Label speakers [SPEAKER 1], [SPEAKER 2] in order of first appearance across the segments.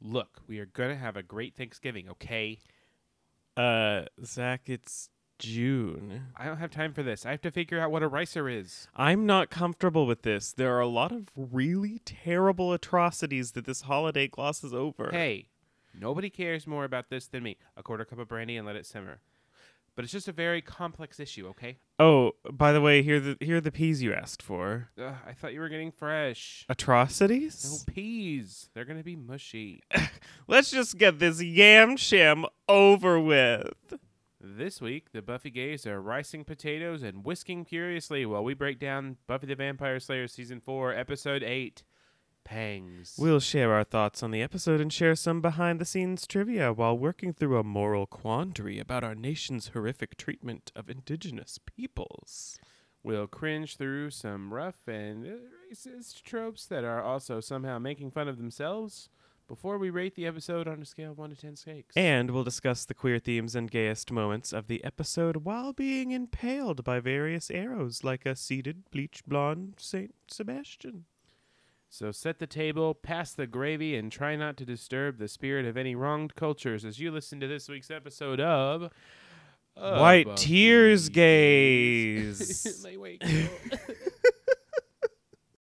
[SPEAKER 1] look, we are going to have a great Thanksgiving, okay?
[SPEAKER 2] Uh, Zach, it's June.
[SPEAKER 1] I don't have time for this. I have to figure out what a ricer is.
[SPEAKER 2] I'm not comfortable with this. There are a lot of really terrible atrocities that this holiday glosses over.
[SPEAKER 1] Hey, nobody cares more about this than me. A quarter cup of brandy and let it simmer. But it's just a very complex issue, okay?
[SPEAKER 2] Oh, by the way, here the here are the peas you asked for.
[SPEAKER 1] Ugh, I thought you were getting fresh. No
[SPEAKER 2] Atrocities?
[SPEAKER 1] peas. They're going to be mushy.
[SPEAKER 2] Let's just get this yam sham over with.
[SPEAKER 1] This week, the Buffy Gays are ricing potatoes and whisking furiously while we break down Buffy the Vampire Slayer Season 4, Episode 8 Pangs.
[SPEAKER 2] We'll share our thoughts on the episode and share some behind the scenes trivia while working through a moral quandary about our nation's horrific treatment of indigenous peoples.
[SPEAKER 1] We'll cringe through some rough and uh, racist tropes that are also somehow making fun of themselves before we rate the episode on a scale of 1 to 10 snakes.
[SPEAKER 2] And we'll discuss the queer themes and gayest moments of the episode while being impaled by various arrows like a seated bleach blonde Saint Sebastian.
[SPEAKER 1] so set the table, pass the gravy, and try not to disturb the spirit of any wronged cultures as you listen to this week's episode of. uh,
[SPEAKER 2] White
[SPEAKER 1] Buffy
[SPEAKER 2] tears
[SPEAKER 1] Gays.
[SPEAKER 2] gaze.
[SPEAKER 1] My wake up.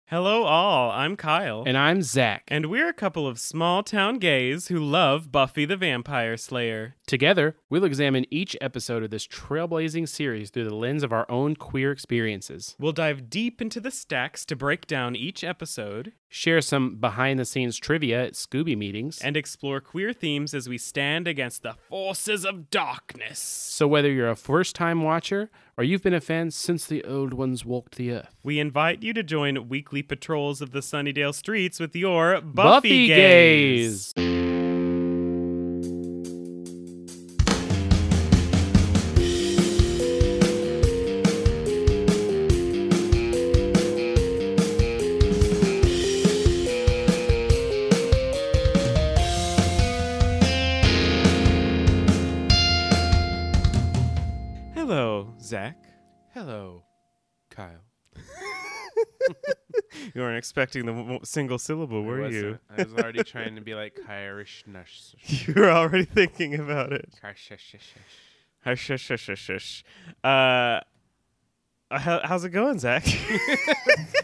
[SPEAKER 2] Hello, all. I'm Kyle.
[SPEAKER 1] and I'm Zach.
[SPEAKER 2] and we're a couple of small town gays who love Buffy the Vampire Slayer.
[SPEAKER 1] Together, we'll examine each episode of this trailblazing series through the lens of our own queer experiences,
[SPEAKER 2] We'll dive deep into the stacks to break down each episode
[SPEAKER 1] share some behind the scenes trivia at Scooby meetings,
[SPEAKER 2] and explore queer themes as we stand against the forces of darkness.
[SPEAKER 1] so whether you're a first time watcher or you've been a fan since the old ones walked the earth,
[SPEAKER 2] We invite you to join weekly patrols of the Sunnydale streets with your Buffy,
[SPEAKER 1] Buffy
[SPEAKER 2] gays.
[SPEAKER 1] Gays!
[SPEAKER 2] Hello, Zach.
[SPEAKER 1] Hello, Kyle.
[SPEAKER 2] You weren't expecting the w- single syllable, were you?
[SPEAKER 1] I was already trying to be like Irish nurse.
[SPEAKER 2] You were already thinking about it. Hush, hush, hush, hush, hush. Uh, how, how's it going, Zach? I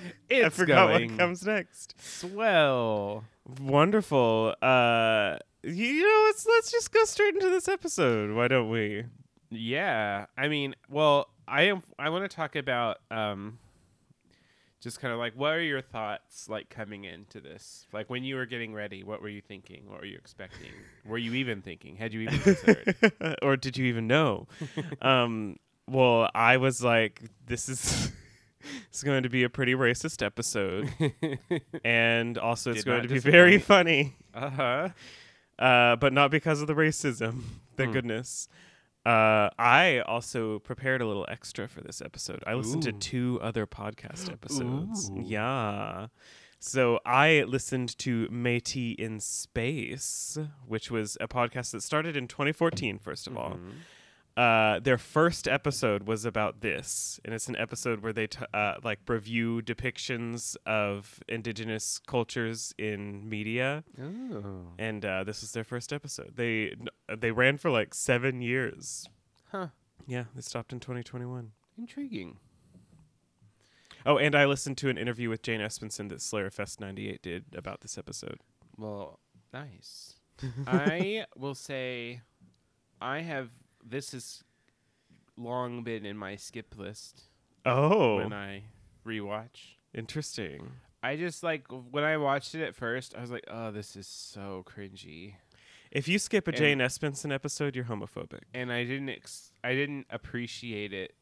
[SPEAKER 1] It's
[SPEAKER 2] forgot
[SPEAKER 1] going
[SPEAKER 2] what comes next.
[SPEAKER 1] swell.
[SPEAKER 2] Wonderful. Uh, you, you know, let's let's just go straight into this episode. Why don't we?
[SPEAKER 1] Yeah, I mean, well, I am. I want to talk about um, just kind of like what are your thoughts like coming into this? Like when you were getting ready, what were you thinking? What were you expecting? were you even thinking? Had you even considered?
[SPEAKER 2] or did you even know? um, well, I was like, this is. It's going to be a pretty racist episode, and also it's
[SPEAKER 1] Did
[SPEAKER 2] going
[SPEAKER 1] not
[SPEAKER 2] to be very
[SPEAKER 1] disappoint.
[SPEAKER 2] funny,
[SPEAKER 1] uh huh.
[SPEAKER 2] uh, but not because of the racism.
[SPEAKER 1] Hmm.
[SPEAKER 2] Thank goodness. Uh, I also prepared a little extra for this episode. I listened to
[SPEAKER 1] Ooh.
[SPEAKER 2] two other podcast episodes.
[SPEAKER 1] Ooh.
[SPEAKER 2] Yeah. So I listened to Métis in Space, which was a podcast that started in 2014, first of all. Uh, their first episode was about this, and it's an episode where they t- uh, like review depictions of indigenous cultures in media,
[SPEAKER 1] Oh.
[SPEAKER 2] and uh, this was their first episode. They they ran for like seven years.
[SPEAKER 1] Huh.
[SPEAKER 2] Yeah, they stopped in 2021.
[SPEAKER 1] Intriguing.
[SPEAKER 2] Oh, and I listened to an interview with Jane Espenson that Slayer Fest '98 did about this episode.
[SPEAKER 1] Well, nice. I will say, I have. This has long been in my skip list
[SPEAKER 2] Oh,
[SPEAKER 1] when I rewatch.
[SPEAKER 2] interesting.
[SPEAKER 1] I just like when I watched it at first, I was like, "Oh, this is so cringy,"
[SPEAKER 2] If you skip a
[SPEAKER 1] And-
[SPEAKER 2] Jane Espenson episode, you're homophobic.
[SPEAKER 1] and I didn't, ex- I didn't appreciate it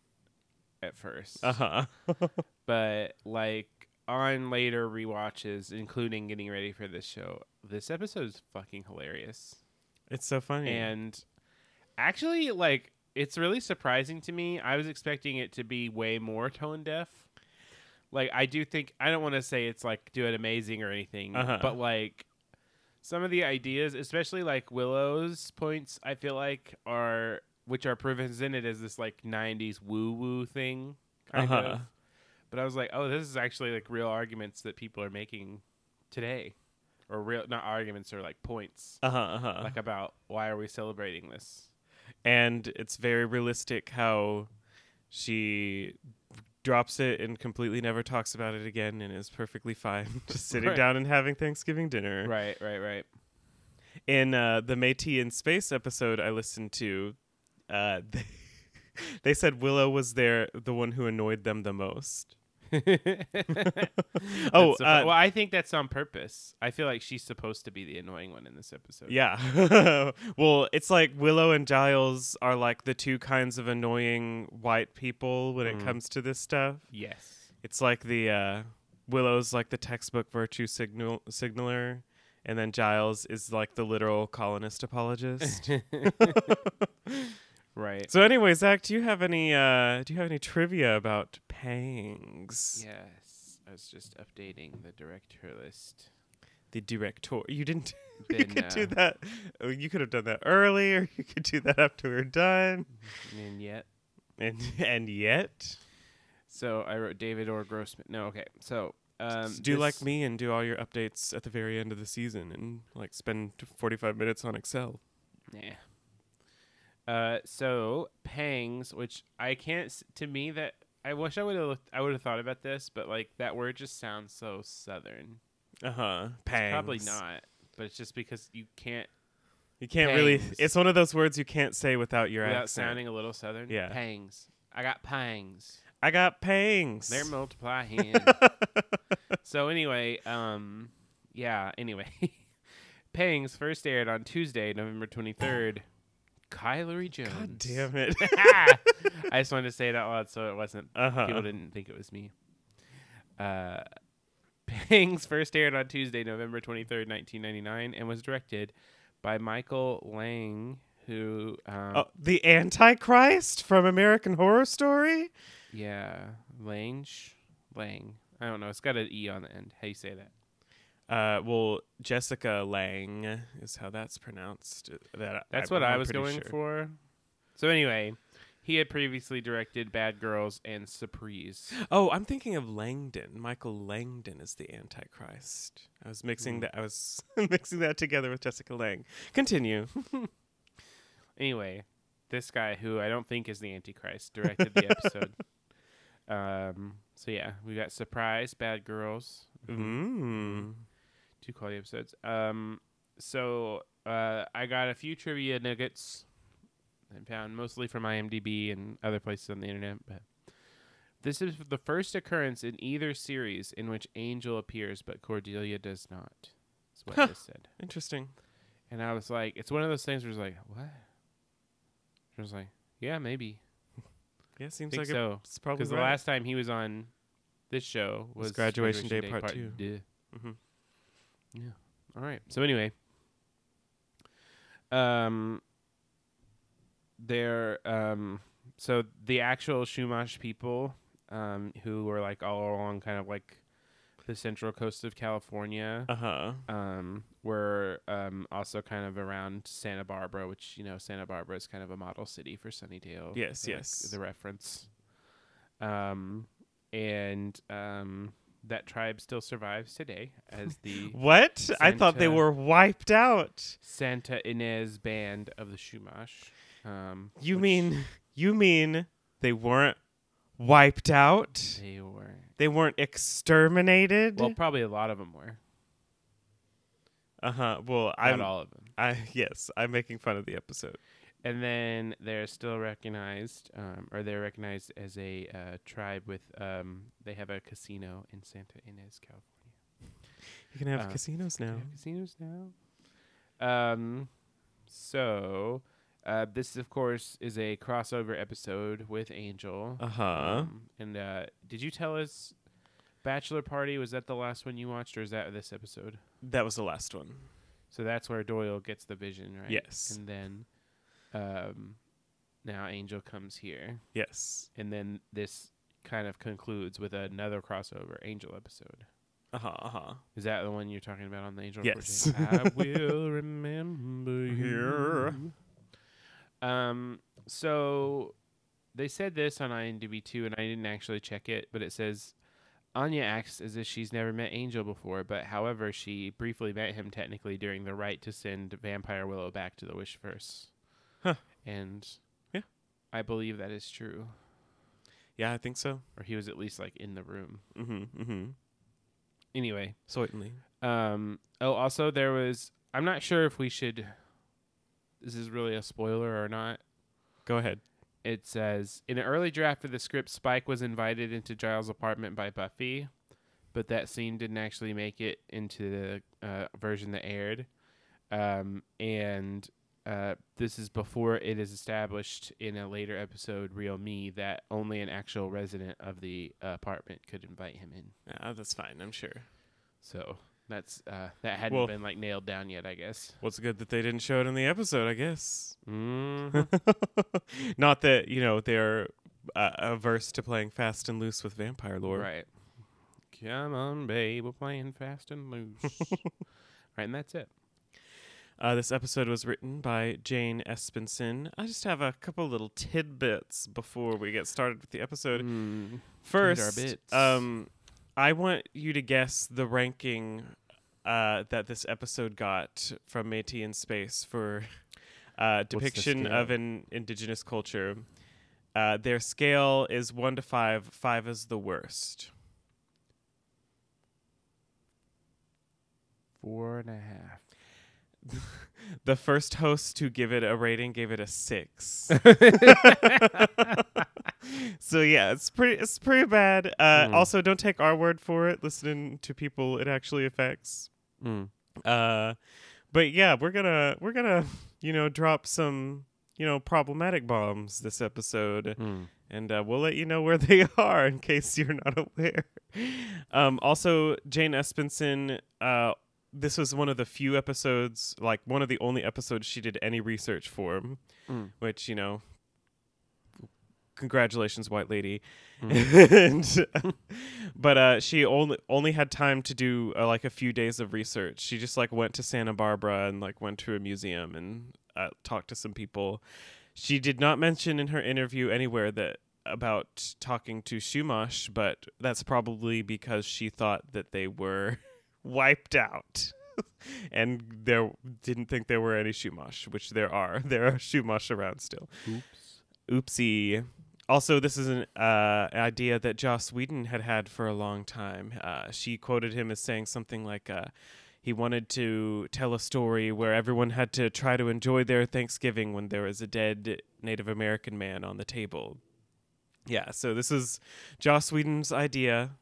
[SPEAKER 1] at first.
[SPEAKER 2] Uh huh.
[SPEAKER 1] But like on later rewatches, including getting ready for this show, this episode is fucking hilarious.
[SPEAKER 2] it's so funny.
[SPEAKER 1] And actually, like, it's really surprising to me. I was expecting it to be way more tone deaf. Like, I do think, I don't want to say it's like do it amazing or anything,
[SPEAKER 2] Uh-huh.
[SPEAKER 1] but like, some of the ideas, especially like Willow's points, I feel like are, which are presented as this like 90s woo woo thing, kind
[SPEAKER 2] Uh-huh.
[SPEAKER 1] of. But I was like, oh, this is actually like real arguments that people are making today. or real not arguments or like points
[SPEAKER 2] Uh huh. Uh-huh.
[SPEAKER 1] like about why are we celebrating this?
[SPEAKER 2] and it's very realistic how she drops it and completely never talks about it again and is perfectly fine just sitting
[SPEAKER 1] Right.
[SPEAKER 2] down and having Thanksgiving dinner.
[SPEAKER 1] Right, right, right.
[SPEAKER 2] In uh, the Métis in Space episode I listened to, uh, they, they said Willow was there the one who annoyed them the most. Oh,
[SPEAKER 1] That's so fu-
[SPEAKER 2] uh,
[SPEAKER 1] well, I think that's on purpose. I feel like she's supposed to be the annoying one in this episode.
[SPEAKER 2] Yeah. well, it's like Willow and Giles are like the two kinds of annoying white people when it comes to this stuff.
[SPEAKER 1] Yes.
[SPEAKER 2] It's like the uh, Willow's like the textbook virtue signal signaler, and then Giles is like the literal colonist apologist.
[SPEAKER 1] Right.
[SPEAKER 2] so, anyway, Zach, do you have any uh, do you have any trivia about pangs?
[SPEAKER 1] Yes. I was just updating the director list.
[SPEAKER 2] The director, you didn't. you
[SPEAKER 1] Didn't,
[SPEAKER 2] could do
[SPEAKER 1] uh,
[SPEAKER 2] that. oh, You could have done that earlier. You could do that after we're done.
[SPEAKER 1] And yet,
[SPEAKER 2] And and yet,
[SPEAKER 1] so I wrote David or Grossman. No, okay. So um,
[SPEAKER 2] do like
[SPEAKER 1] this-
[SPEAKER 2] me and do all your updates at the very end of the season and like spend forty five minutes on Excel.
[SPEAKER 1] Yeah. Uh, so pangs, which I can't. s- To me, that I wish I would have. looked I would have thought about this, but like that word just sounds so southern.
[SPEAKER 2] Uh huh.
[SPEAKER 1] Uh-huh. It's
[SPEAKER 2] Pangs.
[SPEAKER 1] Probably not. But it's just because you can't
[SPEAKER 2] You can't really.
[SPEAKER 1] Pangs.
[SPEAKER 2] It's one of those words you can't say without your
[SPEAKER 1] without
[SPEAKER 2] accent.
[SPEAKER 1] sounding a little southern.
[SPEAKER 2] Yeah.
[SPEAKER 1] Pangs. I got pangs.
[SPEAKER 2] I got pangs.
[SPEAKER 1] They're multiply hand. so anyway, um, yeah. Anyway, pangs first aired on Tuesday, November twenty third. Kylery Jones.
[SPEAKER 2] God damn it.
[SPEAKER 1] I just wanted to say it out loud so it wasn't
[SPEAKER 2] Uh-huh.
[SPEAKER 1] people didn't think it was me. Uh, Pangs first aired on Tuesday, November twenty third, nineteen ninety nine, and was directed by Michael Lang, who um,
[SPEAKER 2] Oh, the Antichrist from American Horror Story.
[SPEAKER 1] yeah, Lange, Lang. I don't know. It's got an e on the end. How you say that?
[SPEAKER 2] Uh, well, Jessica Lang is how that's pronounced. uh, That
[SPEAKER 1] That's
[SPEAKER 2] I'm-
[SPEAKER 1] what i
[SPEAKER 2] I'm
[SPEAKER 1] was
[SPEAKER 2] pretty
[SPEAKER 1] going
[SPEAKER 2] sure.
[SPEAKER 1] for. So anyway, he had previously directed Bad Girls and Surprise.
[SPEAKER 2] Oh, I'm thinking of Langdon. Michael Langdon is the Antichrist. I was
[SPEAKER 1] Hmm.
[SPEAKER 2] mixing that. I was mixing that together with Jessica Lang. Continue.
[SPEAKER 1] Anyway, this guy who I don't think is the Antichrist directed the episode. Um, so yeah, we got Surprise, Bad Girls,
[SPEAKER 2] Mm.
[SPEAKER 1] two quality episodes. Um, so uh, I got a few trivia nuggets I found mostly from IMDb and other places on the internet, but this is the first occurrence in either series in which Angel appears, but Cordelia does not. Is what
[SPEAKER 2] Huh.
[SPEAKER 1] this said,
[SPEAKER 2] Interesting.
[SPEAKER 1] and I was like, it's one of those things where it's like, what? I was like, yeah, maybe.
[SPEAKER 2] Yeah, seems
[SPEAKER 1] think
[SPEAKER 2] like it-
[SPEAKER 1] so.
[SPEAKER 2] it's probably
[SPEAKER 1] Because the
[SPEAKER 2] right.
[SPEAKER 1] last time he was on this show was
[SPEAKER 2] Graduation Day Part Two.
[SPEAKER 1] Two.
[SPEAKER 2] Mhm.
[SPEAKER 1] Yeah. All right. So anyway, um, there, um, so the actual Shumash people, um, who were like all along kind of like the central coast of California,
[SPEAKER 2] Uh huh.
[SPEAKER 1] um, were um also kind of around Santa Barbara, which you know Santa Barbara is kind of a model city for Sunnydale.
[SPEAKER 2] Yes,
[SPEAKER 1] so, like,
[SPEAKER 2] yes.
[SPEAKER 1] the reference. Um, and um, that tribe still survives today as the
[SPEAKER 2] What? I thought they
[SPEAKER 1] Santa.
[SPEAKER 2] were wiped out.
[SPEAKER 1] Santa Inez Band of the Shumash. Um,
[SPEAKER 2] You
[SPEAKER 1] which
[SPEAKER 2] mean you mean they weren't wiped out?
[SPEAKER 1] they were?
[SPEAKER 2] They weren't exterminated?
[SPEAKER 1] Well, probably a lot of them were.
[SPEAKER 2] uh-huh. Well,
[SPEAKER 1] Not
[SPEAKER 2] I'm
[SPEAKER 1] all of them.
[SPEAKER 2] I yes, I'm making fun of the episode.
[SPEAKER 1] And then they're still recognized, um, or they're recognized as a uh, tribe with. Um, they have a casino in Santa Inez, California.
[SPEAKER 2] You can have
[SPEAKER 1] Uh,
[SPEAKER 2] casinos
[SPEAKER 1] They
[SPEAKER 2] now.
[SPEAKER 1] have casinos now. Um, so uh, this, of course, is a crossover episode with Angel.
[SPEAKER 2] Uh-huh.
[SPEAKER 1] Um, and uh, did you tell us Bachelor Party was that the last one you watched, or is that this episode?
[SPEAKER 2] That was the last one.
[SPEAKER 1] So that's where Doyle gets the vision, right?
[SPEAKER 2] Yes.
[SPEAKER 1] And then, um, now Angel comes here,
[SPEAKER 2] Yes.
[SPEAKER 1] and then this kind of concludes with another crossover Angel episode.
[SPEAKER 2] Uh-huh. Uh-huh.
[SPEAKER 1] Is that the one you're talking about on the Angel?
[SPEAKER 2] Yes.
[SPEAKER 1] Reporting? I will remember you. Um. So they said this on IMDb too, and I didn't actually check it, but it says Anya acts as if she's never met Angel before, but however, she briefly met him technically during the rite to send Vampire Willow back to the Wishverse.
[SPEAKER 2] Huh.
[SPEAKER 1] And
[SPEAKER 2] Yeah.
[SPEAKER 1] I believe that is true.
[SPEAKER 2] Yeah, I think so.
[SPEAKER 1] Or he was at least like in the room.
[SPEAKER 2] Mm-hmm. Mm-hmm.
[SPEAKER 1] Anyway,
[SPEAKER 2] Certainly.
[SPEAKER 1] Um, oh, also there was. I'm not sure if we should. This is really a spoiler or not.
[SPEAKER 2] Go ahead.
[SPEAKER 1] It says in an early draft of the script, Spike was invited into Giles' apartment by Buffy, but that scene didn't actually make it into the uh, version that aired. Um, and uh, this is before it is established in a later episode, Real Me, that only an actual resident of the apartment could invite him in.
[SPEAKER 2] Yeah, that's fine. I'm sure.
[SPEAKER 1] So that's uh, that hadn't
[SPEAKER 2] Well-
[SPEAKER 1] been like nailed down yet, I guess.
[SPEAKER 2] What's good that they didn't show it in the episode? I guess.
[SPEAKER 1] Mm-hmm.
[SPEAKER 2] Not that you know they're uh, averse to playing fast and loose with vampire lore.
[SPEAKER 1] right. Come on, babe, we're playing fast and loose. right, and that's it.
[SPEAKER 2] Uh, this episode was written by Jane Espenson. I just have a couple little tidbits before we get started with the episode.
[SPEAKER 1] Mm. Read our
[SPEAKER 2] First,
[SPEAKER 1] bits.
[SPEAKER 2] um, I want you to guess the ranking uh, that this episode got from Métis in Space for uh, depiction of
[SPEAKER 1] scale?
[SPEAKER 2] an indigenous culture. Uh, their scale is one to five. Five is the worst.
[SPEAKER 1] Four and a half.
[SPEAKER 2] The first host to give it a rating gave it a six. so yeah, it's pretty it's pretty bad. Uh,
[SPEAKER 1] Hmm.
[SPEAKER 2] Also, don't take our word for it. Listen to people it actually affects.
[SPEAKER 1] Mm.
[SPEAKER 2] Uh, but yeah, we're gonna we're gonna you know drop some you know problematic bombs this episode,
[SPEAKER 1] Mm.
[SPEAKER 2] and uh, we'll let you know where they are in case you're not aware. Um, also, Jane Espenson. Uh, this was one of the few episodes, like one of the only episodes she did any research for,
[SPEAKER 1] Mm.
[SPEAKER 2] which you know. Congratulations, white lady. and, but uh, she only only had time to do uh, like a few days of research. She just like went to Santa Barbara and like went to a museum and uh, talked to some people. She did not mention in her interview anywhere that about talking to Shumash, but that's probably because she thought that they were wiped out. and there didn't think there were any Shumash, which there are. There are Shumash around still.
[SPEAKER 1] Oops.
[SPEAKER 2] Oopsie. Also, this is an uh, idea that Joss Whedon had had for a long time. Uh, she quoted him as saying something like, uh, he wanted to tell a story where everyone had to try to enjoy their Thanksgiving when there was a dead Native American man on the table. Yeah, so this is Joss Whedon's idea.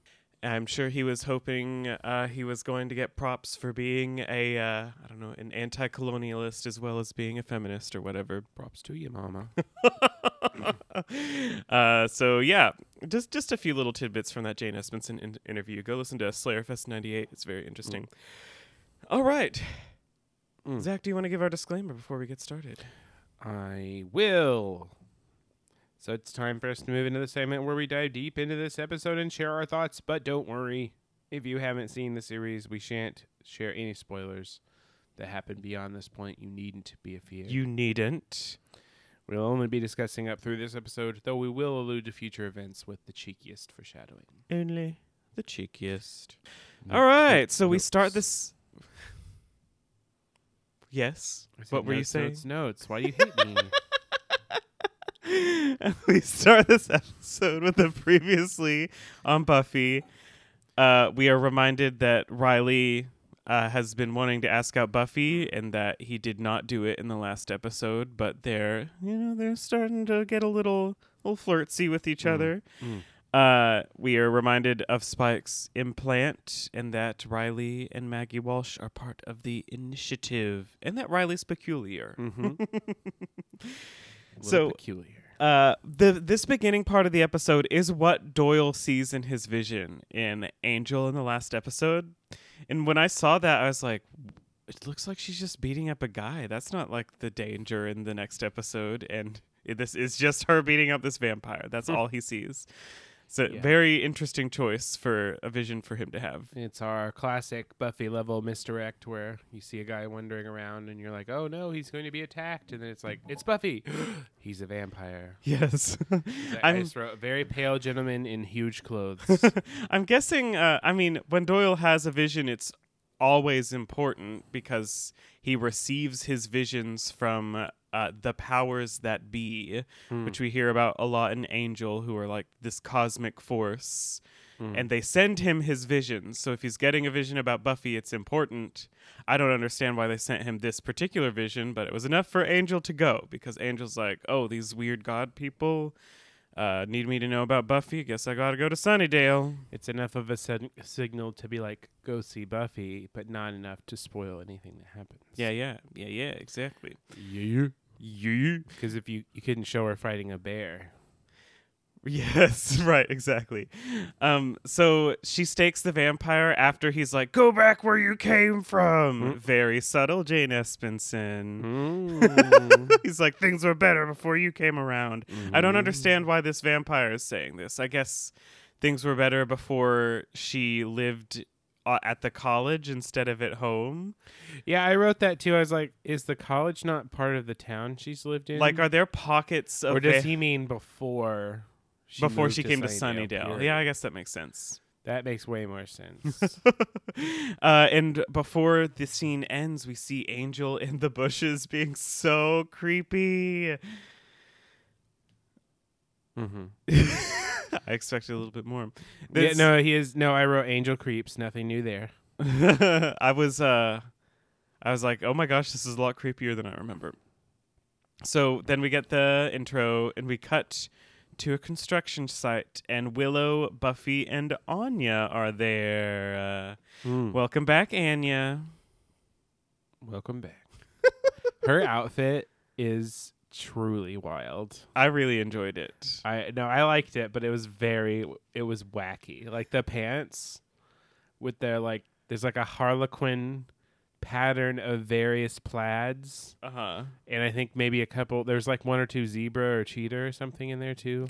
[SPEAKER 2] I'm sure he was hoping uh, he was going to get props for being a, uh, I don't know, an anti colonialist as well as being a feminist or whatever.
[SPEAKER 1] Props to you, Mama.
[SPEAKER 2] uh, so yeah, just just a few little tidbits from that Jane Espenson in- interview. Go listen to Slayerfest '98; it's very interesting. All right,
[SPEAKER 1] Mm.
[SPEAKER 2] Zach, do you want to give our disclaimer before we get started?
[SPEAKER 1] I will. So it's time for us to move into the segment where we dive deep into this episode and share our thoughts. But don't worry, if you haven't seen the series, we shan't share any spoilers that happen beyond this point. You needn't be afraid.
[SPEAKER 2] You needn't.
[SPEAKER 1] We'll only be discussing up through this episode, though we will allude to future events with the cheekiest foreshadowing.
[SPEAKER 2] Only the cheekiest.
[SPEAKER 1] Nope,
[SPEAKER 2] All right, so we
[SPEAKER 1] notes.
[SPEAKER 2] start this. Yes.
[SPEAKER 1] I said
[SPEAKER 2] What were you
[SPEAKER 1] notes,
[SPEAKER 2] saying?
[SPEAKER 1] Notes, notes. Why do you hate me?
[SPEAKER 2] we start this episode with the previously on Buffy. Uh, we are reminded that Riley uh, has been wanting to ask out Buffy, and that he did not do it in the last episode. But they're, you know, they're starting to get a little, little flirtsy with each other.
[SPEAKER 1] mm.
[SPEAKER 2] Uh, we are reminded of Spike's implant, and that Riley and Maggie Walsh are part of the initiative, and that Riley's peculiar.
[SPEAKER 1] A little
[SPEAKER 2] So-
[SPEAKER 1] peculiar.
[SPEAKER 2] Uh, the this beginning part of the episode is what Doyle sees in his vision in Angel in the last episode. And when I saw that, I was like, it looks like she's just beating up a guy. That's not like the danger in the next episode. And it- this is just her beating up this vampire. That's all he sees. So
[SPEAKER 1] Hmm. Yeah.
[SPEAKER 2] very interesting choice for a vision for him to have.
[SPEAKER 1] It's our classic Buffy level misdirect where you see a guy wandering around and you're like, oh no, he's going to be attacked. And then it's like, it's Buffy. he's a vampire.
[SPEAKER 2] Yes.
[SPEAKER 1] He's a- I
[SPEAKER 2] I'm
[SPEAKER 1] just wrote, very pale gentleman in huge clothes.
[SPEAKER 2] I'm guessing uh, I mean when Doyle has a vision it's always important because he receives his visions from uh, the powers that be, which we hear about a lot in Angel, who are like this cosmic force, and they send him his visions. So if he's getting a vision about Buffy, it's important. I don't understand why they sent him this particular vision, but it was enough for Angel to go because Angel's like, oh, these weird god people uh, need me to know about Buffy. Guess I gotta go to Sunnydale.
[SPEAKER 1] it's enough of a sig- signal to be like, go see Buffy, but not enough to spoil anything that happens.
[SPEAKER 2] Yeah, yeah, yeah, yeah, exactly.
[SPEAKER 1] Yeah.
[SPEAKER 2] Yeah.
[SPEAKER 1] Because if you, you couldn't show her fighting a bear.
[SPEAKER 2] Yes, right, exactly. Um, so she stakes the vampire after he's like, "Go back where you came from." Very subtle, Jane Espenson. Hmm. he's like, "Things were better before you came around." I don't understand why this vampire is saying this. I guess things were better before she lived uh, at the college instead of at home.
[SPEAKER 1] yeah, I wrote that too. I was like, is the college not part of the town she's lived in?
[SPEAKER 2] Like, uh, are there pockets of
[SPEAKER 1] Or does
[SPEAKER 2] va-
[SPEAKER 1] he mean before she
[SPEAKER 2] before
[SPEAKER 1] moved
[SPEAKER 2] she came to Sunnydale?
[SPEAKER 1] period?
[SPEAKER 2] Yeah, I guess that makes sense.
[SPEAKER 1] That makes way more sense.
[SPEAKER 2] uh, and before the scene ends, we see Angel in the bushes being so creepy.
[SPEAKER 1] mm-hmm.
[SPEAKER 2] I expected a little bit more.
[SPEAKER 1] Yeah,
[SPEAKER 2] This-
[SPEAKER 1] no, he is. No, I wrote Angel Creeps. Nothing new there.
[SPEAKER 2] I was uh I was like, "Oh my gosh, this is a lot creepier than I remember." So then we get the intro and we cut to a construction site and Willow, Buffy, and Anya are there. Uh, welcome back, Anya.
[SPEAKER 1] Welcome back. Her outfit is truly wild.
[SPEAKER 2] I really enjoyed it.
[SPEAKER 1] I no, I liked it, but it was very. It was wacky. Like the pants with their like. There's like a harlequin pattern of various plaids.
[SPEAKER 2] Uh-huh.
[SPEAKER 1] and I think maybe a couple. There's like one or two zebra or cheetah or something in there too.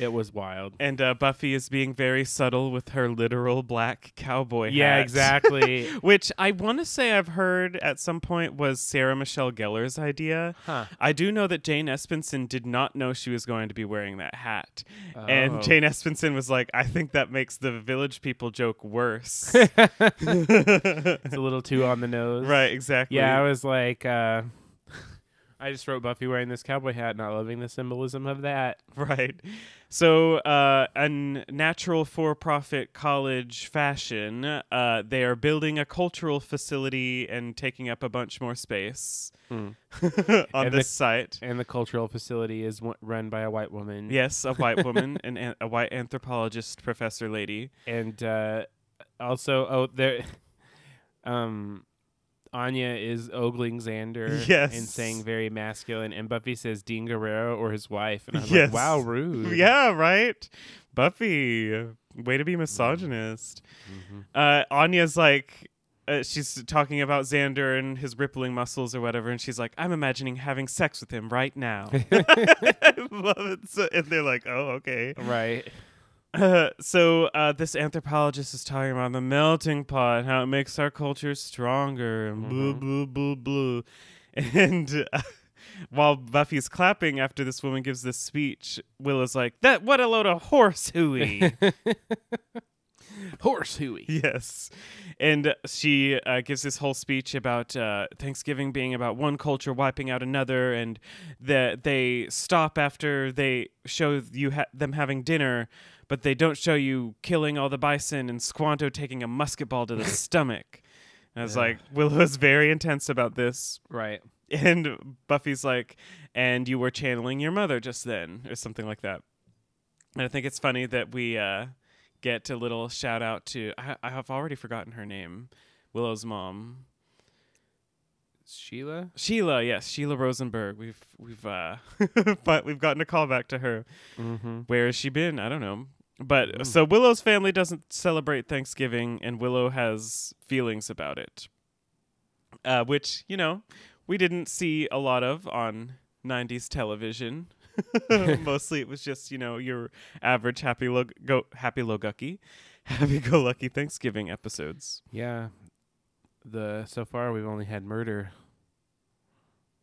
[SPEAKER 1] it was wild.
[SPEAKER 2] And uh, Buffy is being very subtle with her literal black cowboy
[SPEAKER 1] Yeah,
[SPEAKER 2] hat.
[SPEAKER 1] exactly.
[SPEAKER 2] Which I want to say I've heard at some point was Sarah Michelle Gellar's idea.
[SPEAKER 1] Huh.
[SPEAKER 2] I do know that Jane Espenson did not know she was going to be wearing that hat. And
[SPEAKER 1] Oh.
[SPEAKER 2] Jane Espenson was like, I think that makes the village people joke worse.
[SPEAKER 1] it's a little too on the nose.
[SPEAKER 2] right, exactly.
[SPEAKER 1] Yeah, I was like, uh, I just wrote Buffy wearing this cowboy hat, not loving the symbolism of that.
[SPEAKER 2] Right. So, uh, a n- natural for profit college fashion, uh, they are building a cultural facility and taking up a bunch more space
[SPEAKER 1] Mm.
[SPEAKER 2] on
[SPEAKER 1] And
[SPEAKER 2] this
[SPEAKER 1] the-
[SPEAKER 2] site.
[SPEAKER 1] And the cultural facility is w- run by a white woman.
[SPEAKER 2] Yes, a white woman, an, an- a white anthropologist professor lady.
[SPEAKER 1] and uh, also, oh, there, um. Anya is ogling Xander
[SPEAKER 2] Yes.
[SPEAKER 1] and saying very masculine, and Buffy says Dean Guerrero or his wife, and I'm like,
[SPEAKER 2] Yes.
[SPEAKER 1] wow, rude.
[SPEAKER 2] Yeah, right? Buffy, way to be misogynist. Uh, Anya's like, uh, she's talking about Xander and his rippling muscles or whatever, and she's like, I'm imagining having sex with him right now. I love it. So, and they're like, oh, okay.
[SPEAKER 1] Right.
[SPEAKER 2] Uh, so uh, this anthropologist is talking about the melting pot, and how it makes our culture stronger, and blue, blue, blue, blue. And uh, while Buffy's clapping after this woman gives this speech, Willow's like, "That what a load of horse hooey."
[SPEAKER 1] Horse hooey.
[SPEAKER 2] Yes. And she uh, gives this whole speech about uh, Thanksgiving being about one culture wiping out another, and that they stop after they show you ha- them having dinner, but they don't show you killing all the bison and Squanto taking a musket ball to the stomach. And I was like, Willow's very intense about this.
[SPEAKER 1] Right.
[SPEAKER 2] And Buffy's like, and you were channeling your mother just then, or something like that. And I think it's funny that we uh, get a little shout out to, I, I have already forgotten her name, Willow's mom.
[SPEAKER 1] Sheila?
[SPEAKER 2] Sheila, yes, Sheila Rosenberg. We've we've uh but we've gotten a call back to her.
[SPEAKER 1] Mm-hmm.
[SPEAKER 2] Where has she been? I don't know. But so Willow's family doesn't celebrate Thanksgiving and Willow has feelings about it. Uh which, you know, we didn't see a lot of on 90s television. Mostly, it was just you know your average happy lo- go happy lo gucky, happy go lucky Thanksgiving episodes.
[SPEAKER 1] Yeah. The so far we've only had murder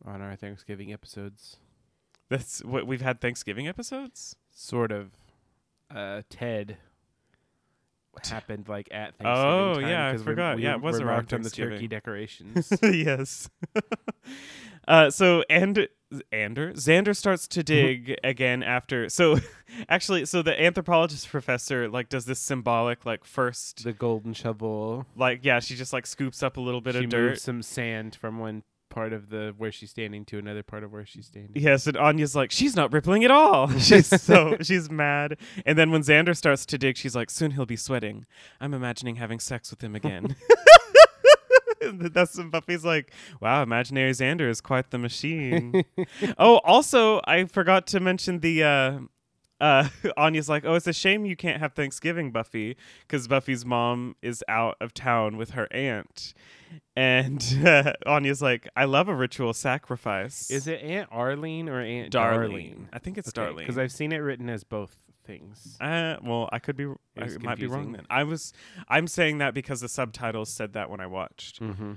[SPEAKER 1] on our Thanksgiving episodes.
[SPEAKER 2] That's what we've had Thanksgiving episodes.
[SPEAKER 1] Sort of. Uh, Ted happened like at Thanksgiving.
[SPEAKER 2] Oh,
[SPEAKER 1] time
[SPEAKER 2] yeah, I
[SPEAKER 1] 'cause we-
[SPEAKER 2] forgot.
[SPEAKER 1] we
[SPEAKER 2] Yeah, it was around
[SPEAKER 1] remarked on the
[SPEAKER 2] Thanksgiving.
[SPEAKER 1] turkey decorations.
[SPEAKER 2] yes. uh, so and Ander Xander starts to
[SPEAKER 1] Mm-hmm.
[SPEAKER 2] dig again after. So actually, so the anthropologist professor like does this symbolic like first
[SPEAKER 1] the golden shovel.
[SPEAKER 2] like yeah she just like scoops up a little bit
[SPEAKER 1] she
[SPEAKER 2] of
[SPEAKER 1] moved
[SPEAKER 2] dirt.
[SPEAKER 1] some sand from one part of the where she's standing to another part of where she's standing.
[SPEAKER 2] Yes, and Anya's like, she's not rippling at all. She's so she's mad. And then when Xander starts to dig, she's like, soon he'll be sweating. I'm imagining having sex with him again. That's Buffy's like, wow, imaginary Xander is quite the machine. oh, also, I forgot to mention the uh uh, Anya's like, oh, it's a shame you can't have Thanksgiving, Buffy, because Buffy's mom is out of town with her aunt. And uh, Anya's like, I love a ritual sacrifice.
[SPEAKER 1] Is it Aunt Arlene or Aunt
[SPEAKER 2] Darlene.
[SPEAKER 1] Darlene?
[SPEAKER 2] I think it's Darlene.
[SPEAKER 1] Because I've seen it written as both things.
[SPEAKER 2] uh, well, I could be, I
[SPEAKER 1] was
[SPEAKER 2] might be wrong
[SPEAKER 1] confusing.
[SPEAKER 2] then. I was, I'm saying that because the subtitles said that when I watched.
[SPEAKER 1] Mm-hmm.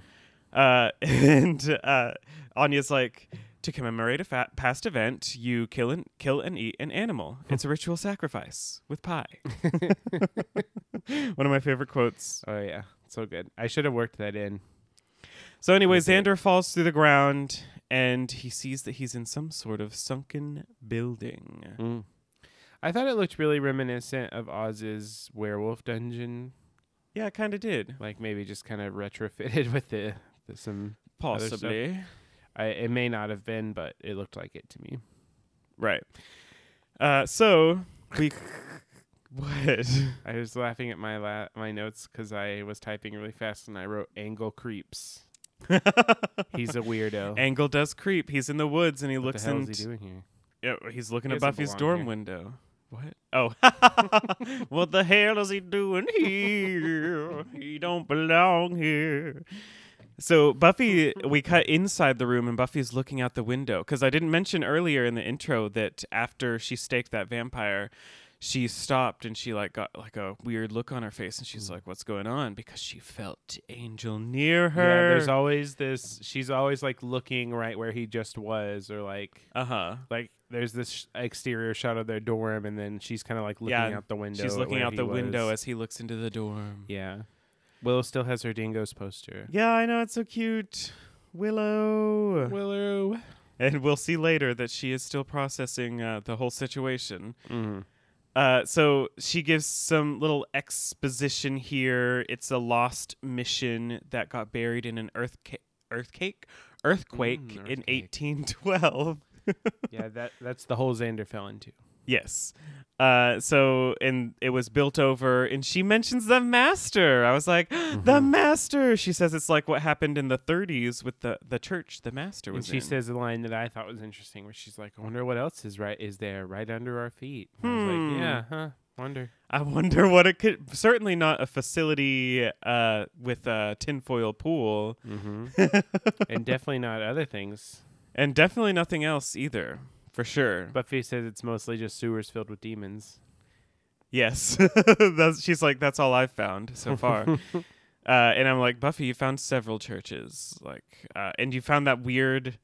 [SPEAKER 2] Uh, and uh, Anya's like, to commemorate a fa- past event, you kill and kill and eat an animal. It's a ritual sacrifice with pie. One of my favorite quotes.
[SPEAKER 1] Oh yeah, so good. I should have worked that in.
[SPEAKER 2] So anyway,
[SPEAKER 1] That's it.
[SPEAKER 2] Xander falls through the ground and he sees that he's in some sort of sunken building.
[SPEAKER 1] Mm. I thought it looked really reminiscent of Oz's werewolf dungeon,
[SPEAKER 2] Yeah, it kind of did.
[SPEAKER 1] like maybe just kind of retrofitted with the, the some. stuff.
[SPEAKER 2] Possibly.
[SPEAKER 1] I, it may not have been, but it looked like it to me.
[SPEAKER 2] Right. Uh, so we what?
[SPEAKER 1] I was laughing at my la- my notes because I was typing really fast and I wrote angle creeps. He's a weirdo.
[SPEAKER 2] Angle does creep. He's in the woods and he
[SPEAKER 1] what the
[SPEAKER 2] looks
[SPEAKER 1] hell
[SPEAKER 2] in.
[SPEAKER 1] is he doing here?
[SPEAKER 2] Yeah, he's looking
[SPEAKER 1] He
[SPEAKER 2] at
[SPEAKER 1] doesn't
[SPEAKER 2] Buffy's
[SPEAKER 1] belong
[SPEAKER 2] dorm
[SPEAKER 1] here.
[SPEAKER 2] window. What? Oh, what the hell is he doing here? He don't belong here. So Buffy, we cut inside the room and Buffy's looking out the window because I didn't mention earlier in the intro that after she staked that vampire, she stopped and she like got like a weird look on her face and she's like, "What's going on?" Because she felt Angel near her.
[SPEAKER 1] Hmm. Yeah, there's always this. She's always like looking right where he just was, or like
[SPEAKER 2] uh huh.
[SPEAKER 1] like there's this sh- exterior shot of their dorm, and then she's kind of like looking
[SPEAKER 2] Yeah,
[SPEAKER 1] out the window.
[SPEAKER 2] She's
[SPEAKER 1] at
[SPEAKER 2] looking
[SPEAKER 1] where
[SPEAKER 2] out
[SPEAKER 1] he
[SPEAKER 2] the window
[SPEAKER 1] was.
[SPEAKER 2] as he looks into the dorm.
[SPEAKER 1] yeah. Willow still has her dingoes poster.
[SPEAKER 2] Yeah, I know it's so cute. Willow.
[SPEAKER 1] Willow.
[SPEAKER 2] and we'll see later that she is still processing uh, the whole situation.
[SPEAKER 1] Mm.
[SPEAKER 2] Uh, so she gives some little exposition here. It's a lost mission that got buried in an earthca- earthquake earthquake
[SPEAKER 1] Mm,
[SPEAKER 2] in
[SPEAKER 1] earthquake.
[SPEAKER 2] 1812.
[SPEAKER 1] yeah, that that's the whole Xander fell into.
[SPEAKER 2] Yes. Uh, so and it was built over, and she mentions the master. I was like, the
[SPEAKER 1] Mm-hmm.
[SPEAKER 2] master. She says it's like what happened in the 30s with the the church. The master
[SPEAKER 1] And
[SPEAKER 2] was.
[SPEAKER 1] she
[SPEAKER 2] in.
[SPEAKER 1] says a line that I thought was interesting, where she's like, "I wonder what else is right is there right under our feet." And I was
[SPEAKER 2] Hmm.
[SPEAKER 1] like, "Yeah, huh? Wonder."
[SPEAKER 2] I wonder what it could. Certainly not a facility uh, with a tinfoil pool,
[SPEAKER 1] Mm-hmm. and definitely not other things.
[SPEAKER 2] and definitely nothing else either, for sure.
[SPEAKER 1] Buffy says it's mostly just sewers filled with demons.
[SPEAKER 2] yes, that's, she's like, that's all I've found so far. uh, and I'm like, Buffy, you found several churches, like, uh, and you found that weird.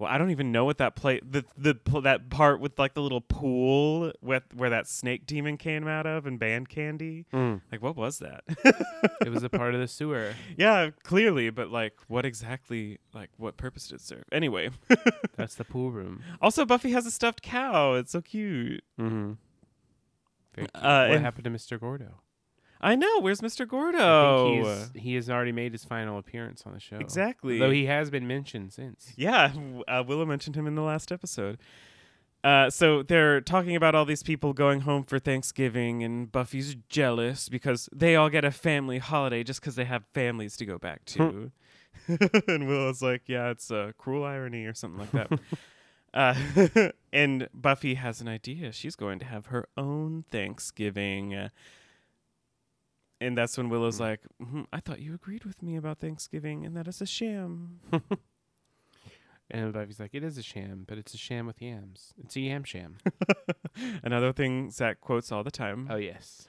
[SPEAKER 2] Well, I don't even know what that play the the pl- that part with like the little pool with where that snake demon came out of and band candy. Like, what was that?
[SPEAKER 1] It was a part of the sewer.
[SPEAKER 2] Yeah, clearly, but like, what exactly, like, what purpose did it serve? Anyway,
[SPEAKER 1] That's the pool room.
[SPEAKER 2] also Buffy has a stuffed cow. It's so cute.
[SPEAKER 1] Mm-hmm.
[SPEAKER 2] Uh,
[SPEAKER 1] what
[SPEAKER 2] and-
[SPEAKER 1] happened to Mr. Gordo?
[SPEAKER 2] I know. Where's Mr.
[SPEAKER 1] I
[SPEAKER 2] Gordo?
[SPEAKER 1] think he's, he has already made his final appearance on the show.
[SPEAKER 2] Oh. exactly.
[SPEAKER 1] Though he has been mentioned since.
[SPEAKER 2] yeah, w- uh, Willow mentioned him in the last episode. Uh, so they're talking about all these people going home for Thanksgiving, and Buffy's jealous because they all get a family holiday just because they have families to go back to. and Willow's like, "Yeah, it's a cruel irony or something like that." Uh, and Buffy has an idea. She's going to have her own Thanksgiving. And that's when Willow's like, "Mm-hmm, "Mhm, I thought you agreed with me about Thanksgiving, and that is a sham.
[SPEAKER 1] And Buffy's like, it is a sham, but it's a sham with yams. It's a yam sham.
[SPEAKER 2] Another thing Zach quotes all the time.
[SPEAKER 1] oh, yes.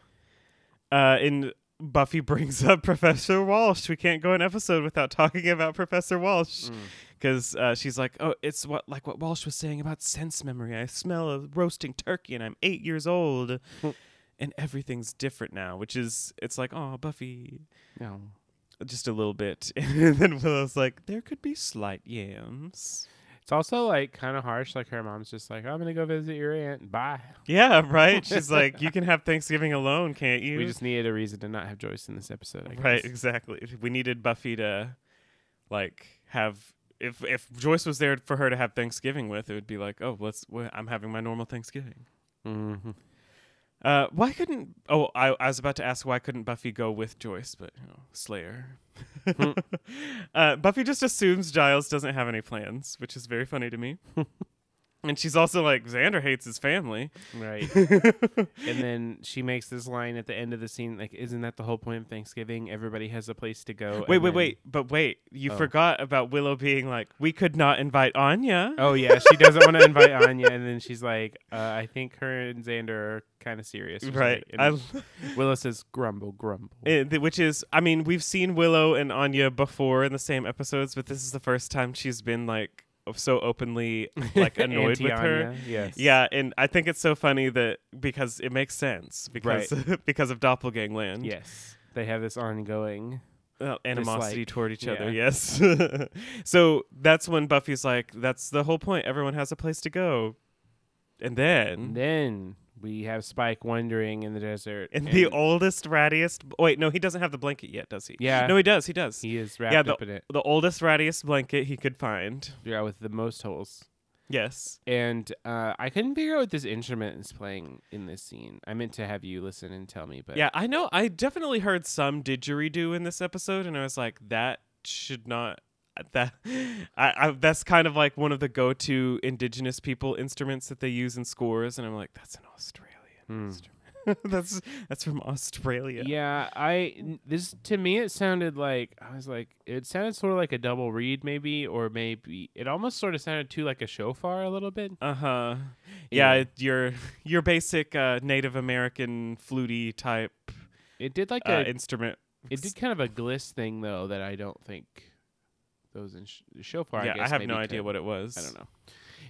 [SPEAKER 2] Uh, and Buffy brings up Professor Walsh. We can't go an episode without talking about Professor Walsh because uh, she's like, "Oh, it's what like what Walsh was saying about sense memory. I smell a roasting turkey, and I'm eight years old, and everything's different now." Which is, it's like, "Oh, Buffy,
[SPEAKER 1] No.
[SPEAKER 2] just a little bit." and then Willow's like, "There could be slight yams."
[SPEAKER 1] It's also like kind of harsh. Like her mom's just like, I'm going to go visit your aunt. Bye.
[SPEAKER 2] Yeah, right. She's like, "You can have Thanksgiving alone, can't you?"
[SPEAKER 1] We just needed a reason to not have Joyce in this episode. I
[SPEAKER 2] Right,
[SPEAKER 1] guess.
[SPEAKER 2] exactly. We needed Buffy to like have if if Joyce was there for her to have Thanksgiving with, it would be like, "Oh, let's wh- I'm having my normal Thanksgiving."
[SPEAKER 1] Mhm.
[SPEAKER 2] Uh, why couldn't Oh, I, I was about to ask why couldn't Buffy go with Joyce, but you know, Slayer. Hmm. uh, Buffy just assumes Giles doesn't have any plans, which is very funny to me. and she's also like Xander hates his family.
[SPEAKER 1] Right. and then she makes this line at the end of the scene like, isn't that the whole point of Thanksgiving? Everybody has a place to go.
[SPEAKER 2] Wait,
[SPEAKER 1] and
[SPEAKER 2] wait,
[SPEAKER 1] then-
[SPEAKER 2] wait. But wait, you
[SPEAKER 1] Oh.
[SPEAKER 2] forgot about Willow being like, "We could not invite Anya."
[SPEAKER 1] Oh yeah, she doesn't want to invite Anya, and then she's like, uh, "I think her and Xander are kind of serious." or something.
[SPEAKER 2] Right.
[SPEAKER 1] And
[SPEAKER 2] I
[SPEAKER 1] then Willow says, "Grumble, grumble."
[SPEAKER 2] Uh, th- which is, I mean, we've seen Willow and Anya before in the same episodes, but this is the first time she's been like o- so openly like annoyed with her.
[SPEAKER 1] Anti-Anya, Yes.
[SPEAKER 2] Yeah, and I think it's so funny that because it makes sense because because of doppelgangland.
[SPEAKER 1] Yes. They have this ongoing.
[SPEAKER 2] Uh, animosity
[SPEAKER 1] Dislike.
[SPEAKER 2] toward each other.
[SPEAKER 1] Yeah.
[SPEAKER 2] Yes. so that's when Buffy's like, "That's the whole point. Everyone has a place to go." And
[SPEAKER 1] And
[SPEAKER 2] then,
[SPEAKER 1] then we have Spike wandering in the desert,
[SPEAKER 2] and the oldest, rattiest. b- Wait, no, he doesn't have the blanket yet, does he?
[SPEAKER 1] Yeah.
[SPEAKER 2] No, he does. He does.
[SPEAKER 1] he is wrapped
[SPEAKER 2] the-
[SPEAKER 1] up in it,
[SPEAKER 2] the oldest, rattiest blanket he could find.
[SPEAKER 1] yeah, with the most holes.
[SPEAKER 2] Yes.
[SPEAKER 1] And uh, I couldn't figure out what this instrument is playing in this scene. I meant to have you listen and tell me, but
[SPEAKER 2] Yeah, I know. I definitely heard some didgeridoo in this episode, and I was like, that should not. That I, I that's kind of like one of the go-to indigenous people instruments that they use in scores, and I'm like, that's an Australian
[SPEAKER 1] Hmm.
[SPEAKER 2] instrument. that's that's from Australia.
[SPEAKER 1] Yeah, I n- this to me it sounded like I was like it sounded sort of like a double reed maybe or maybe it almost sort of sounded too like a shofar a little bit.
[SPEAKER 2] Uh huh.
[SPEAKER 1] Yeah.
[SPEAKER 2] Yeah, it- your your basic uh, Native American flutey type
[SPEAKER 1] It did like
[SPEAKER 2] uh,
[SPEAKER 1] a
[SPEAKER 2] instrument.
[SPEAKER 1] it did kind of a gliss thing though that I don't think those in sh- shofar.
[SPEAKER 2] yeah,
[SPEAKER 1] I,
[SPEAKER 2] I,
[SPEAKER 1] guess,
[SPEAKER 2] have
[SPEAKER 1] maybe
[SPEAKER 2] no idea
[SPEAKER 1] could.
[SPEAKER 2] what it was.
[SPEAKER 1] I don't know.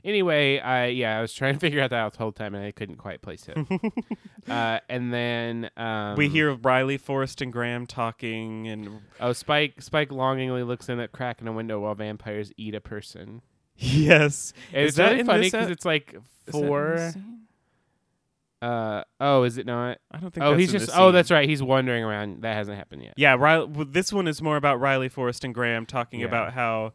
[SPEAKER 1] Anyway, I yeah, I was trying to figure out that out the whole time and I couldn't quite place it. uh, and then um,
[SPEAKER 2] we hear of Riley, Forrest, and Graham talking, and
[SPEAKER 1] oh Spike Spike longingly looks in that crack in a window while vampires eat a person.
[SPEAKER 2] yes,
[SPEAKER 1] And
[SPEAKER 2] Is
[SPEAKER 1] it's
[SPEAKER 2] that
[SPEAKER 1] really
[SPEAKER 2] in
[SPEAKER 1] funny
[SPEAKER 2] this
[SPEAKER 1] because
[SPEAKER 2] ep-
[SPEAKER 1] it's like four.
[SPEAKER 2] I
[SPEAKER 1] Uh oh, is it not?
[SPEAKER 2] don't think.
[SPEAKER 1] Oh,
[SPEAKER 2] that's
[SPEAKER 1] he's
[SPEAKER 2] in
[SPEAKER 1] just.
[SPEAKER 2] this
[SPEAKER 1] Oh,
[SPEAKER 2] scene.
[SPEAKER 1] that's right. He's wandering around. That hasn't happened yet.
[SPEAKER 2] Yeah, Riley, well, this one is more about Riley Forrest and Graham talking
[SPEAKER 1] Yeah.
[SPEAKER 2] about how,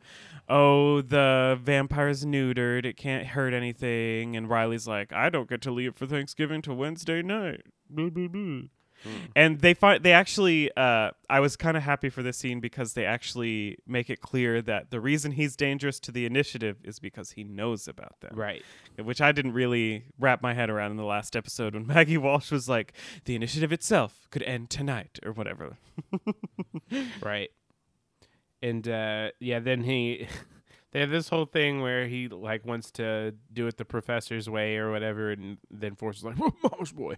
[SPEAKER 2] oh, the vampire's neutered; it can't hurt anything. And Riley's like, I don't get to leave for Thanksgiving till Wednesday night. Blah, blah, blah. Hmm. And they find they actually. Uh, I was kind of happy for this scene because they actually make it clear that the reason he's dangerous to the initiative is because he knows about them.
[SPEAKER 1] Right.
[SPEAKER 2] which I didn't really wrap my head around in the last episode when Maggie Walsh was like, the initiative itself could end tonight or whatever.
[SPEAKER 1] Right. And uh, yeah, then he. They have this whole thing where he like wants to do it the professor's way or whatever, and then Force is like, "Mama's boy."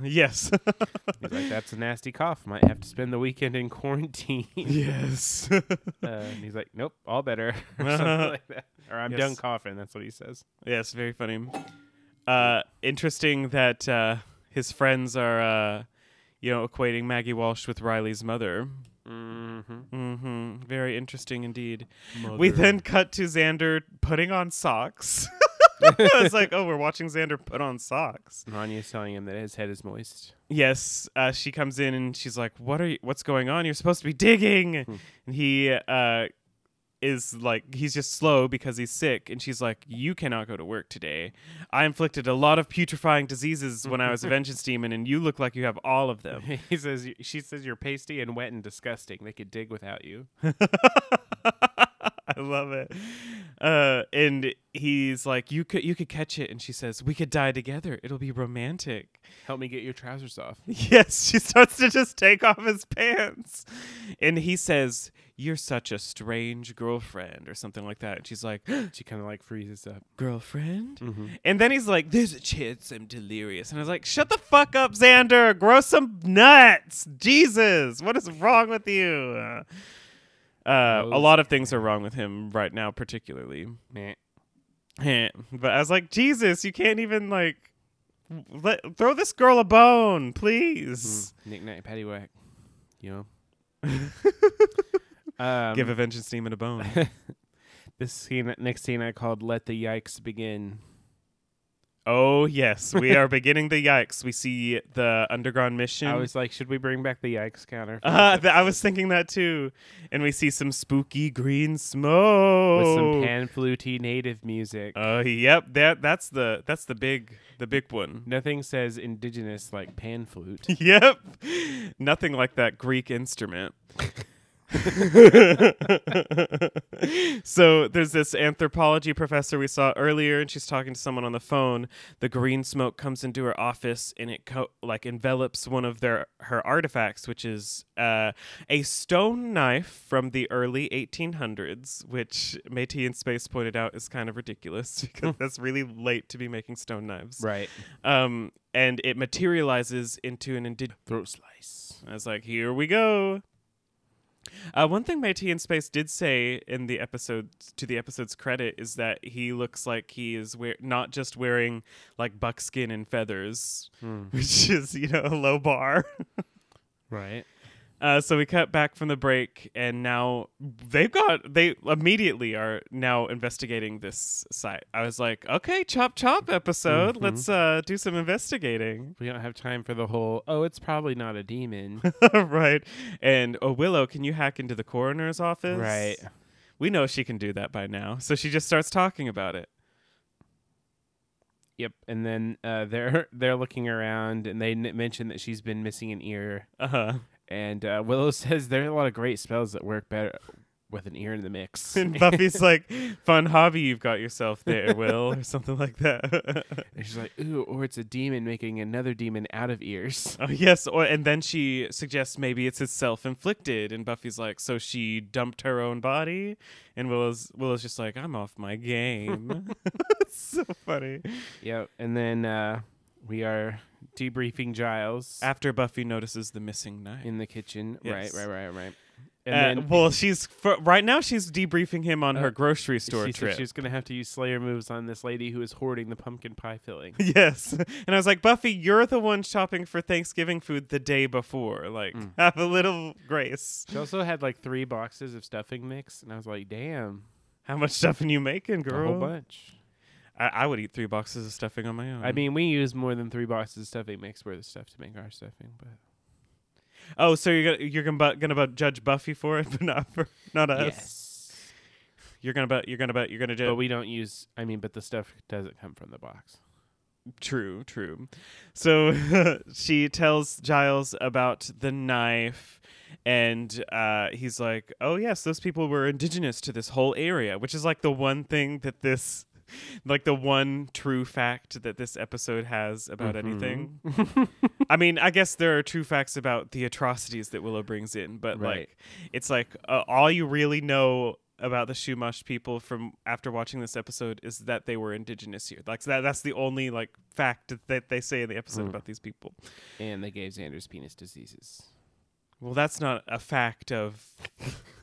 [SPEAKER 2] yes.
[SPEAKER 1] He's like, "That's a nasty cough. Might have to spend the weekend in quarantine."
[SPEAKER 2] yes.
[SPEAKER 1] uh, and he's like, "Nope, all better." or something like that. Or I'm
[SPEAKER 2] Yes.
[SPEAKER 1] done coughing. That's what he says.
[SPEAKER 2] yes, very funny. Uh, interesting that uh, his friends are, uh, you know, equating Maggie Walsh with Riley's mother.
[SPEAKER 1] Mm-hmm.
[SPEAKER 2] hmm Very interesting indeed. We then cut to Xander putting on socks. it's like, oh, we're watching Xander put on socks.
[SPEAKER 1] Anya's telling him that his head is moist.
[SPEAKER 2] Yes, uh, she comes in and she's like, "What are you? What's going on? You're supposed to be digging." And he uh, is like, he's just slow because he's sick, and she's like, "You cannot go to work today. I inflicted a lot of putrefying diseases when I was a vengeance demon, and you look like you have all of them."
[SPEAKER 1] he says y- she says you're pasty and wet and disgusting they could dig without you
[SPEAKER 2] I love it. Uh, and he's like, "You could, you could catch it," and she says, "We could die together. It'll be romantic."
[SPEAKER 1] help me get your trousers off
[SPEAKER 2] Yes, she starts to just take off his pants. And he says, "You're such a strange girlfriend" or something like that. And she's like,
[SPEAKER 1] She kind of like freezes up.
[SPEAKER 2] "Girlfriend?" And then he's like, "There's a chance I'm delirious." And I was like, "Shut the fuck up, Xander. Grow some nuts. Jesus, what is wrong with you?" Uh, a
[SPEAKER 1] Oh,
[SPEAKER 2] lot of things are wrong with him right now, particularly.
[SPEAKER 1] Meh.
[SPEAKER 2] Eh, but I was like, Jesus, you can't even like let throw this girl a bone, please.
[SPEAKER 1] Nick Nack Paddywhack. You know? um,
[SPEAKER 2] Give a vengeance demon a bone.
[SPEAKER 1] this scene, next scene I called Let the Yikes Begin.
[SPEAKER 2] oh yes, we are beginning the yikes. We see the underground mission.
[SPEAKER 1] I was like, should we bring back the Yikes counter? for
[SPEAKER 2] uh,
[SPEAKER 1] this
[SPEAKER 2] th- I was thinking that too, and we see some spooky green smoke.
[SPEAKER 1] with some pan flutey native music.
[SPEAKER 2] uh, yep, that that's the that's the big the big one.
[SPEAKER 1] Nothing says indigenous like pan flute.
[SPEAKER 2] yep, nothing like that Greek instrument. so there's this anthropology professor we saw earlier and she's talking to someone on the phone the green smoke comes into her office and it co- like envelops one of their her artifacts which is uh, a stone knife from the early 1800s which Métis in space pointed out is kind of ridiculous because that's really late to be making stone knives
[SPEAKER 1] right.
[SPEAKER 2] um, and it materializes into an indigenous
[SPEAKER 1] Throat slice.
[SPEAKER 2] I was like, here we go. Uh, one thing Métis in Space did say in the episode to the episode's credit is that he looks like he is wear- not just wearing like buckskin and feathers, which is you know a low bar.
[SPEAKER 1] Right.
[SPEAKER 2] Uh, so we cut back from the break, and now they've got they immediately are now investigating this site. I was like, okay, chop chop episode, let's uh, do some investigating.
[SPEAKER 1] We don't have time for the whole, oh, it's probably not a demon.
[SPEAKER 2] right. And oh, Willow, can you hack into the coroner's office?
[SPEAKER 1] right.
[SPEAKER 2] We know she can do that by now. So she just starts talking about it.
[SPEAKER 1] Yep. And then uh, they're they're looking around and they n- mention that she's been missing an ear.
[SPEAKER 2] Uh huh.
[SPEAKER 1] And uh, Willow says there are a lot of great spells that work better with an ear in the mix.
[SPEAKER 2] And Buffy's like, fun hobby you've got yourself there, Will, or something like that.
[SPEAKER 1] And she's like, ooh, or it's a demon making another demon out of ears.
[SPEAKER 2] oh, yes. Or, and then she suggests maybe it's self inflicted. And Buffy's like, so she dumped her own body? And Willow's, Willow's just like, I'm off my game. it's so funny.
[SPEAKER 1] Yep. And then uh, we are debriefing Giles
[SPEAKER 2] After Buffy notices the missing knife.
[SPEAKER 1] in the kitchen.
[SPEAKER 2] Yes.
[SPEAKER 1] Right, right, right, right.
[SPEAKER 2] Uh, well, she's for, right now. She's debriefing him on
[SPEAKER 1] Uh,
[SPEAKER 2] her grocery store
[SPEAKER 1] she
[SPEAKER 2] trip.
[SPEAKER 1] said she was going to have to use Slayer moves on this lady who is hoarding the pumpkin pie filling.
[SPEAKER 2] yes, and I was like, Buffy, you're the one shopping for Thanksgiving food the day before. Like,
[SPEAKER 1] Mm.
[SPEAKER 2] have a little grace.
[SPEAKER 1] she also had like three boxes of stuffing mix, and I was like, damn,
[SPEAKER 2] How much stuffing you making,
[SPEAKER 1] a whole
[SPEAKER 2] girl?
[SPEAKER 1] bunch.
[SPEAKER 2] I, I would eat three boxes of stuffing on my own.
[SPEAKER 1] I mean, we use more than three boxes of stuffing mix worth of stuff to make our stuffing, but
[SPEAKER 2] oh, so you're gonna you're gonna bu- gonna bu- judge Buffy for it, but not for not us.
[SPEAKER 1] yes.
[SPEAKER 2] You're gonna bu- you're gonna bu- you're gonna judge.
[SPEAKER 1] But we don't use. I mean, but the stuff doesn't come from the box.
[SPEAKER 2] True, true. So she tells Giles about the knife, and uh, he's like, "Oh yes, those people were indigenous to this whole area," which is like the one thing that this, like the one true fact that this episode has about anything. I mean, I guess there are true facts about the atrocities that Willow brings in, but
[SPEAKER 1] Right.
[SPEAKER 2] like, it's like uh, all you really know about the Shumash people from after watching this episode is that they were indigenous here. Like that, that's the only like fact that they say in the episode about these people.
[SPEAKER 1] And they gave Xander's penis diseases.
[SPEAKER 2] Well, that's not a fact of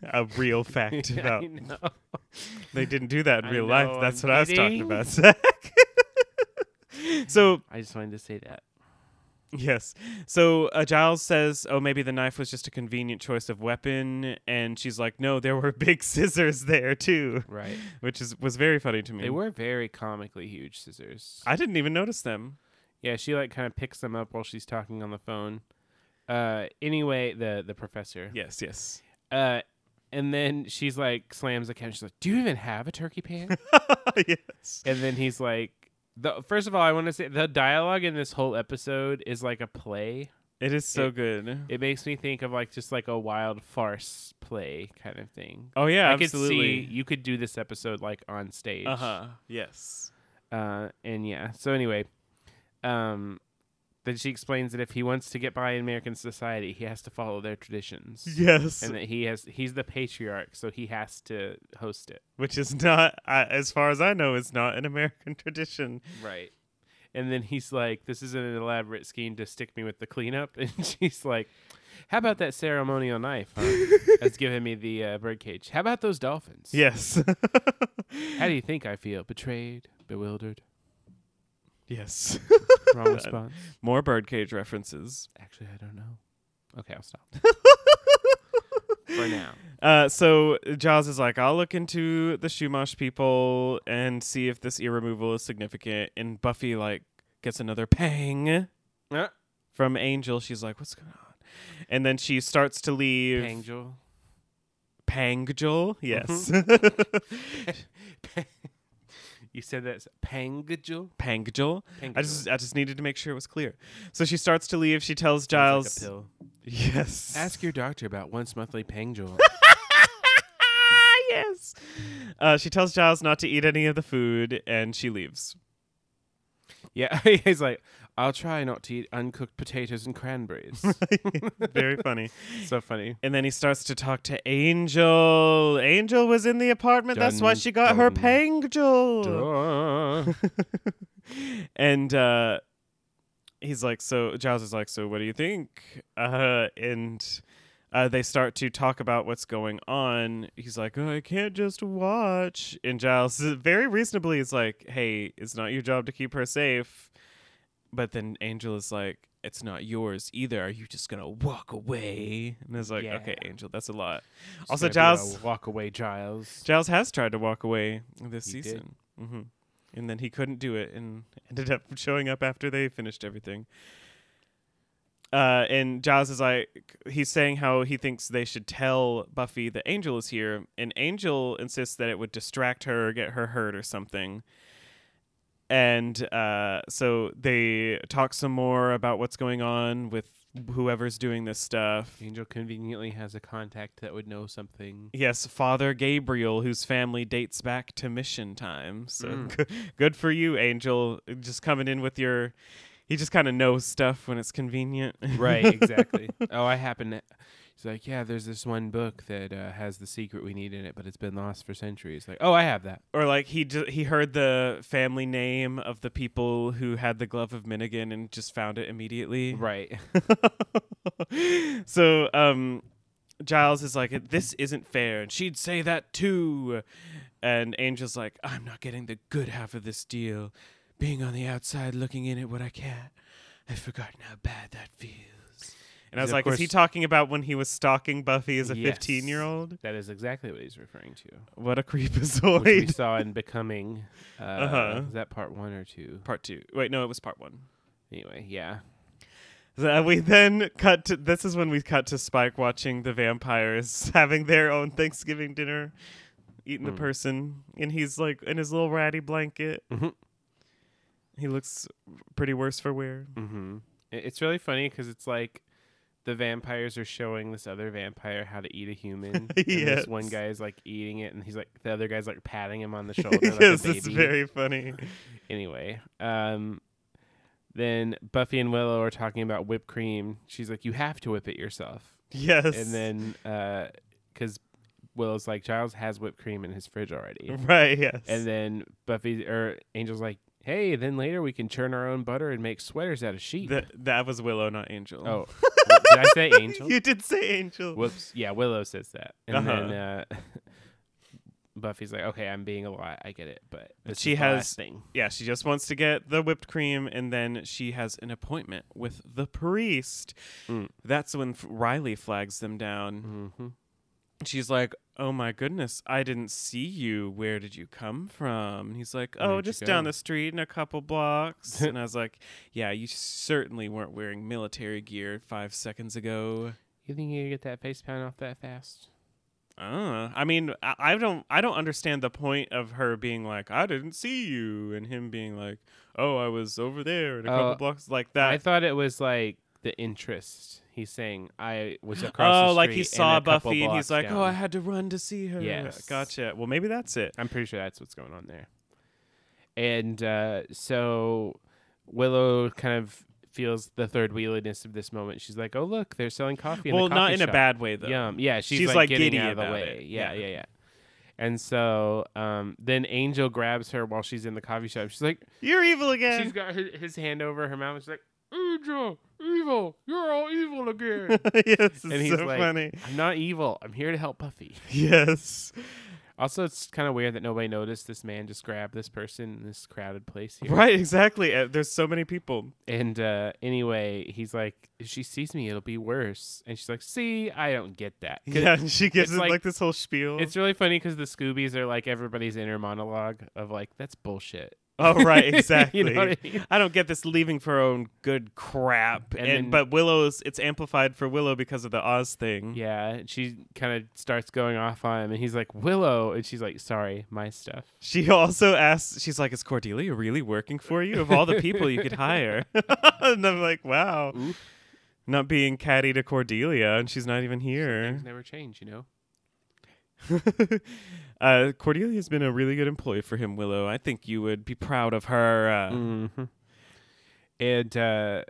[SPEAKER 2] a real fact about.
[SPEAKER 1] I know.
[SPEAKER 2] They didn't do that in
[SPEAKER 1] I
[SPEAKER 2] real
[SPEAKER 1] know,
[SPEAKER 2] life. That's
[SPEAKER 1] I'm
[SPEAKER 2] what
[SPEAKER 1] kidding.
[SPEAKER 2] I was talking about, Zach. so
[SPEAKER 1] I just wanted to say that.
[SPEAKER 2] Yes. So uh, Giles says, "Oh, maybe the knife was just a convenient choice of weapon," and she's like, "No, there were big scissors there too,"
[SPEAKER 1] Right.
[SPEAKER 2] which is was very funny to me.
[SPEAKER 1] They were very comically huge scissors.
[SPEAKER 2] I didn't even notice them.
[SPEAKER 1] Yeah, she like kind of picks them up while she's talking on the phone. Uh, anyway, the the professor.
[SPEAKER 2] Yes, yes.
[SPEAKER 1] Uh, and then she's like slams the couch. She's like, "Do you even have a turkey pan?"
[SPEAKER 2] yes.
[SPEAKER 1] and then he's like, "The first of all, I want to say the dialogue in this whole episode is like a play.
[SPEAKER 2] It is so
[SPEAKER 1] It-
[SPEAKER 2] good.
[SPEAKER 1] It makes me think of like just like a wild farce play kind of thing.
[SPEAKER 2] oh yeah,
[SPEAKER 1] I
[SPEAKER 2] absolutely. Uh-huh.
[SPEAKER 1] could see you could do this episode like on stage.
[SPEAKER 2] Uh huh. Yes.
[SPEAKER 1] Uh, and yeah. So anyway, um, Then she explains that if he wants to get by in American society, he has to follow their traditions.
[SPEAKER 2] Yes.
[SPEAKER 1] And that he has he's the patriarch, so he has to host it.
[SPEAKER 2] Which is not, uh, as far as I know, is not an American tradition.
[SPEAKER 1] Right. And then he's like, This is an elaborate scheme to stick me with the cleanup and she's like how about that ceremonial knife? Huh? That's giving me the uh, birdcage. How about those dolphins?
[SPEAKER 2] Yes.
[SPEAKER 1] How do you think I feel? Betrayed, bewildered,
[SPEAKER 2] yes.
[SPEAKER 1] wrong response.
[SPEAKER 2] More birdcage references.
[SPEAKER 1] Actually, I don't know. Okay, I'll stop for now.
[SPEAKER 2] Uh, so Jaws is like, I'll look into the Shumash people and see if this ear removal is significant. And Buffy like gets another pang
[SPEAKER 1] Uh,
[SPEAKER 2] from Angel. She's like, what's going on? And then she starts to leave.
[SPEAKER 1] Angel.
[SPEAKER 2] Pangel, yes.
[SPEAKER 1] Mm-hmm. you said that's Pangajul.
[SPEAKER 2] Pangel. I
[SPEAKER 1] Pangajul.
[SPEAKER 2] just I just needed to make sure it was clear. So she starts to leave. She tells
[SPEAKER 1] Sounds like a
[SPEAKER 2] Giles,
[SPEAKER 1] pill.
[SPEAKER 2] yes.
[SPEAKER 1] Ask your doctor about once monthly Pangajul.
[SPEAKER 2] yes. Uh, she tells Giles not to eat any of the food, and she leaves.
[SPEAKER 1] yeah, he's like, I'll try not to eat uncooked potatoes and cranberries.
[SPEAKER 2] Very funny.
[SPEAKER 1] so funny.
[SPEAKER 2] And then he starts to talk to Angel. Angel was in the apartment. That's why
[SPEAKER 1] Dun,
[SPEAKER 2] she got her
[SPEAKER 1] dun,
[SPEAKER 2] pangel.
[SPEAKER 1] Duh.
[SPEAKER 2] and uh, he's like, so Giles is like, so what do you think? Uh, and uh, they start to talk about what's going on. He's like, oh, I can't just watch. And Giles is- very reasonably is like, hey, it's not your job to keep her safe. But then Angel is like, it's not yours either. Are you just gonna walk away? And it's like,
[SPEAKER 1] Yeah.
[SPEAKER 2] okay, Angel, that's a lot.
[SPEAKER 1] It's
[SPEAKER 2] also,
[SPEAKER 1] gonna be
[SPEAKER 2] Giles,
[SPEAKER 1] a walk away, Giles.
[SPEAKER 2] Giles has tried to walk away this
[SPEAKER 1] He did.
[SPEAKER 2] season. hmm And then he couldn't do it and ended up showing up after they finished everything. Uh, and Giles is like, he's saying how he thinks they should tell Buffy that Angel is here. And Angel insists that it would distract her or get her hurt or something. And uh, so they talk some more about what's going on with whoever's doing this stuff.
[SPEAKER 1] Angel conveniently has a contact that would know something.
[SPEAKER 2] Yes, Father Gabriel, whose family dates back to mission time. So
[SPEAKER 1] Mm.
[SPEAKER 2] good for you, Angel. Just coming in with your. He just kind of knows stuff when it's convenient.
[SPEAKER 1] Right, exactly. oh, I happen to. He's like, yeah, there's this one book that uh, has the secret we need in it, but it's been lost for centuries. Like, oh, I have that.
[SPEAKER 2] or like he ju- he heard the family name of the people who had the glove of Minigan and just found it immediately.
[SPEAKER 1] Right.
[SPEAKER 2] so um Giles is like this isn't fair and she'd say that too and Angel's like I'm not getting the good half of this deal being on the outside looking in at what I can't I've forgotten how bad that feels and I
[SPEAKER 1] Is
[SPEAKER 2] was
[SPEAKER 1] of
[SPEAKER 2] like is he
[SPEAKER 1] course-
[SPEAKER 2] talking about when he was stalking Buffy as a
[SPEAKER 1] Yes.
[SPEAKER 2] 15 year old
[SPEAKER 1] That is exactly what he's referring to.
[SPEAKER 2] what a
[SPEAKER 1] Which we
[SPEAKER 2] creepazoid
[SPEAKER 1] saw in Becoming. Uh,
[SPEAKER 2] Uh-huh.
[SPEAKER 1] Is that part one or two?
[SPEAKER 2] part 2 wait no it was part 1
[SPEAKER 1] Anyway, yeah.
[SPEAKER 2] So we then cut to this is when we cut to Spike watching the vampires having their own Thanksgiving dinner, eating the
[SPEAKER 1] Mm.
[SPEAKER 2] person, and he's like in his little ratty blanket.
[SPEAKER 1] Mhm.
[SPEAKER 2] He looks pretty worse for wear.
[SPEAKER 1] Mm-hmm. It's really funny because it's like the vampires are showing this other vampire how to eat a human. And this one
[SPEAKER 2] Yes.
[SPEAKER 1] guy is like eating it, and he's like the other guy's like patting him on the shoulder like Oh, a
[SPEAKER 2] yes,
[SPEAKER 1] baby.
[SPEAKER 2] it's very funny.
[SPEAKER 1] anyway, um, then Buffy and Willow are talking about whipped cream. She's like, "You have to whip it yourself."
[SPEAKER 2] Yes,
[SPEAKER 1] And then, because Willow's like, "Giles has whipped cream in his fridge already."
[SPEAKER 2] right, yes,
[SPEAKER 1] And then Buffy or Angel's like, "Hey, then later we can churn our own butter and make sweaters out of sheep."
[SPEAKER 2] Th- that was Willow, not Angel.
[SPEAKER 1] oh, did I say Angel?
[SPEAKER 2] you did say Angel.
[SPEAKER 1] Whoops. Yeah, Willow says that, and
[SPEAKER 2] Uh-huh.
[SPEAKER 1] then uh, Buffy's like, "Okay, I'm being a lot. I get it, but this
[SPEAKER 2] she
[SPEAKER 1] is the
[SPEAKER 2] has-
[SPEAKER 1] last thing."
[SPEAKER 2] yeah, she just wants to get the whipped cream, and then she has an appointment with the priest.
[SPEAKER 1] Mm.
[SPEAKER 2] That's when F- Riley flags them down.
[SPEAKER 1] hmm
[SPEAKER 2] she's like, "Oh my goodness, I didn't see you. Where did you come from?" And he's like, "Oh,
[SPEAKER 1] Where'd you
[SPEAKER 2] just down
[SPEAKER 1] go?"
[SPEAKER 2] the street in a couple blocks." and I was like, "Yeah, you certainly weren't wearing military gear 5 seconds ago."
[SPEAKER 1] You think you can get that face pound off that fast?
[SPEAKER 2] Uh,
[SPEAKER 1] Ah.
[SPEAKER 2] I mean, I, I don't I don't understand the point of her being like, "I didn't see you," and him being like, "Oh, I was over there in a couple
[SPEAKER 1] Oh,
[SPEAKER 2] blocks like that."
[SPEAKER 1] I thought it was like the interest. He's saying I was across.
[SPEAKER 2] Oh,
[SPEAKER 1] the
[SPEAKER 2] like he
[SPEAKER 1] street
[SPEAKER 2] saw
[SPEAKER 1] and a couple
[SPEAKER 2] Buffy and
[SPEAKER 1] blocks
[SPEAKER 2] he's like,
[SPEAKER 1] down.
[SPEAKER 2] "Oh, I had to run to see her."
[SPEAKER 1] Yes.
[SPEAKER 2] Gotcha. Well, maybe that's it.
[SPEAKER 1] I'm pretty sure that's what's going on there. And uh, so Willow kind of feels the third wheeliness of this moment. She's like, "Oh look, they're selling coffee."
[SPEAKER 2] well,
[SPEAKER 1] in a
[SPEAKER 2] not
[SPEAKER 1] coffee
[SPEAKER 2] in a
[SPEAKER 1] shop.
[SPEAKER 2] bad way though.
[SPEAKER 1] Yum. Yeah, she's,
[SPEAKER 2] She's,
[SPEAKER 1] like,
[SPEAKER 2] like,
[SPEAKER 1] getting
[SPEAKER 2] giddy
[SPEAKER 1] out of the
[SPEAKER 2] about
[SPEAKER 1] way.
[SPEAKER 2] it.
[SPEAKER 1] Yeah,
[SPEAKER 2] Yeah.
[SPEAKER 1] yeah, yeah. And so um, then Angel grabs her while she's in the coffee shop. She's like,
[SPEAKER 2] You're evil again.
[SPEAKER 1] she's got his, his hand over her mouth. She's like, Angel, evil, you're all evil again.
[SPEAKER 2] yes, it's
[SPEAKER 1] and he's
[SPEAKER 2] so
[SPEAKER 1] like,
[SPEAKER 2] funny.
[SPEAKER 1] I'm not evil. I'm here to help Buffy.
[SPEAKER 2] Yes.
[SPEAKER 1] Also, it's kind of weird that nobody noticed this man just grabbed this person in this crowded place here.
[SPEAKER 2] Right, exactly. Uh, there's so many people.
[SPEAKER 1] And uh, anyway, he's like, if she sees me, it'll be worse. And she's like, see, I don't get that. 'Cause
[SPEAKER 2] Yeah, and she gives
[SPEAKER 1] it's
[SPEAKER 2] it
[SPEAKER 1] like-
[SPEAKER 2] like, this whole spiel.
[SPEAKER 1] It's really funny because the Scoobies are like everybody's inner monologue of like, that's bullshit.
[SPEAKER 2] oh, right, exactly. Mm.
[SPEAKER 1] you know what I mean?
[SPEAKER 2] I don't get this leaving for her own good crap.
[SPEAKER 1] And
[SPEAKER 2] And,
[SPEAKER 1] then-
[SPEAKER 2] but Willow's it's amplified for Willow because of the Oz thing.
[SPEAKER 1] Yeah, and she kind of starts going off on him, and he's like, Willow. And she's like, sorry, my stuff.
[SPEAKER 2] She also asks, she's like, "Is Cordelia really working for you? Of all the people you could hire?" and I'm like, "Wow,
[SPEAKER 1] Oof.
[SPEAKER 2] not being catty to Cordelia, and she's not even
[SPEAKER 1] Things
[SPEAKER 2] here."
[SPEAKER 1] never change, you know?
[SPEAKER 2] uh, Cordelia's been a really good employee for him, Willow. I think you would be proud of her. Uh,
[SPEAKER 1] Mm-hmm. And uh,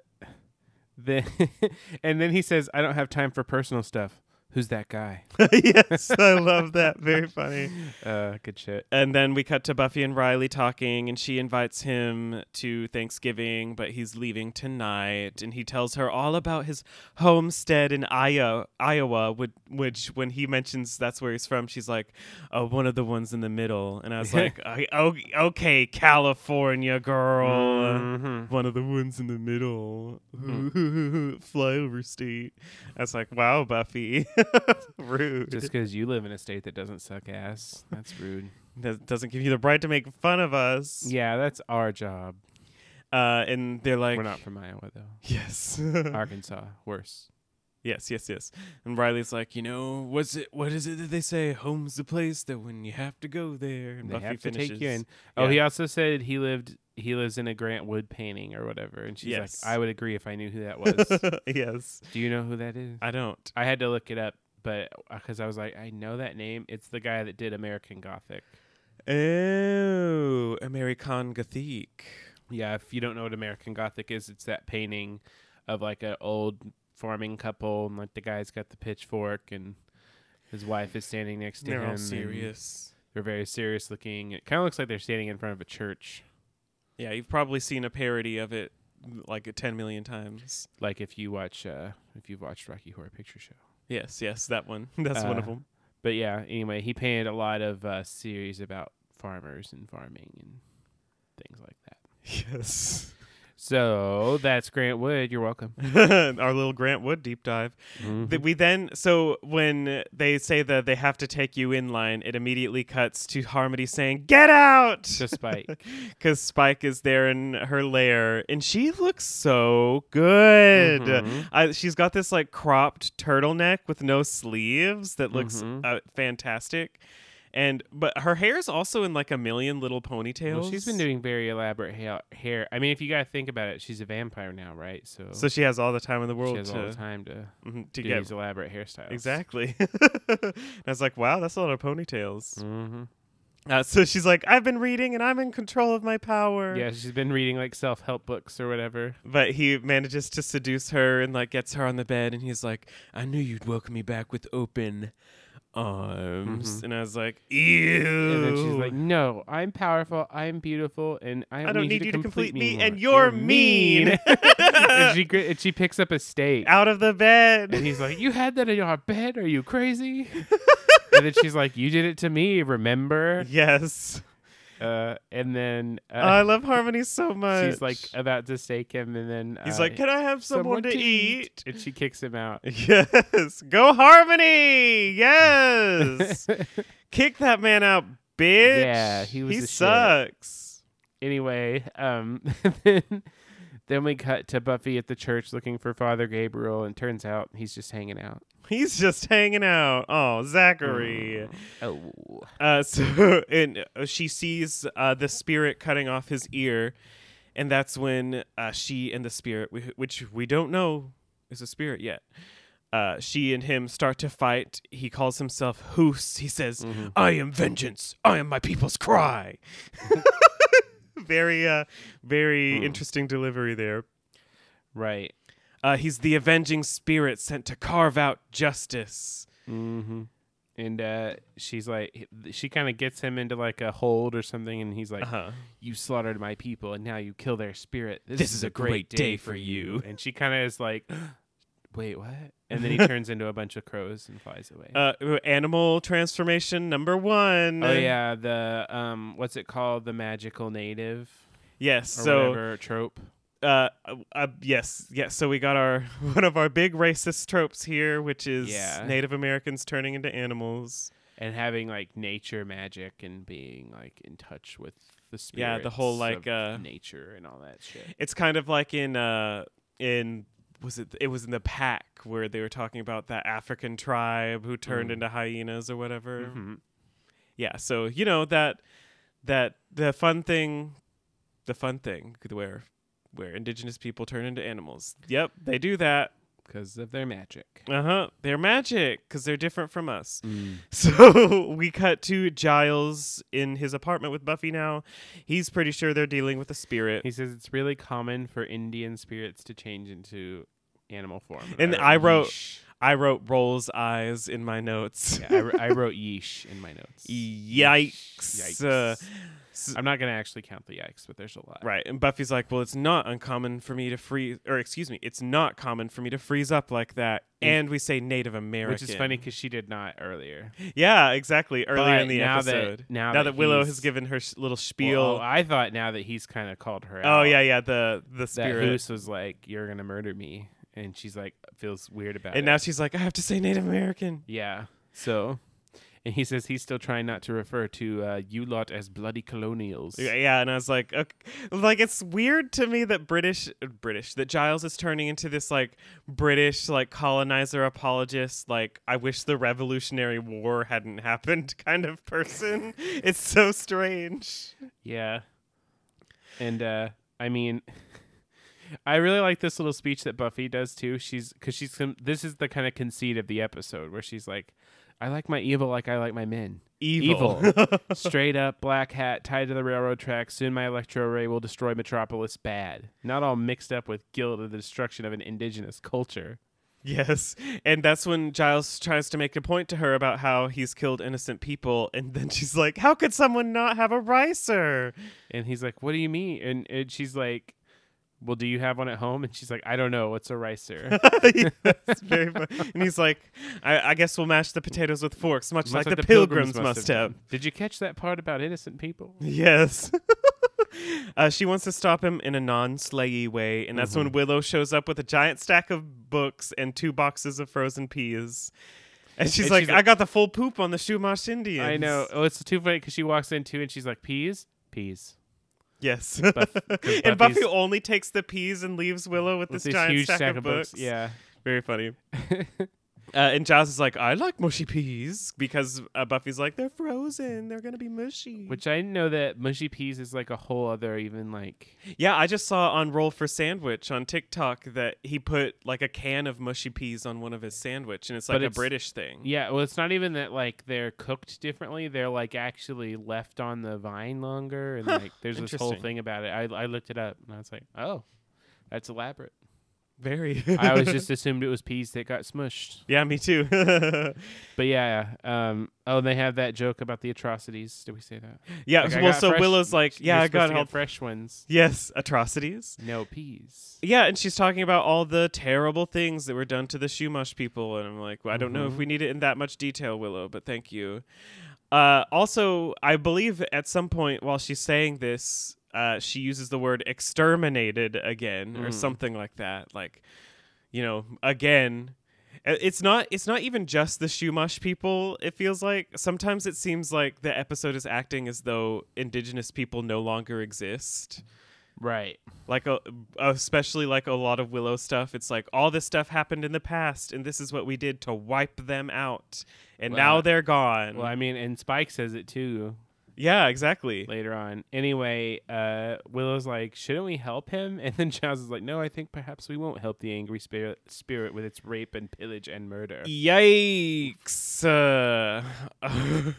[SPEAKER 1] then, and then he says, I don't have time for personal stuff. Who's that guy?
[SPEAKER 2] yes, I love that. Very funny.
[SPEAKER 1] Uh, good shit.
[SPEAKER 2] And then we cut to Buffy and Riley talking, and she invites him to Thanksgiving, but he's leaving tonight. And he tells her all about his homestead in Iowa, Iowa, which, which when he mentions that's where he's from, she's like, "Oh, one of the ones in the middle." And I was like, "I- "Oh, "Okay, California girl,
[SPEAKER 1] Mhm.
[SPEAKER 2] one of the ones in the middle, flyover state." I was like, "Wow, Buffy, rude."
[SPEAKER 1] Just because you live in a state that doesn't suck ass, that's rude.
[SPEAKER 2] that doesn't give you the right to make fun of us.
[SPEAKER 1] yeah, that's our job.
[SPEAKER 2] Uh, and they're like,
[SPEAKER 1] We're not from Iowa, though.
[SPEAKER 2] Yes.
[SPEAKER 1] Arkansas, worse.
[SPEAKER 2] yes, yes, yes. And Riley's like, you know, what's it? What is it that they say? Home's the place that when you have to go there, and
[SPEAKER 1] They
[SPEAKER 2] Buffy
[SPEAKER 1] have to
[SPEAKER 2] finishes.
[SPEAKER 1] take you in. Oh,
[SPEAKER 2] Yeah.
[SPEAKER 1] he also said he lived. He lives in a Grant Wood painting or whatever, and she's
[SPEAKER 2] Yes.
[SPEAKER 1] like, "I would agree if I knew who that was."
[SPEAKER 2] yes,
[SPEAKER 1] Do you know who that is?
[SPEAKER 2] I don't.
[SPEAKER 1] I had to look it up, but because I was like, I know that name. It's the guy that did American Gothic.
[SPEAKER 2] Oh, American Gothique.
[SPEAKER 1] Yeah, if you don't know what American Gothic is, it's that painting of like an old farming couple, and like the guy's got the pitchfork, and his wife is standing next to
[SPEAKER 2] They're
[SPEAKER 1] him.
[SPEAKER 2] all
[SPEAKER 1] and
[SPEAKER 2] serious.
[SPEAKER 1] They're very serious looking. It kind of looks like they're standing in front of a church.
[SPEAKER 2] Yeah, you've probably seen a parody of it mm, like ten million times.
[SPEAKER 1] Like if you watch, uh, if you've watched Rocky Horror Picture Show.
[SPEAKER 2] Yes, yes, that one. That's one of
[SPEAKER 1] Uh,
[SPEAKER 2] them.
[SPEAKER 1] But yeah, anyway, he painted a lot of uh, series about farmers and farming and things like that.
[SPEAKER 2] Yes.
[SPEAKER 1] So that's Grant Wood. You're welcome.
[SPEAKER 2] our little Grant Wood deep dive.
[SPEAKER 1] Mm-hmm.
[SPEAKER 2] Th- we then, so when they say that they have to take you in line, it immediately cuts to Harmony saying, Get out!
[SPEAKER 1] To Spike.
[SPEAKER 2] Because Spike is there in her lair, and she looks so good.
[SPEAKER 1] Mhm.
[SPEAKER 2] I, she's got this like cropped turtleneck with no sleeves that looks
[SPEAKER 1] Mhm.
[SPEAKER 2] uh, fantastic. And but her hair's also in like a million little ponytails.
[SPEAKER 1] Well, she's been doing very elaborate ha- hair. I mean, if you gotta think about it, she's a vampire now, right? So,
[SPEAKER 2] so she has all the time in the world
[SPEAKER 1] she has
[SPEAKER 2] to,
[SPEAKER 1] all the time to
[SPEAKER 2] mhm, to
[SPEAKER 1] do
[SPEAKER 2] get
[SPEAKER 1] these elaborate hairstyles.
[SPEAKER 2] Exactly. and I was like, wow, that's a lot of ponytails.
[SPEAKER 1] hmm
[SPEAKER 2] Uh, so she's like, I've been reading and I'm in control of my power.
[SPEAKER 1] Yeah, she's been reading like self-help books or whatever.
[SPEAKER 2] But he manages to seduce her and like gets her on the bed and he's like, I knew you'd welcome me back with open arms.
[SPEAKER 1] Mhm.
[SPEAKER 2] And I was like, ew.
[SPEAKER 1] And then she's like, "No, I'm powerful. I'm beautiful, and I don't,
[SPEAKER 2] I don't need you to complete me, and
[SPEAKER 1] anymore.
[SPEAKER 2] you're mean.
[SPEAKER 1] and she gr- and she picks up a steak,
[SPEAKER 2] Out of the bed.
[SPEAKER 1] and he's like, "You had that in your bed? Are you crazy?" and then she's like, "You did it to me. Remember?"
[SPEAKER 2] yes. Oh,
[SPEAKER 1] Uh, and then uh,
[SPEAKER 2] I love Harmony so much.
[SPEAKER 1] she's like about to stake him, and then
[SPEAKER 2] Uh, he's
[SPEAKER 1] uh,
[SPEAKER 2] like, can I have someone, to eat?
[SPEAKER 1] and she kicks him out.
[SPEAKER 2] Yes. Go Harmony. Yes. Kick that man out, bitch.
[SPEAKER 1] Yeah, he was
[SPEAKER 2] He
[SPEAKER 1] the shit.
[SPEAKER 2] sucks.
[SPEAKER 1] anyway, um, then then we cut to Buffy at the church looking for Father Gabriel, and turns out he's just hanging out.
[SPEAKER 2] He's just hanging out. Oh, Zachary.
[SPEAKER 1] Oh,
[SPEAKER 2] Uh, so and uh, she sees uh, the spirit cutting off his ear, and that's when uh, she and the spirit, wh- which we don't know is a spirit yet, uh, she and him start to fight. He calls himself Hoos. He says,
[SPEAKER 1] Mm-hmm.
[SPEAKER 2] "I am vengeance. I am my people's cry."
[SPEAKER 1] Hmm.
[SPEAKER 2] very, uh, very interesting delivery there.
[SPEAKER 1] Right.
[SPEAKER 2] Uh, he's the avenging spirit sent to carve out justice.
[SPEAKER 1] Mm-hmm. And uh, she's like, she kind of gets him into like a hold or something, and he's like,
[SPEAKER 2] Uh-huh.
[SPEAKER 1] "You slaughtered my people, and now you kill their spirit. This,
[SPEAKER 2] This is a great day for you."
[SPEAKER 1] And she kind of is like, "Wait, what?" And then he turns into a bunch of crows and flies away.
[SPEAKER 2] Uh, animal transformation number one.
[SPEAKER 1] oh yeah, the um, what's it called? The magical native
[SPEAKER 2] Yes.
[SPEAKER 1] or
[SPEAKER 2] so
[SPEAKER 1] whatever trope.
[SPEAKER 2] uh, uh, yes, yes. So we got our one of our big racist tropes here, which is
[SPEAKER 1] Yeah.
[SPEAKER 2] Native Americans turning into animals.
[SPEAKER 1] and having like nature magic and being like in touch with the spirit.
[SPEAKER 2] Yeah, the whole, like, uh,
[SPEAKER 1] nature and all that shit.
[SPEAKER 2] It's kind of like in uh, in was it it was in the pack where they were talking about that African tribe who turned
[SPEAKER 1] Mm.
[SPEAKER 2] into hyenas or whatever.
[SPEAKER 1] Mhm.
[SPEAKER 2] Yeah. So you know that that the fun thing, the fun thing where where indigenous people turn into animals. Yep, they do that.
[SPEAKER 1] Because of their magic.
[SPEAKER 2] Uh huh. They're magic because they're different from us.
[SPEAKER 1] Mm.
[SPEAKER 2] So we cut to Giles in his apartment with Buffy now. He's pretty sure they're dealing with a spirit.
[SPEAKER 1] He says it's really common for Indian spirits to change into animal form.
[SPEAKER 2] And I wrote-
[SPEAKER 1] yeesh.
[SPEAKER 2] I wrote Roll's eyes in my notes.
[SPEAKER 1] yeah, I, wr- I wrote yeesh in my notes.
[SPEAKER 2] Yikes.
[SPEAKER 1] Yikes.
[SPEAKER 2] Uh, s-
[SPEAKER 1] I'm not gonna actually count the yikes, but there's a lot.
[SPEAKER 2] right. And Buffy's like, well, it's not uncommon for me to freeze, or excuse me, it's not common for me to freeze up like that. And we say Native American.
[SPEAKER 1] Which is funny because she did not earlier.
[SPEAKER 2] Yeah, exactly. Earlier
[SPEAKER 1] But
[SPEAKER 2] in the
[SPEAKER 1] now that-
[SPEAKER 2] episode.
[SPEAKER 1] now
[SPEAKER 2] now
[SPEAKER 1] that
[SPEAKER 2] that Willow
[SPEAKER 1] he's-
[SPEAKER 2] has given her sh- little
[SPEAKER 1] Well,
[SPEAKER 2] spiel.
[SPEAKER 1] I thought now that he's kind of called her out.
[SPEAKER 2] Oh yeah, yeah. The the
[SPEAKER 1] That
[SPEAKER 2] spirit.
[SPEAKER 1] Hoos was like, "You're gonna murder me," and she's like, feels weird about it.
[SPEAKER 2] And now she's like, I have to say Native American.
[SPEAKER 1] Yeah. So, and he says he's still trying not to refer to uh, you lot as bloody colonials.
[SPEAKER 2] Yeah, yeah, and I was like, okay. like it's weird to me that British, British, that Giles is turning into this like British like colonizer apologist. Like I wish the Revolutionary War hadn't happened, kind of person. it's so strange.
[SPEAKER 1] Yeah. And uh, I mean, I really like this little speech that Buffy does too. She's because she's com- this is the kind of conceit of the episode where she's like, "I like my evil like I like my men."
[SPEAKER 2] Evil.
[SPEAKER 1] Straight up, black hat, tied to the railroad track. Soon my electro ray will destroy Metropolis bad. Not all mixed up with guilt of the destruction of an indigenous culture.
[SPEAKER 2] yes, and that's when Giles tries to make a point to her about how he's killed innocent people, and then she's like, "How could someone not have a ricer?"
[SPEAKER 1] And he's like, "What do you mean?" And, and she's like, "Well, do you have one at home?" And she's like, "I don't know. What's a ricer?"
[SPEAKER 2] That's very fun. And he's like, I, I guess we'll mash the potatoes with forks, much, like, the, pilgrims, must have.
[SPEAKER 1] done. Did you catch that part about innocent people?
[SPEAKER 2] Yes. uh, she wants to stop him in a non slayy way, and that's when Willow shows up with a giant stack of books and two boxes of frozen peas. And she's
[SPEAKER 1] And
[SPEAKER 2] like,
[SPEAKER 1] she's
[SPEAKER 2] I
[SPEAKER 1] like-
[SPEAKER 2] got the full poop on the Shumash Indians.
[SPEAKER 1] I know. Oh, it's too funny because she walks in too, and she's like, "Peas, peas."
[SPEAKER 2] Yes.
[SPEAKER 1] 'cause
[SPEAKER 2] and Buffy
[SPEAKER 1] Buffy's-
[SPEAKER 2] only takes the peas and leaves Willow with,
[SPEAKER 1] With
[SPEAKER 2] this, giant
[SPEAKER 1] huge
[SPEAKER 2] stack, of books.
[SPEAKER 1] Yeah.
[SPEAKER 2] Very funny. Uh, and Giles is like, I like mushy peas because uh, Buffy's like, they're frozen. They're going to be mushy.
[SPEAKER 1] Which I didn't know that mushy peas is like a whole other even like.
[SPEAKER 2] yeah, I just saw on Roll for Sandwich on TikTok that he put like a can of mushy peas on one of his sandwich. And it's like
[SPEAKER 1] But
[SPEAKER 2] a
[SPEAKER 1] it's-
[SPEAKER 2] British thing.
[SPEAKER 1] Yeah. Well, it's not even that like they're cooked differently. They're like actually left on the vine longer, and
[SPEAKER 2] Huh,
[SPEAKER 1] like there's this whole
[SPEAKER 2] interesting.
[SPEAKER 1] thing about it. I I looked it up, and I was like, oh, that's elaborate.
[SPEAKER 2] Very.
[SPEAKER 1] I always just assumed it was peas that got smushed.
[SPEAKER 2] yeah, me too.
[SPEAKER 1] But yeah, um, oh, they have that joke about the atrocities. Did we say that?
[SPEAKER 2] yeah,
[SPEAKER 1] Like, I
[SPEAKER 2] well,
[SPEAKER 1] got
[SPEAKER 2] so
[SPEAKER 1] fresh-
[SPEAKER 2] Willow's like, yeah,
[SPEAKER 1] You're
[SPEAKER 2] I
[SPEAKER 1] supposed to
[SPEAKER 2] got
[SPEAKER 1] get
[SPEAKER 2] help.
[SPEAKER 1] fresh ones.
[SPEAKER 2] Yes, atrocities.
[SPEAKER 1] No peas.
[SPEAKER 2] Yeah, and she's talking about all the terrible things that were done to the Shumash people, and I'm like, well, I don't know if we need it in that much detail, Willow, but thank you. Uh, also, I believe at some point while she's saying this, uh, she uses the word exterminated again or something like that. Like, you know, again. I- It's not. It's not even just the Shumash people. It feels like sometimes it seems like the episode is acting as though indigenous people no longer exist
[SPEAKER 1] Right.
[SPEAKER 2] like a, especially like a lot of willow stuff it's like all this stuff happened in the past and this is what we did to wipe them out and
[SPEAKER 1] Well,
[SPEAKER 2] now
[SPEAKER 1] I-
[SPEAKER 2] they're gone
[SPEAKER 1] Well, I mean, and Spike says it too.
[SPEAKER 2] Yeah, exactly.
[SPEAKER 1] later on. Anyway, uh, Willow's like, shouldn't we help him? And then Giles is like, no, I think perhaps we won't help the angry spirit, spirit with its rape and pillage and murder.
[SPEAKER 2] Yikes. Uh,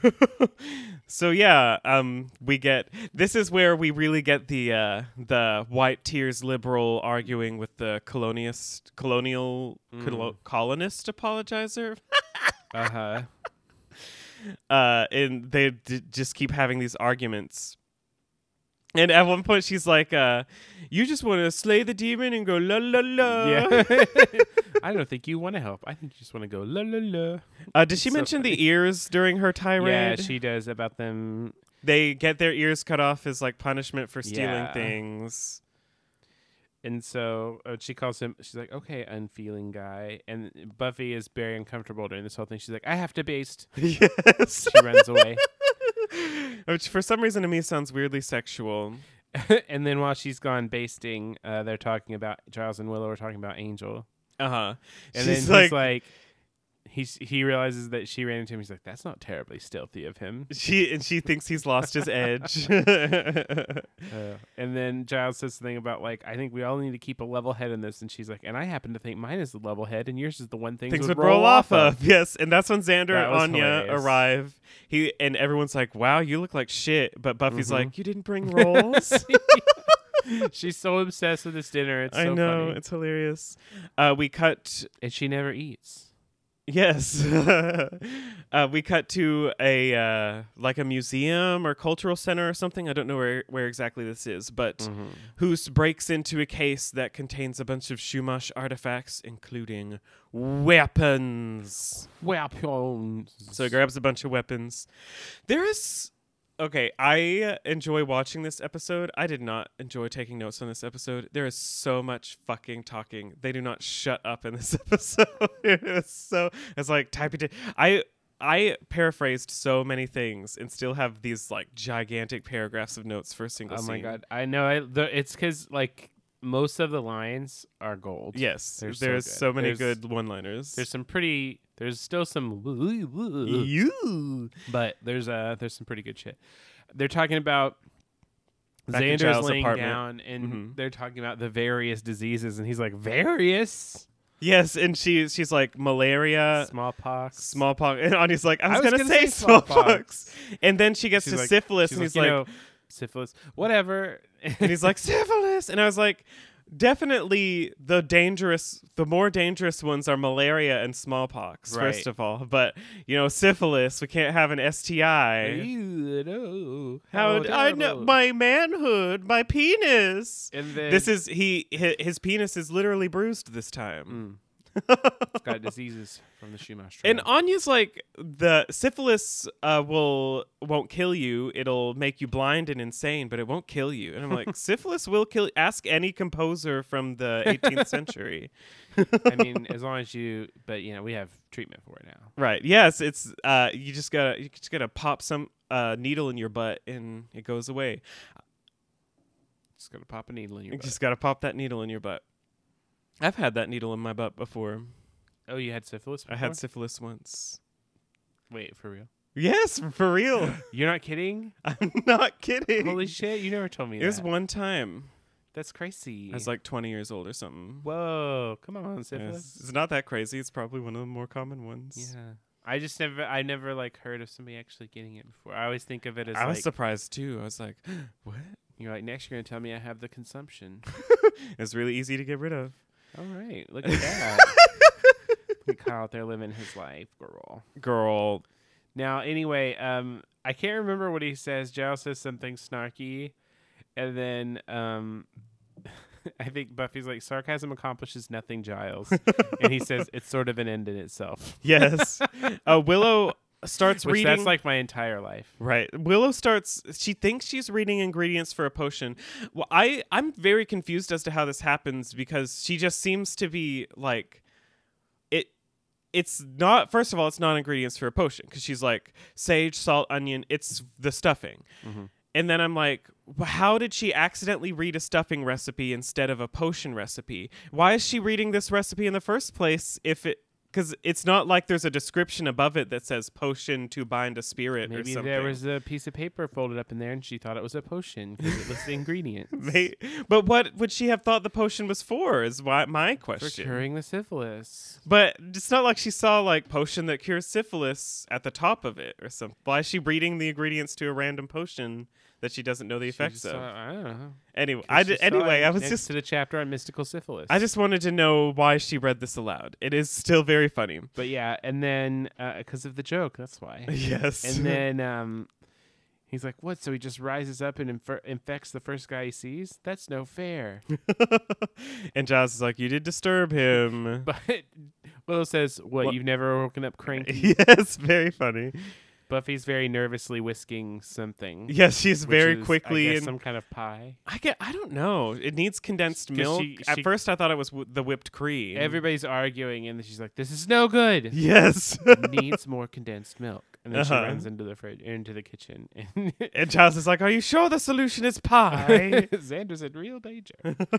[SPEAKER 2] so yeah, um we get this is where we really get the uh the white tears liberal arguing with the colonialist colonial colo- colonist apologizer.
[SPEAKER 1] Uh huh.
[SPEAKER 2] uh, and they d- just keep having these arguments. And at one point, she's like, uh, "You just want to slay the demon and go la la la."
[SPEAKER 1] yeah. I don't think you want to help. I think you just want to go la la la.
[SPEAKER 2] Uh, did she
[SPEAKER 1] So
[SPEAKER 2] mention the ears during her tirade?
[SPEAKER 1] Yeah, she does about them.
[SPEAKER 2] they get their ears cut off as like punishment for stealing
[SPEAKER 1] Yeah.
[SPEAKER 2] things.
[SPEAKER 1] And so uh, she calls him. She's like, "Okay, unfeeling guy." And Buffy is very uncomfortable during this whole thing. She's like, "I have to baste."
[SPEAKER 2] yes.
[SPEAKER 1] She runs away.
[SPEAKER 2] Which for some reason to me sounds weirdly sexual.
[SPEAKER 1] and then while she's gone basting, uh, they're talking about Giles and Willow are talking about Angel,
[SPEAKER 2] Uh huh.
[SPEAKER 1] Uh-huh. and
[SPEAKER 2] she's
[SPEAKER 1] then
[SPEAKER 2] like,
[SPEAKER 1] he's like, he's he realizes that she ran into him. He's like, "That's not terribly stealthy of him."
[SPEAKER 2] she and she thinks he's lost his edge.
[SPEAKER 1] Uh, and then Giles says something about like, "I think we all need to keep a level head in this," and she's like, "And I happen to think mine is the level head, and yours is the one thing
[SPEAKER 2] things would roll off of. Yes, and that's when Xander
[SPEAKER 1] That
[SPEAKER 2] and
[SPEAKER 1] was
[SPEAKER 2] Anya
[SPEAKER 1] hilarious.
[SPEAKER 2] arrive. He and everyone's like, "Wow, you look like shit," but Buffy's
[SPEAKER 1] Mhm.
[SPEAKER 2] like, "You didn't bring rolls."
[SPEAKER 1] She's so obsessed with this dinner. It's
[SPEAKER 2] I
[SPEAKER 1] so
[SPEAKER 2] know
[SPEAKER 1] funny.
[SPEAKER 2] it's hilarious. Uh, we cut.
[SPEAKER 1] and she never eats.
[SPEAKER 2] Yes, uh, we cut to a uh, like a museum or cultural center or something. I don't know where where exactly this is, but Hoos breaks into a case that contains a bunch of Shumash artifacts, including weapons.
[SPEAKER 1] Weapons.
[SPEAKER 2] So he grabs a bunch of weapons. There is okay. I enjoy watching this episode. I did not enjoy taking notes on this episode. There is so much fucking talking. They do not shut up in this episode. it's so it's like typing. T- I I paraphrased so many things and still have these like gigantic paragraphs of notes for a single.
[SPEAKER 1] oh my
[SPEAKER 2] scene.
[SPEAKER 1] god, I know. I the, it's because like most of the lines are gold.
[SPEAKER 2] Yes,
[SPEAKER 1] They're
[SPEAKER 2] there's
[SPEAKER 1] so
[SPEAKER 2] so,
[SPEAKER 1] good.
[SPEAKER 2] many
[SPEAKER 1] There's-
[SPEAKER 2] good one-liners.
[SPEAKER 1] There's some pretty. There's still some.
[SPEAKER 2] you.
[SPEAKER 1] but there's uh there's some pretty good shit. They're talking about
[SPEAKER 2] Back in
[SPEAKER 1] Xander's
[SPEAKER 2] Giles'
[SPEAKER 1] laying
[SPEAKER 2] apartment.
[SPEAKER 1] down, and
[SPEAKER 2] Mhm.
[SPEAKER 1] they're talking about the various diseases, and he's like, "Various
[SPEAKER 2] Yes, and she she's like malaria,
[SPEAKER 1] smallpox,
[SPEAKER 2] smallpox. And Anya's like, I was, gonna, say,
[SPEAKER 1] smallpox."
[SPEAKER 2] smallpox. And then she gets
[SPEAKER 1] She's
[SPEAKER 2] to
[SPEAKER 1] like-
[SPEAKER 2] syphilis,
[SPEAKER 1] she's
[SPEAKER 2] and he's
[SPEAKER 1] you
[SPEAKER 2] like,
[SPEAKER 1] know, syphilis, whatever."
[SPEAKER 2] and he's like, syphilis. And I was like, definitely the dangerous, the more dangerous ones are malaria and smallpox,
[SPEAKER 1] Right.
[SPEAKER 2] first of all. But you know, syphilis, we can't have an STI.
[SPEAKER 1] Ew, no.
[SPEAKER 2] How would I know
[SPEAKER 1] terrible.
[SPEAKER 2] my manhood, my penis?
[SPEAKER 1] and then
[SPEAKER 2] This is he. hi- His penis is literally bruised this time.
[SPEAKER 1] Mm. it's got diseases from the Schumacher.
[SPEAKER 2] And Anya's like the syphilis uh, will won't kill you. It'll make you blind and insane, but it won't kill you. And I'm like, syphilis will kill. Ask any composer from the 18th century.
[SPEAKER 1] I mean, as long as you, but you know, we have treatment for it now.
[SPEAKER 2] Right? Yes. It's uh, you just gotta you just gotta pop some uh, needle in your butt and it goes away.
[SPEAKER 1] Just gotta pop a needle in your.
[SPEAKER 2] You
[SPEAKER 1] butt.
[SPEAKER 2] just gotta pop that needle in your butt. I've had that needle in my butt before.
[SPEAKER 1] Oh, you had syphilis.
[SPEAKER 2] I had
[SPEAKER 1] before?
[SPEAKER 2] syphilis once.
[SPEAKER 1] Wait for real.
[SPEAKER 2] Yes, for real.
[SPEAKER 1] You're not kidding.
[SPEAKER 2] I'm not kidding.
[SPEAKER 1] Holy shit! You never told me
[SPEAKER 2] it was
[SPEAKER 1] that.
[SPEAKER 2] one time.
[SPEAKER 1] That's crazy.
[SPEAKER 2] I was like 20 years old or something.
[SPEAKER 1] whoa, come on,
[SPEAKER 2] Yes.
[SPEAKER 1] syphilis.
[SPEAKER 2] It's not that crazy. It's probably one of the more common ones.
[SPEAKER 1] Yeah. I just never, I never like heard of somebody actually getting it before. I always think of it as
[SPEAKER 2] I was
[SPEAKER 1] like,
[SPEAKER 2] surprised too. I was like, "What?"
[SPEAKER 1] you're like, next you're gonna tell me I have the consumption.
[SPEAKER 2] It's really easy to get rid of.
[SPEAKER 1] All right, look at that. Look at Kyle out there living his life, girl.
[SPEAKER 2] Girl,
[SPEAKER 1] Now, anyway, um, I can't remember what he says. Giles says something snarky, and then um, I think Buffy's like, sarcasm accomplishes nothing, Giles. and he says, it's sort of an end in itself.
[SPEAKER 2] yes. uh, Willow starts
[SPEAKER 1] Which
[SPEAKER 2] reading.
[SPEAKER 1] that's like my entire life.
[SPEAKER 2] Right. Willow starts. She thinks she's reading ingredients for a potion. Well, I I'm very confused as to how this happens because she just seems to be like, it. It's not. First of all, it's not ingredients for a potion because she's like sage, salt, onion. It's the stuffing.
[SPEAKER 1] Mm-hmm.
[SPEAKER 2] And then I'm like, "Wh- how did she accidentally read a stuffing recipe instead of a potion recipe? Why is she reading this recipe in the first place if it because it's not like there's a description above it that says potion to bind a spirit or
[SPEAKER 1] Maybe
[SPEAKER 2] something.
[SPEAKER 1] there was a piece of paper folded up in there, and she thought it was a potion because it lists the ingredients
[SPEAKER 2] May- but what would she have thought the potion was for? Is why my
[SPEAKER 1] for
[SPEAKER 2] question.
[SPEAKER 1] curing the syphilis.
[SPEAKER 2] But it's not like she saw like potion that cures syphilis at the top of it or something. Why is she reading the ingredients to a random potion that she doesn't know the
[SPEAKER 1] She just
[SPEAKER 2] effects of?
[SPEAKER 1] saw- I don't know.
[SPEAKER 2] anyway, I
[SPEAKER 1] She
[SPEAKER 2] d-
[SPEAKER 1] saw
[SPEAKER 2] anyway,
[SPEAKER 1] it
[SPEAKER 2] I was
[SPEAKER 1] next
[SPEAKER 2] just
[SPEAKER 1] to the chapter on mystical syphilis.
[SPEAKER 2] I just wanted to know why she read this aloud. It is still very funny.
[SPEAKER 1] but yeah, and then because of the joke, that's why.
[SPEAKER 2] Yes.
[SPEAKER 1] And then um, he's like, "What?" So he just rises up and infer- infects the first guy he sees. That's no fair.
[SPEAKER 2] and Giles is like, "You did disturb him."
[SPEAKER 1] But Willow says, "What?
[SPEAKER 2] What-
[SPEAKER 1] You've never woken up cranky."
[SPEAKER 2] yes, very funny.
[SPEAKER 1] Buffy's very nervously whisking something.
[SPEAKER 2] Yes, she's
[SPEAKER 1] which
[SPEAKER 2] very
[SPEAKER 1] is, I
[SPEAKER 2] quickly
[SPEAKER 1] guess,
[SPEAKER 2] and
[SPEAKER 1] some kind of pie.
[SPEAKER 2] I get. I don't know. It needs condensed
[SPEAKER 1] 'Cause
[SPEAKER 2] milk.
[SPEAKER 1] she-
[SPEAKER 2] At
[SPEAKER 1] she-
[SPEAKER 2] first, I thought it was w- the whipped cream.
[SPEAKER 1] Everybody's arguing, and she's like, "This is no good.
[SPEAKER 2] yes.
[SPEAKER 1] Needs more condensed milk." And then she
[SPEAKER 2] Uh-huh.
[SPEAKER 1] runs into the fridge, into the kitchen, and
[SPEAKER 2] and Giles is like, "Are you sure the solution is pie?"
[SPEAKER 1] Xander's in real danger. and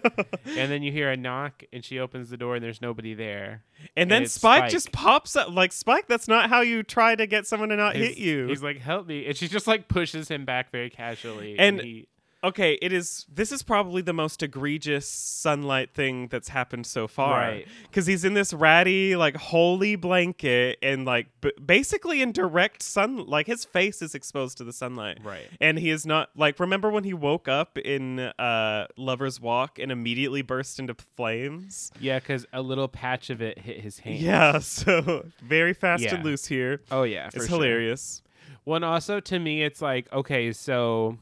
[SPEAKER 1] then you hear a knock, and she opens the door, and there's nobody there.
[SPEAKER 2] and then
[SPEAKER 1] it's
[SPEAKER 2] Spike,
[SPEAKER 1] Spike.
[SPEAKER 2] just pops up like, "Spike, that's not how you try to get someone to not hit
[SPEAKER 1] He's-
[SPEAKER 2] you."
[SPEAKER 1] He's like, "Help me!" And she just like pushes him back very casually.
[SPEAKER 2] And-
[SPEAKER 1] he,
[SPEAKER 2] okay, it is. This is probably the most egregious sunlight thing that's happened so far.
[SPEAKER 1] Right.
[SPEAKER 2] Because he's in this ratty, like, holy blanket, and like, b- basically in direct sun. Like, his face is exposed to the sunlight.
[SPEAKER 1] Right.
[SPEAKER 2] And he is not like. Remember when he woke up in uh, Lover's Walk and immediately burst into flames?
[SPEAKER 1] yeah, because a little patch of it hit his hand.
[SPEAKER 2] Yeah. So very fast
[SPEAKER 1] Yeah.
[SPEAKER 2] and loose here.
[SPEAKER 1] Oh yeah, for
[SPEAKER 2] it's
[SPEAKER 1] sure.
[SPEAKER 2] hilarious.
[SPEAKER 1] Well, and also to me, it's like, okay, so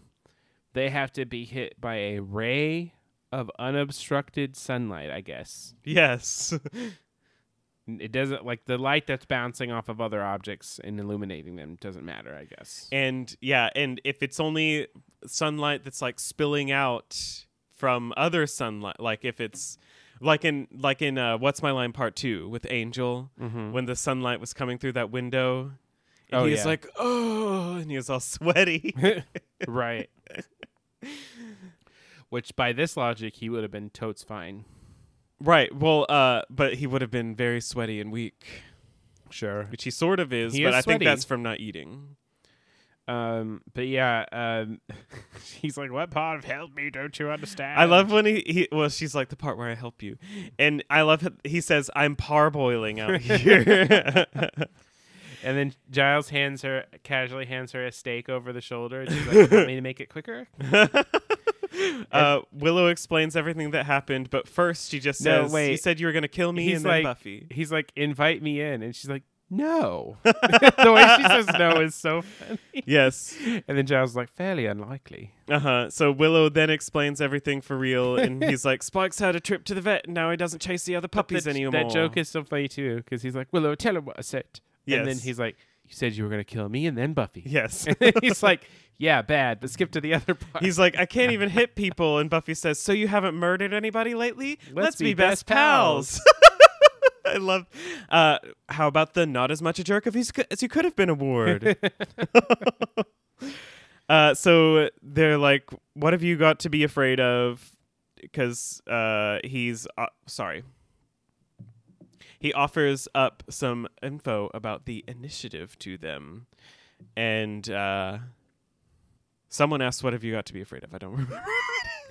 [SPEAKER 1] they have to be hit by a ray of unobstructed sunlight, I guess.
[SPEAKER 2] Yes.
[SPEAKER 1] N- It doesn't like the light that's bouncing off of other objects and illuminating them doesn't matter, I guess.
[SPEAKER 2] And yeah, and if it's only sunlight that's like spilling out from other sunlight, like if it's like in like in uh, what's my line part two with Angel
[SPEAKER 1] Mm-hmm.
[SPEAKER 2] when the sunlight was coming through that window, and
[SPEAKER 1] Oh,
[SPEAKER 2] he was
[SPEAKER 1] yeah.
[SPEAKER 2] like, oh, and he was all sweaty.
[SPEAKER 1] right. Which by this logic, he would have been totes fine.
[SPEAKER 2] right. Well, uh, but he would have been very sweaty and weak,
[SPEAKER 1] Sure.
[SPEAKER 2] which he sort of is.
[SPEAKER 1] He
[SPEAKER 2] but
[SPEAKER 1] is
[SPEAKER 2] I think
[SPEAKER 1] sweaty.
[SPEAKER 2] that's from not eating.
[SPEAKER 1] Um, but yeah, um, he's like, "What part of help me? Don't you understand?"
[SPEAKER 2] I love when he, he well, she's like the part where I help you, and I love it- he says I'm parboiling out here.
[SPEAKER 1] And then Giles hands her casually hands her a steak over the shoulder. And she's like, "Want me to make it quicker?"
[SPEAKER 2] uh, Willow explains everything that happened, but first she just
[SPEAKER 1] No,
[SPEAKER 2] says, "You
[SPEAKER 1] wait.
[SPEAKER 2] said you were gonna kill me,"
[SPEAKER 1] He's
[SPEAKER 2] and
[SPEAKER 1] like,
[SPEAKER 2] then Buffy.
[SPEAKER 1] He's like, "Invite me in," and she's like, "No." the way she says no is so funny.
[SPEAKER 2] Yes.
[SPEAKER 1] And then Giles is like, "Fairly unlikely."
[SPEAKER 2] Uh huh. So Willow then explains everything for real, and he's like, "Spike's had a trip to the vet, and now he doesn't chase the other puppies
[SPEAKER 1] that,
[SPEAKER 2] anymore."
[SPEAKER 1] that joke is so funny too because he's like, "Willow, tell him what I said," and then
[SPEAKER 2] Yes.
[SPEAKER 1] he's like, "You said you were gonna kill me and then Buffy."
[SPEAKER 2] yes.
[SPEAKER 1] And then he's like, "Yeah, bad, but skip to the other part."
[SPEAKER 2] He's like, I can't even hit people. And Buffy says, So you haven't murdered anybody lately? Let's, be, best, pals. I love. Uh, how about the not as much a jerk if he's, as you could have been award? uh, so they're like, What have you got to be afraid of? Because uh, he's. Uh, sorry. He offers up some info about the initiative to them. And. Uh, Someone asked, "What have you got to be afraid of?" I don't remember.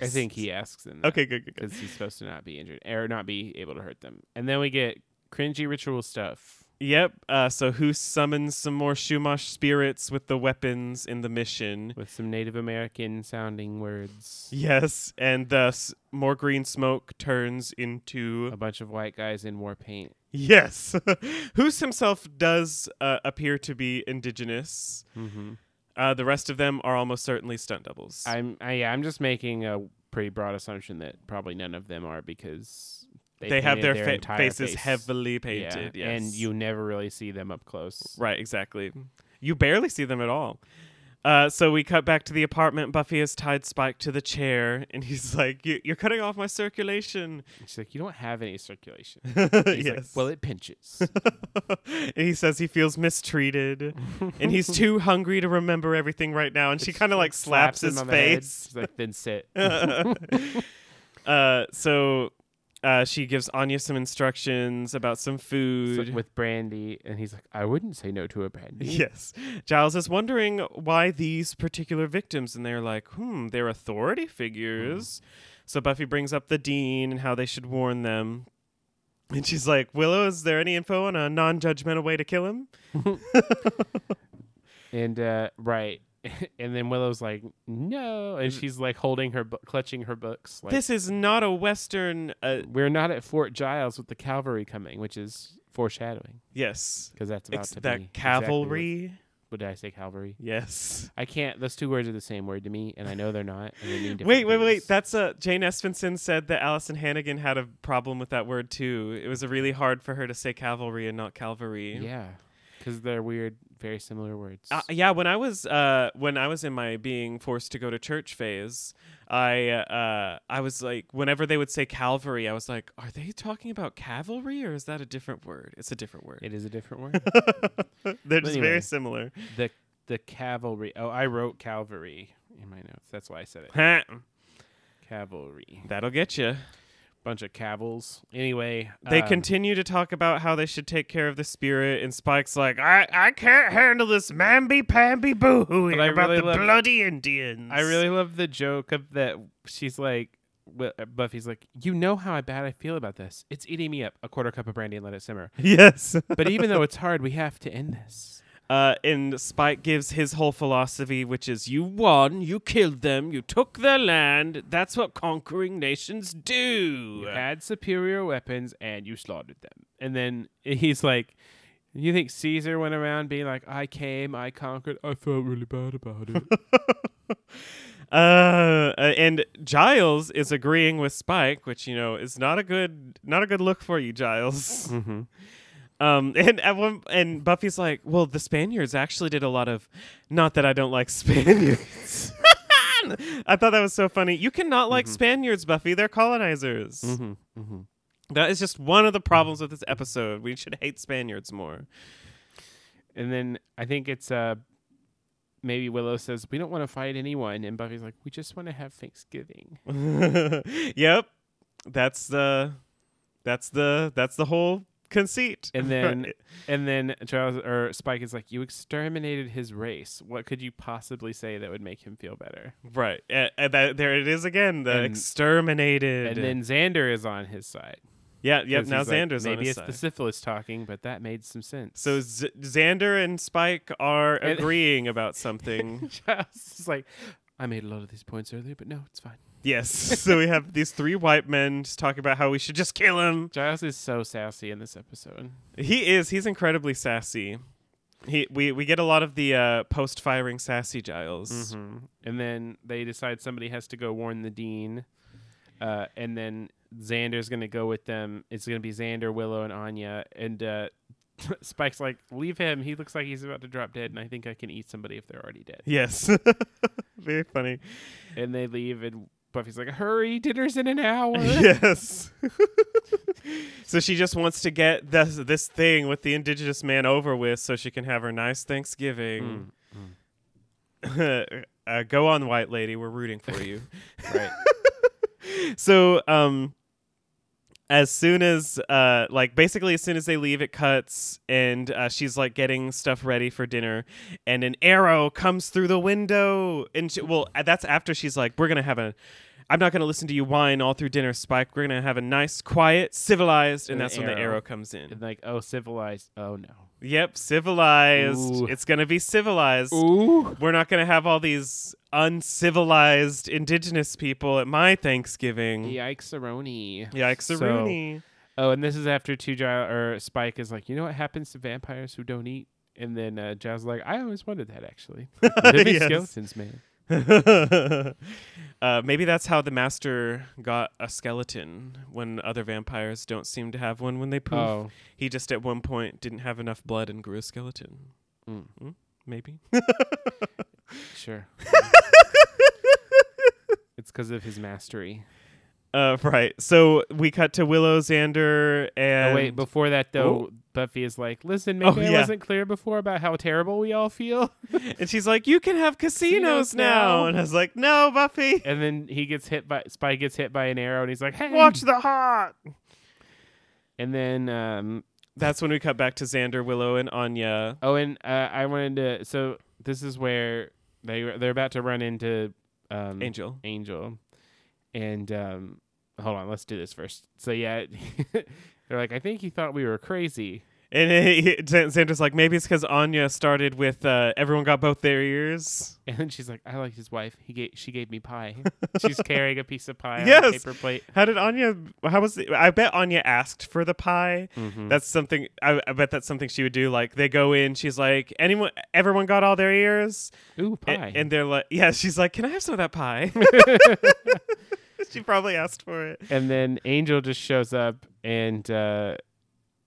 [SPEAKER 1] I think he asks him. That.
[SPEAKER 2] okay, good, good, good.
[SPEAKER 1] because he's supposed to not be injured or not be able to hurt them. And then we get cringy ritual stuff.
[SPEAKER 2] Yep. Uh, so who summons some more Shumash spirits with the weapons in the mission?
[SPEAKER 1] With some Native American sounding words.
[SPEAKER 2] Yes, and thus more green smoke turns
[SPEAKER 1] A
[SPEAKER 2] into
[SPEAKER 1] bunch of white guys in war paint.
[SPEAKER 2] yes. Who's himself does uh, appear to be indigenous.
[SPEAKER 1] Mm-hmm.
[SPEAKER 2] Uh, the rest of them are almost certainly stunt doubles.
[SPEAKER 1] I'm I, yeah, I'm just making a pretty broad assumption that probably none of them are because they,
[SPEAKER 2] they have
[SPEAKER 1] painted
[SPEAKER 2] their, fa-
[SPEAKER 1] entire
[SPEAKER 2] faces
[SPEAKER 1] face.
[SPEAKER 2] heavily
[SPEAKER 1] Yeah,
[SPEAKER 2] painted. Yes,
[SPEAKER 1] and you never really see them up close.
[SPEAKER 2] Right, exactly. You barely see them at all. Uh, so we cut back to the apartment. Buffy has tied Spike to the chair, and he's like, "You- "You're cutting off my circulation."
[SPEAKER 1] And She's like, you don't have any circulation. He's like,
[SPEAKER 2] yes.
[SPEAKER 1] well, it pinches.
[SPEAKER 2] and he says he feels mistreated, and he's too hungry to remember everything right now. And she kind of like slaps,
[SPEAKER 1] him
[SPEAKER 2] his
[SPEAKER 1] on the head.
[SPEAKER 2] face.
[SPEAKER 1] She's like, then sit.
[SPEAKER 2] uh, so Uh, she gives Anya some instructions about some food.
[SPEAKER 1] with brandy, and he's like, I wouldn't say no to a brandy.
[SPEAKER 2] Yes. Giles is wondering why these particular victims, and they're like, hmm, they're authority figures.
[SPEAKER 1] Mm-hmm.
[SPEAKER 2] So Buffy brings up the dean and how they should warn them. And she's like, Willow, is there any info on a non judgmental way to kill him?
[SPEAKER 1] And uh, right, and then Willow's like, no, and she's like holding her, bu- clutching her books. Like,
[SPEAKER 2] this is not a Western. Uh,
[SPEAKER 1] we're not at Fort Giles with the cavalry coming, which is foreshadowing
[SPEAKER 2] yes.
[SPEAKER 1] because that's about
[SPEAKER 2] It's
[SPEAKER 1] to
[SPEAKER 2] that
[SPEAKER 1] be exactly what-
[SPEAKER 2] cavalry.
[SPEAKER 1] what did I say, cavalry?
[SPEAKER 2] Yes.
[SPEAKER 1] I can't. Those two words are the same word to me, and I know they're not. And they mean different
[SPEAKER 2] Wait, wait, wait.
[SPEAKER 1] things.
[SPEAKER 2] That's uh, Jane Espenson said that Allison Hannigan had a problem with that word too. It was uh, really hard for her to say cavalry and not cavalry.
[SPEAKER 1] yeah, because they're weird, very similar words.
[SPEAKER 2] Uh, yeah, when I was uh, when I was in my being forced to go to church phase, I uh, I was like, whenever they would say Calvary, I was like, are they talking about cavalry or is that a different word? It's a different word.
[SPEAKER 1] it is a different word.
[SPEAKER 2] They're just
[SPEAKER 1] anyway.
[SPEAKER 2] very similar.
[SPEAKER 1] the the cavalry. Oh, I wrote cavalry in my notes. That's why I said it.
[SPEAKER 2] That'll
[SPEAKER 1] Cavalry.
[SPEAKER 2] get you.
[SPEAKER 1] Bunch of cavils. Anyway,
[SPEAKER 2] They
[SPEAKER 1] um,
[SPEAKER 2] continue to talk about how they should take care of the spirit, and Spike's like, I, I can't handle this mamby pamby boo hooing
[SPEAKER 1] But I
[SPEAKER 2] about
[SPEAKER 1] really
[SPEAKER 2] the
[SPEAKER 1] love-
[SPEAKER 2] bloody Indians.
[SPEAKER 1] I really love the joke of that. She's like, Wi- uh, Buffy's like, you know how bad I feel about this. It's eating me up. A quarter cup of brandy and let it simmer.
[SPEAKER 2] yes.
[SPEAKER 1] But even though it's hard, we have to end this.
[SPEAKER 2] Uh, and Spike gives his whole philosophy, which is you won, you killed them, you took their land. That's what conquering nations do.
[SPEAKER 1] You had superior weapons and you slaughtered them. And then he's like, you think Caesar went around being like, I came, I conquered, I felt really bad about it.
[SPEAKER 2] Uh, and Giles is agreeing with Spike, which you know is not a good, not a good look for you, Giles.
[SPEAKER 1] mm-hmm.
[SPEAKER 2] Um, and at one, and Buffy's like, "Well, the Spaniards actually did a lot of, not that I don't like Spaniards." I thought that was so funny. You cannot like Spaniards, Buffy. They're colonizers.
[SPEAKER 1] Mm-hmm. Mm-hmm.
[SPEAKER 2] That is just one of the problems with this episode. We should hate Spaniards more.
[SPEAKER 1] And then I think it's uh maybe Willow says, We don't want to fight anyone and Buffy's like, We just want to have Thanksgiving.
[SPEAKER 2] yep. That's the that's the that's the whole conceit.
[SPEAKER 1] And then and then Giles or Spike is like, You exterminated his race. What could you possibly say that would make him feel better?
[SPEAKER 2] right, uh, uh, that, there it is again. The
[SPEAKER 1] And-
[SPEAKER 2] exterminated.
[SPEAKER 1] And then Xander is on his side.
[SPEAKER 2] yeah, yep.
[SPEAKER 1] 'Cause
[SPEAKER 2] Now
[SPEAKER 1] he's like,
[SPEAKER 2] Xander's
[SPEAKER 1] maybe
[SPEAKER 2] on his
[SPEAKER 1] it's
[SPEAKER 2] side.
[SPEAKER 1] the syphilis talking, but that made some sense.
[SPEAKER 2] so Z- Xander and Spike are
[SPEAKER 1] And-
[SPEAKER 2] agreeing about something.
[SPEAKER 1] Giles is like, I made a lot of these points earlier, but no, it's fine.
[SPEAKER 2] yes. So we have these three white men just talking about how we should just kill him.
[SPEAKER 1] Giles is so sassy in this episode.
[SPEAKER 2] He is. He's incredibly sassy. He we we get a lot of the uh, post firing sassy Giles.
[SPEAKER 1] Mm-hmm. And then they decide somebody has to go warn the dean. Uh, and then Xander's going to go with them. It's going to be Xander, Willow, and Anya. And uh, Spike's like, leave him. He looks like he's about to drop dead, and I think I can eat somebody if they're already dead.
[SPEAKER 2] Yes. Very funny.
[SPEAKER 1] And they leave, and Buffy's like, hurry, dinner's in an hour.
[SPEAKER 2] yes. so she just wants to get this this thing with the indigenous man over with, so she can have her nice
[SPEAKER 1] Mm,
[SPEAKER 2] Thanksgiving. uh, go on, white lady. We're rooting for you.
[SPEAKER 1] right.
[SPEAKER 2] so um as soon as uh like basically as soon as they leave it cuts and uh, she's like getting stuff ready for dinner and an arrow comes through the window and she, well uh, that's after she's like we're gonna have a i'm not gonna listen to you whine all through dinner spike we're gonna have a nice quiet civilized and
[SPEAKER 1] An
[SPEAKER 2] that's when the
[SPEAKER 1] arrow.
[SPEAKER 2] arrow comes in
[SPEAKER 1] And like, oh, civilized. Oh, no.
[SPEAKER 2] yep civilized
[SPEAKER 1] Ooh.
[SPEAKER 2] it's gonna be civilized
[SPEAKER 1] Ooh.
[SPEAKER 2] we're not gonna have all these uncivilized indigenous people at my thanksgiving
[SPEAKER 1] Yikes, Aroni.
[SPEAKER 2] Yikes,
[SPEAKER 1] So- Oh, and this is after two Giles or Spike is like, you know what happens to vampires who don't eat? And then uh, Giles is like, I always wanted that actually. Living
[SPEAKER 2] Yes.
[SPEAKER 1] skeletons, man.
[SPEAKER 2] uh, maybe that's how the master got a skeleton when other vampires don't seem to have one when they poof.
[SPEAKER 1] Oh,
[SPEAKER 2] He just at one point didn't have enough blood and grew a skeleton.
[SPEAKER 1] Mm.
[SPEAKER 2] Maybe.
[SPEAKER 1] sure. it's because of his mastery.
[SPEAKER 2] Uh, right. So we cut to Willow, Xander, and
[SPEAKER 1] Oh, wait, before that though, Buffy is like, "Listen, maybe
[SPEAKER 2] Oh,
[SPEAKER 1] I
[SPEAKER 2] yeah.
[SPEAKER 1] wasn't clear before about how terrible we all feel."
[SPEAKER 2] and she's like, "You can have casinos,
[SPEAKER 1] Casinos
[SPEAKER 2] now.
[SPEAKER 1] now.
[SPEAKER 2] and I was like, "No, Buffy,
[SPEAKER 1] and then he gets hit by Spike gets hit by an arrow, and he's like, "Hey!"
[SPEAKER 2] watch the heart."
[SPEAKER 1] And then, um,
[SPEAKER 2] That's when we cut back to Xander, Willow, and Anya.
[SPEAKER 1] oh, and uh, I wanted to. So this is where they they're about to run into um,
[SPEAKER 2] Angel.
[SPEAKER 1] Angel, and um, hold on, let's do this first. So yeah, they're like, "I think you thought we were crazy."
[SPEAKER 2] And he- he- Xan- Xander's like, maybe it's because Anya started with uh, everyone got both their ears.
[SPEAKER 1] And then she's like, "I like his wife. He gave she gave me pie. she's carrying a piece of pie on a
[SPEAKER 2] Yes.
[SPEAKER 1] paper plate."
[SPEAKER 2] How did Anya? How was? The, I bet Anya asked for the pie.
[SPEAKER 1] Mhm.
[SPEAKER 2] That's something. I, I bet that's something she would do. Like they go in, she's like, anyone, everyone got all their ears,
[SPEAKER 1] Ooh,
[SPEAKER 2] A-
[SPEAKER 1] pie.
[SPEAKER 2] and they're like, yeah. She's like, can I have some of that pie? she probably asked for it.
[SPEAKER 1] and then Angel just shows up and uh,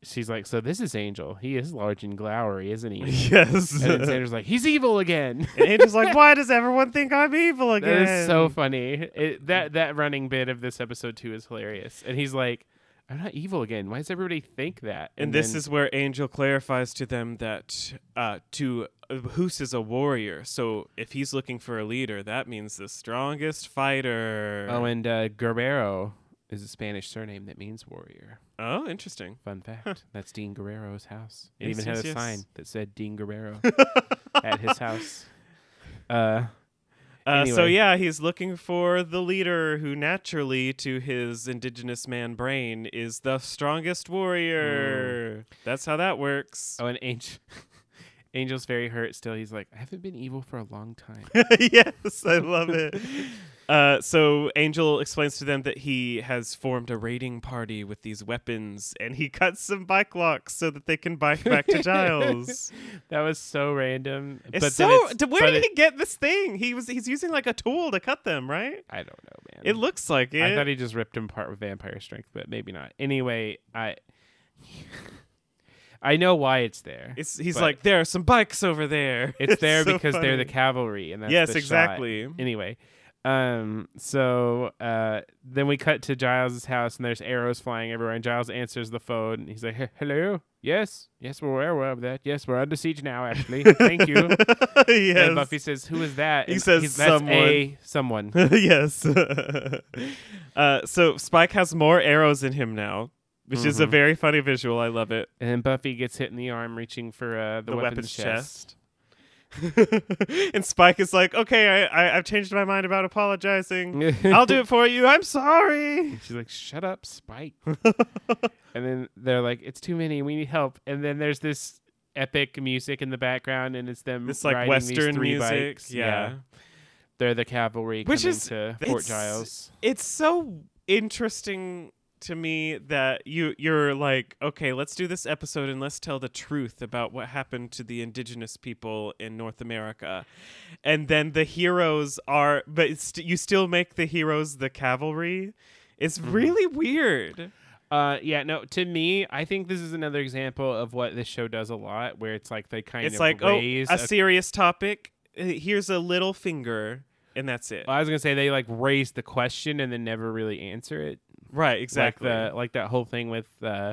[SPEAKER 1] she's like, "So this is Angel. He is large and glowery, isn't he?"
[SPEAKER 2] Yes.
[SPEAKER 1] and then Xander's like, "He's evil again."
[SPEAKER 2] And Angel's like, why does everyone think I'm evil
[SPEAKER 1] that
[SPEAKER 2] again?
[SPEAKER 1] is so funny. It, that that running bit of this episode too is hilarious. And he's like, "I'm not evil again. Why does everybody think that?"
[SPEAKER 2] And, this is where Angel clarifies to them that uh, to uh, Hoos is a warrior. So if he's looking for a leader, that means the strongest fighter.
[SPEAKER 1] oh, and uh, Guerrero is a Spanish surname that means warrior.
[SPEAKER 2] oh interesting.
[SPEAKER 1] Fun fact: that's Dean Guerrero's house. It
[SPEAKER 2] Yes,
[SPEAKER 1] even had
[SPEAKER 2] yes,
[SPEAKER 1] a
[SPEAKER 2] yes.
[SPEAKER 1] sign that said Dean Guerrero at his house. Uh,
[SPEAKER 2] Uh, So
[SPEAKER 1] Anyway.
[SPEAKER 2] yeah, he's looking for the leader who, naturally, to his indigenous man brain, is the strongest
[SPEAKER 1] Hmm.
[SPEAKER 2] warrior. That's how that works.
[SPEAKER 1] Oh, and Angel, Angel's very hurt still. He's like, I haven't been evil for a long time.
[SPEAKER 2] yes, I love it. Uh, so Angel explains to them that he has formed a raiding party with these weapons, and he cuts some bike locks so that they can bike back to Giles.
[SPEAKER 1] that was so random.
[SPEAKER 2] It's
[SPEAKER 1] but then
[SPEAKER 2] so.
[SPEAKER 1] it's-
[SPEAKER 2] d- where
[SPEAKER 1] but
[SPEAKER 2] did
[SPEAKER 1] it-
[SPEAKER 2] he get this thing? He was he's using like a tool to cut them, right?
[SPEAKER 1] I don't know, man.
[SPEAKER 2] It looks like it.
[SPEAKER 1] Mm, I thought he just ripped him apart with vampire strength, but maybe not. Anyway, I, I know why it's there. It's,
[SPEAKER 2] it's, he's
[SPEAKER 1] but-
[SPEAKER 2] like there are some bikes over there.
[SPEAKER 1] there
[SPEAKER 2] so
[SPEAKER 1] because they're the
[SPEAKER 2] funny.
[SPEAKER 1] cavalry, and that's
[SPEAKER 2] yes,
[SPEAKER 1] the shot.
[SPEAKER 2] exactly.
[SPEAKER 1] Anyway. Um. So, uh, then we cut to Giles's house, and there's arrows flying everywhere. And Giles answers the phone, and he's like, "He- "Hello, yes, yes, we're aware of that. Yes, we're under siege now. Actually, thank you."
[SPEAKER 2] yes.
[SPEAKER 1] And Buffy says, "Who is that?"
[SPEAKER 2] He
[SPEAKER 1] And
[SPEAKER 2] says,
[SPEAKER 1] he's- That's
[SPEAKER 2] "Someone."
[SPEAKER 1] A someone.
[SPEAKER 2] yes. uh, so Spike has more arrows in him now, which is a
[SPEAKER 1] Mhm.
[SPEAKER 2] very funny visual. I love it.
[SPEAKER 1] And then Buffy gets hit in the arm, reaching for uh, the, weapons, chest.
[SPEAKER 2] and Spike is like, okay, I, I, I've changed my mind about apologizing. I'll do it for you. I'm sorry.
[SPEAKER 1] She's like, "Shut up, Spike." and then they're like, "It's too many. We need help." And then there's this epic music in the background, and it's them.
[SPEAKER 2] This like
[SPEAKER 1] riding these
[SPEAKER 2] Western
[SPEAKER 1] three
[SPEAKER 2] music.
[SPEAKER 1] bikes.
[SPEAKER 2] yeah.
[SPEAKER 1] they're the cavalry,
[SPEAKER 2] Which
[SPEAKER 1] coming
[SPEAKER 2] is-
[SPEAKER 1] to Fort
[SPEAKER 2] it's-
[SPEAKER 1] Giles.
[SPEAKER 2] It's so interesting to me that you you're like, okay, let's do this episode and let's tell the truth about what happened to the indigenous people in North America. And then the heroes are but it's, you still make the heroes the cavalry. It's
[SPEAKER 1] Mm-hmm.
[SPEAKER 2] really weird.
[SPEAKER 1] Uh, yeah, no. To me, I think this is another example of what this show does a lot, where it's like they kind
[SPEAKER 2] it's
[SPEAKER 1] of
[SPEAKER 2] like, oh,
[SPEAKER 1] raise
[SPEAKER 2] a serious topic. Uh, Here's a little finger and that's it.
[SPEAKER 1] I was gonna say they like raise the question and then never really answer it.
[SPEAKER 2] right, exactly.
[SPEAKER 1] Like, the, like that whole thing with uh,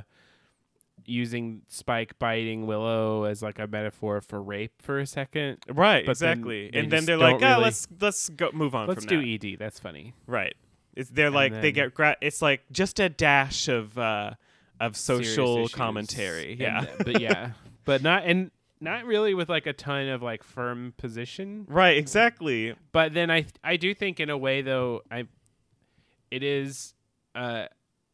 [SPEAKER 1] using Spike biting Willow as like a metaphor for rape for a second.
[SPEAKER 2] right,
[SPEAKER 1] then
[SPEAKER 2] exactly.
[SPEAKER 1] they
[SPEAKER 2] and then
[SPEAKER 1] just
[SPEAKER 2] they're like,
[SPEAKER 1] don't
[SPEAKER 2] "Ah,
[SPEAKER 1] really-
[SPEAKER 2] let's let's go move on
[SPEAKER 1] Let's
[SPEAKER 2] from
[SPEAKER 1] do
[SPEAKER 2] that.
[SPEAKER 1] ED. That's funny.
[SPEAKER 2] Right. It's they're like they
[SPEAKER 1] then-
[SPEAKER 2] get gra- it's like just a dash of uh of
[SPEAKER 1] Serious
[SPEAKER 2] social
[SPEAKER 1] issues.
[SPEAKER 2] commentary.
[SPEAKER 1] And
[SPEAKER 2] Yeah.
[SPEAKER 1] th- but yeah, but not and not really with like a ton of like firm position.
[SPEAKER 2] right, exactly.
[SPEAKER 1] but then I I do think in a way though I it is uh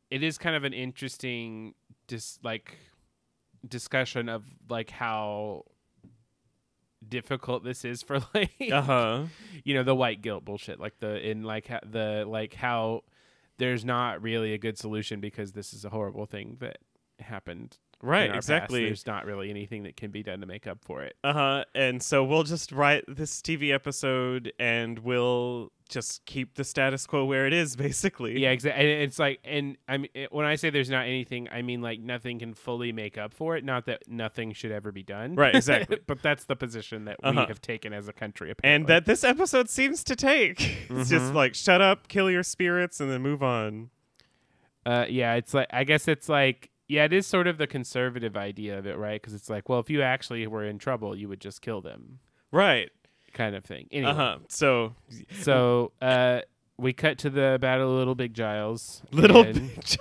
[SPEAKER 1] it is kind of an interesting dis like discussion of like how difficult this is for like
[SPEAKER 2] Uh-huh.
[SPEAKER 1] you know the white guilt bullshit like the in like ha- the like how there's not really a good solution because this is a horrible thing that happened in
[SPEAKER 2] Right,
[SPEAKER 1] our past,
[SPEAKER 2] exactly.
[SPEAKER 1] there's not really anything that can be done to make up for it.
[SPEAKER 2] Uh huh. And so we'll just write this TV episode and we'll just keep the status quo where it is, basically.
[SPEAKER 1] Yeah, exactly. And it's like, and I mean, it- when I say there's not anything, I mean like nothing can fully make up for it. Not that nothing should ever be done.
[SPEAKER 2] Right, exactly.
[SPEAKER 1] but that's the position that we
[SPEAKER 2] Uh-huh.
[SPEAKER 1] have taken as a country, apparently.
[SPEAKER 2] And that this episode seems to take. It's
[SPEAKER 1] Mm-hmm.
[SPEAKER 2] just like, shut up, kill your spirits, and then move on.
[SPEAKER 1] Uh, yeah, it's like I guess it's like yeah, it is sort of the conservative idea of it, right? Because it's like, well, if you actually were in trouble, you would just kill them,
[SPEAKER 2] Right.
[SPEAKER 1] kind of thing. Anyway,
[SPEAKER 2] Uh huh. So,
[SPEAKER 1] so uh, we cut to the battle of Little Big Giles.
[SPEAKER 2] little
[SPEAKER 1] and,
[SPEAKER 2] bitch.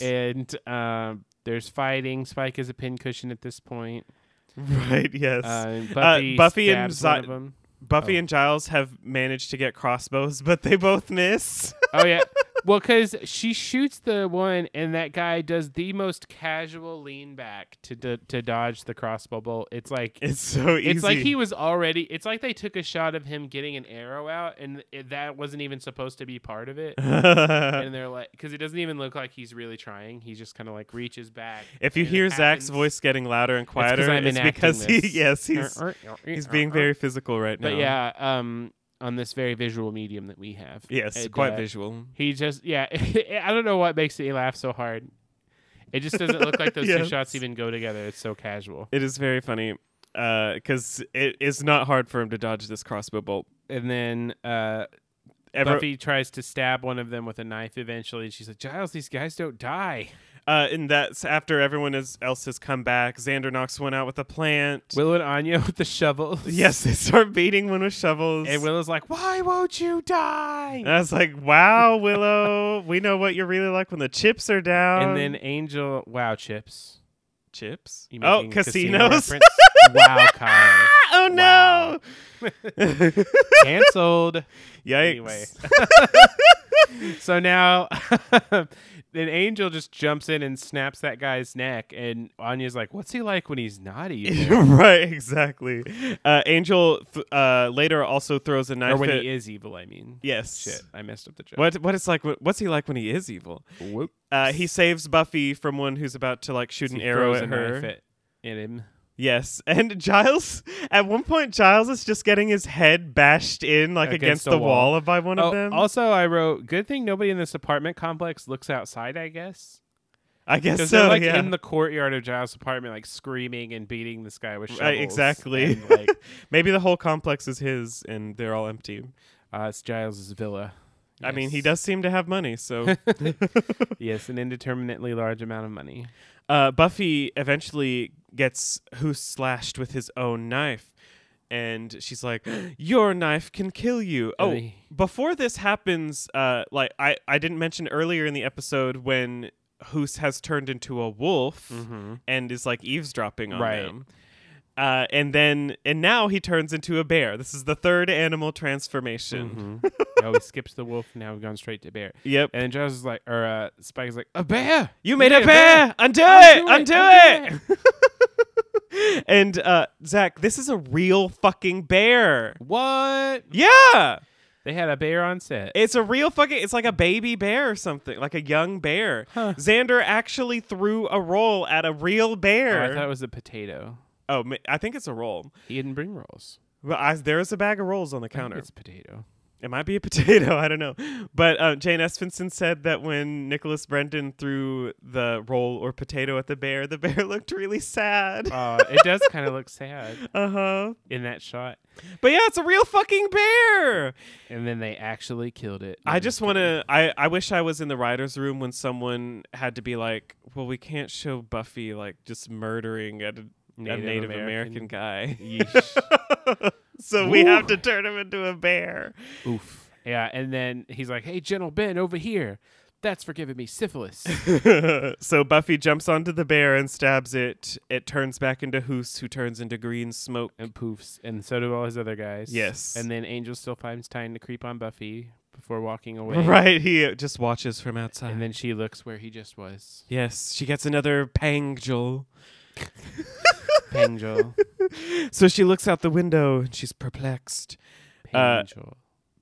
[SPEAKER 1] and um, there's fighting. Spike is a pincushion at this point.
[SPEAKER 2] right, yes.
[SPEAKER 1] Uh, and Buffy,
[SPEAKER 2] Buffy and
[SPEAKER 1] stabs one
[SPEAKER 2] Zi-
[SPEAKER 1] of 'em.
[SPEAKER 2] Buffy
[SPEAKER 1] oh.
[SPEAKER 2] and Giles have managed to get crossbows, but they both miss.
[SPEAKER 1] Oh yeah. Well, because she shoots the one, and that guy does the most casual lean back to do- to dodge the crossbow bolt. It's like
[SPEAKER 2] it's so easy.
[SPEAKER 1] It's like he was already. It's like they took a shot of him getting an arrow out, and it, that wasn't even supposed to be part of it. and they're like, because it doesn't even look like he's really trying. He just kind of like reaches back.
[SPEAKER 2] If you
[SPEAKER 1] and it
[SPEAKER 2] hear Zach's
[SPEAKER 1] happens.
[SPEAKER 2] voice getting louder and
[SPEAKER 1] It's 'cause
[SPEAKER 2] quieter,
[SPEAKER 1] I'm
[SPEAKER 2] it's
[SPEAKER 1] enacting
[SPEAKER 2] because he
[SPEAKER 1] this.
[SPEAKER 2] yes he's he's being very physical right now.
[SPEAKER 1] But yeah, um, on this very visual medium that we have.
[SPEAKER 2] yes,
[SPEAKER 1] And,
[SPEAKER 2] quite
[SPEAKER 1] uh,
[SPEAKER 2] visual.
[SPEAKER 1] He just yeah. I don't know what makes me laugh so hard. It just doesn't look like those two
[SPEAKER 2] Yes.
[SPEAKER 1] shots even go together. It's so casual.
[SPEAKER 2] It is very funny because it is not hard for him to dodge this crossbow bolt.
[SPEAKER 1] And then uh,
[SPEAKER 2] Ever,
[SPEAKER 1] Buffy tries to stab one of them with a knife eventually, and she's like, Giles, these guys don't die.
[SPEAKER 2] uh, and that's after everyone is, else has come back. Xander knocks one out with a plant.
[SPEAKER 1] Willow and Anya with the shovels.
[SPEAKER 2] yes, they start beating one with shovels.
[SPEAKER 1] And Willow's like, Why won't you die?
[SPEAKER 2] and I was like, "Wow, Willow, we know what you're really like when the chips are down."
[SPEAKER 1] and then Angel, wow, chips.
[SPEAKER 2] chips.
[SPEAKER 1] You
[SPEAKER 2] Oh,
[SPEAKER 1] making casino
[SPEAKER 2] casinos.
[SPEAKER 1] reference? wow, Kyle.
[SPEAKER 2] oh
[SPEAKER 1] Wow.
[SPEAKER 2] no.
[SPEAKER 1] Cancelled.
[SPEAKER 2] Yikes.
[SPEAKER 1] Anyway. so now an angel just jumps in and snaps that guy's neck, and Anya's like, What's he like when he's not evil?
[SPEAKER 2] right, exactly. Uh, Angel th- uh, later also throws a knife.
[SPEAKER 1] or when
[SPEAKER 2] at-
[SPEAKER 1] he is evil, I mean.
[SPEAKER 2] yes.
[SPEAKER 1] Shit, I messed up the joke.
[SPEAKER 2] What what is like? What, what's he like when he is evil?
[SPEAKER 1] Whoop.
[SPEAKER 2] Uh, he saves Buffy from one who's about to like shoot an
[SPEAKER 1] He
[SPEAKER 2] arrow
[SPEAKER 1] throws
[SPEAKER 2] at
[SPEAKER 1] a knife
[SPEAKER 2] her.
[SPEAKER 1] at- at him.
[SPEAKER 2] Yes, and Giles. At one point, Giles is just getting his head bashed in like
[SPEAKER 1] Against
[SPEAKER 2] against,
[SPEAKER 1] a
[SPEAKER 2] the
[SPEAKER 1] wall.
[SPEAKER 2] wall. by one
[SPEAKER 1] Oh,
[SPEAKER 2] of them.
[SPEAKER 1] Also, I wrote, "Good thing nobody in this apartment complex looks outside." I guess
[SPEAKER 2] I guess
[SPEAKER 1] because
[SPEAKER 2] so.
[SPEAKER 1] they're like
[SPEAKER 2] yeah.
[SPEAKER 1] in the courtyard of Giles' apartment, like screaming and beating this guy with shovels.
[SPEAKER 2] Right, exactly.
[SPEAKER 1] and, like
[SPEAKER 2] Maybe the whole complex is his, and they're all empty.
[SPEAKER 1] uh, it's Giles's villa.
[SPEAKER 2] I mean, he
[SPEAKER 1] Yes.
[SPEAKER 2] does seem to have money, so
[SPEAKER 1] Yes, an indeterminately large amount of money.
[SPEAKER 2] uh, Buffy eventually gets who slashed with his own knife, and she's like, "Your knife can kill you." Oh,
[SPEAKER 1] Really?
[SPEAKER 2] before this happens, uh, like I I didn't mention earlier in the episode when Hoos has turned into a wolf and is like eavesdropping on
[SPEAKER 1] Mm-hmm. Right.
[SPEAKER 2] them. Uh, and then and now he turns into a bear. This is the third animal transformation.
[SPEAKER 1] oh, he skips the wolf. Now we've gone straight to bear.
[SPEAKER 2] Yep.
[SPEAKER 1] And then Giles is like, or uh, Spike is like, a bear.
[SPEAKER 2] You made, a,
[SPEAKER 1] made a
[SPEAKER 2] bear. Undo, it!
[SPEAKER 1] Undo it!
[SPEAKER 2] Undo, it! and uh, Zach, this is a real fucking bear.
[SPEAKER 1] What?
[SPEAKER 2] Yeah,
[SPEAKER 1] They had a bear on set.
[SPEAKER 2] it's a real fucking. It's like a baby bear or something, like a young bear. Xander actually threw a roll at a real
[SPEAKER 1] Oh,
[SPEAKER 2] bear.
[SPEAKER 1] I thought it was a potato.
[SPEAKER 2] Oh, ma- I think it's a roll.
[SPEAKER 1] He didn't bring rolls.
[SPEAKER 2] But I, there is a bag of rolls on the
[SPEAKER 1] I think
[SPEAKER 2] counter.
[SPEAKER 1] It's potato.
[SPEAKER 2] It might be a potato. I don't know. But uh, Jane Espenson said that when Nicholas Brendan threw the roll or potato at the bear, the bear looked really sad.
[SPEAKER 1] Uh, it does kind of look sad
[SPEAKER 2] Uh huh.
[SPEAKER 1] in that shot.
[SPEAKER 2] But yeah, it's a real fucking bear.
[SPEAKER 1] And then they actually killed it.
[SPEAKER 2] I just want to. I, I wish I was in the writer's room when someone had to be like, well, we can't show Buffy like just murdering a
[SPEAKER 1] Native
[SPEAKER 2] Native, a Native
[SPEAKER 1] American.
[SPEAKER 2] American, guy.
[SPEAKER 1] Yeesh.
[SPEAKER 2] so we have
[SPEAKER 1] Ooh.
[SPEAKER 2] to turn him into a bear.
[SPEAKER 1] Oof. Yeah, and then he's like, "Hey, General Ben, over here. That's for giving me syphilis."
[SPEAKER 2] so Buffy jumps onto the bear and stabs it. It turns back into Hoos, who turns into green smoke.
[SPEAKER 1] and poofs, and so do all his other guys.
[SPEAKER 2] Yes.
[SPEAKER 1] And then Angel still finds time to creep on Buffy before walking away.
[SPEAKER 2] Right, he just watches from outside.
[SPEAKER 1] And then she looks where he just was.
[SPEAKER 2] yes, she gets another pang, Joel.
[SPEAKER 1] Angel.
[SPEAKER 2] So she looks out the window and she's perplexed. Uh,
[SPEAKER 1] Angel.